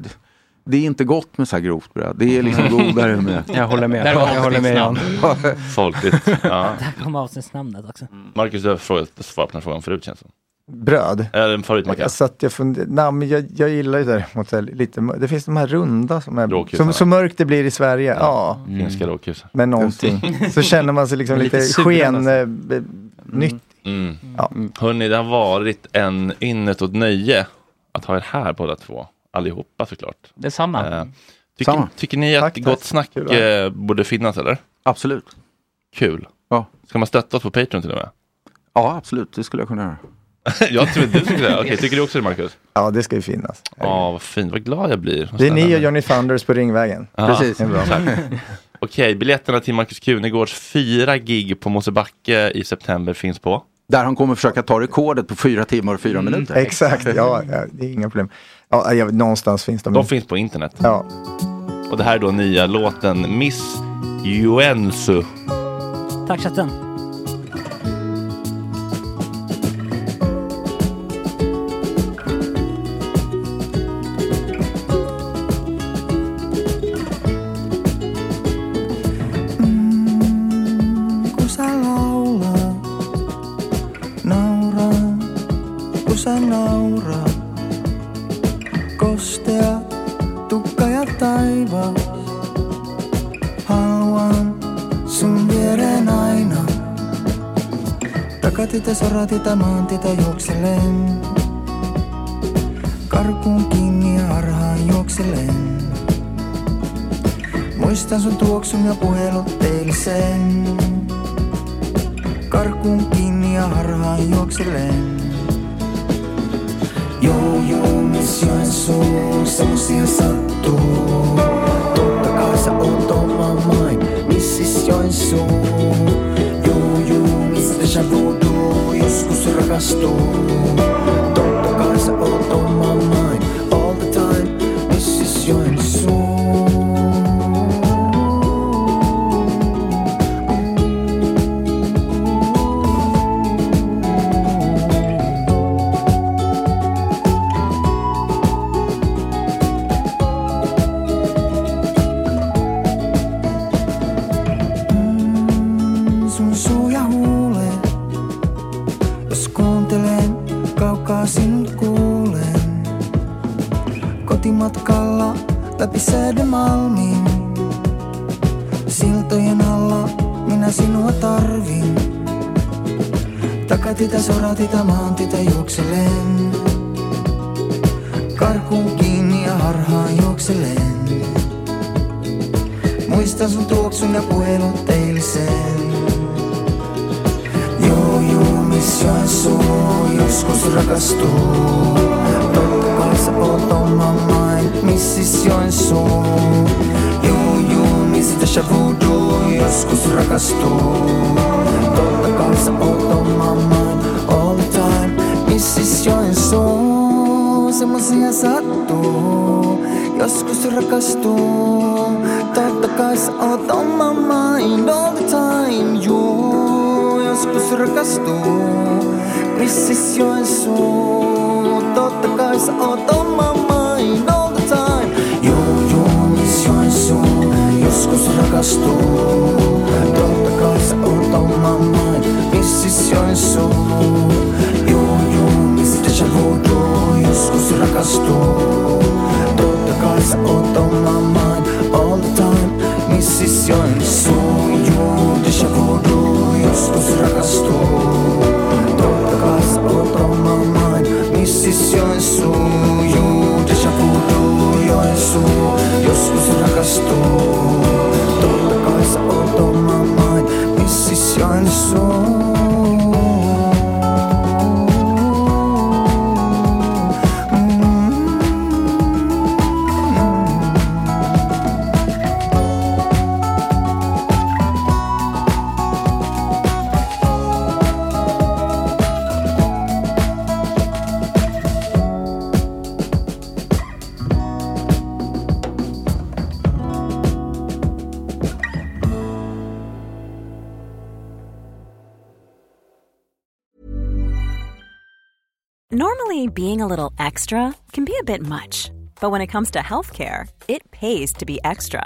[SPEAKER 10] Det är inte gott med så här grovt bröd. Det är liksom godare med...
[SPEAKER 6] Jag håller med. Där var Jag håller med, Jan.
[SPEAKER 1] Folkligt. Ja.
[SPEAKER 8] Där kom avsnittsnamnet också.
[SPEAKER 1] Marcus, du har frågat, svarat på den här frågan förut känns det som.
[SPEAKER 9] Bröd.
[SPEAKER 1] Eller en favoritmacka.
[SPEAKER 9] Jag satt, jag funderade, nej men jag, jag gillar ju däremot så här lite, mör- det finns de här runda som är, som,
[SPEAKER 1] Råkusarna.
[SPEAKER 9] så mörkt det blir i Sverige, ja.
[SPEAKER 7] Mm.
[SPEAKER 1] Finska råkus.
[SPEAKER 9] Men någonting, så känner man sig liksom
[SPEAKER 10] Mm.
[SPEAKER 6] Lite
[SPEAKER 9] lite,
[SPEAKER 6] sura
[SPEAKER 9] sken,
[SPEAKER 6] nästan.
[SPEAKER 9] eh, be- nytt.
[SPEAKER 1] Mm.
[SPEAKER 9] Ja.
[SPEAKER 1] Hörni, det har varit en inåt nöje att ha er här båda två. Allihopa såklart.
[SPEAKER 7] Detsamma.
[SPEAKER 1] Eh, tycker,
[SPEAKER 10] Samma.
[SPEAKER 1] tycker ni att Gott Snack
[SPEAKER 10] Kul att vara
[SPEAKER 1] eh, borde finnas eller?
[SPEAKER 10] Absolut.
[SPEAKER 1] Kul.
[SPEAKER 10] Ja.
[SPEAKER 1] Ska man stötta oss på Patreon till och med?
[SPEAKER 10] Ja, absolut. Det skulle jag kunna göra.
[SPEAKER 1] jag trodde du skulle det. Okej, tycker du också det Marcus?
[SPEAKER 9] Ja, det ska ju finnas.
[SPEAKER 1] Ja, vad fint. Vad glad jag blir.
[SPEAKER 9] Det är ni och Johnny Thunders på Ringvägen.
[SPEAKER 1] Ja,
[SPEAKER 9] Det är bra.
[SPEAKER 1] exakt. Okej, biljetterna till Marcus Kunegårds fyra gig på Mosebacke i september finns på.
[SPEAKER 10] Där han kommer försöka ta rekordet på fyra timmar och fyra
[SPEAKER 6] Mm.
[SPEAKER 10] minuter.
[SPEAKER 9] Exakt, ja, ja, det är inga problem. Ja, jag, någonstans finns de.
[SPEAKER 1] De finns på internet.
[SPEAKER 9] Ja.
[SPEAKER 1] Och det här är då nya låten Miss Juensu.
[SPEAKER 8] Tack chatten.
[SPEAKER 14] kun sä laulat. Nauraa, kun sä naurat. Kostea, tukka ja taivas. Haluan sun viereen aina. Takatita, soratita, maantita juokselen. Karkuun kiinni ja harhaan juokselen. Muistan sun tuoksun ja puhelut teille sen. Karkuun kiinni ja harhaan juokselen.
[SPEAKER 15] Jojo, miss Jönsson, Samusia Santtu. Totta kai sä oot oma main, missis Joensuu. Jojo, mistä sä voodoo, joskus rakastuu. Totta kai sä oot oma main, all the time, missis Joensuu.
[SPEAKER 14] sun suuja huuleen. Jos kuuntelen, kaukaa sinut kuulen. Kotimatkalla läpi Södermalmin. Siltojen alla minä sinua tarvin. Takatita, soratita, maantita juokselen. Karkuun kiinni ja harhaan juokselen. Muistan sun tuoksun ja puhelun teillisen.
[SPEAKER 15] Jojo, miss Jönsson, joskus rakastuu. Totta kai sä oot oma main, missis Jönsson. Jojo, mistä sä voodoo, joskus rakastuu. Totta kai sä oot oma main, all the time, missis Jönsson. Semmosia sattuu, joskus rakastuu. Totta kai sä oot oma main, all the time, joo. Joskus rakastuu, missis Joensuu. Totta kai sä oot oma main, all the time, joo joo, miss Joensuu. Joskus rakastuu, totta kai sä oot oma main, missis Joensuu. Joo joo, miss deja voodoo. Joskus rakastuu, totta kai sä oot oma main, all the time, missis Joensuu. Joo, deja voodoo. Joskus rakastuu, totta kai sä oot oma main, missis Joensuu. Joo, deja voodoo. Joensuu, joskus rakastuu. Totta kai sä oot oma main, missis Joensuu.
[SPEAKER 16] Normally, being a little extra can be a bit much, but when it comes to healthcare, it pays to be extra.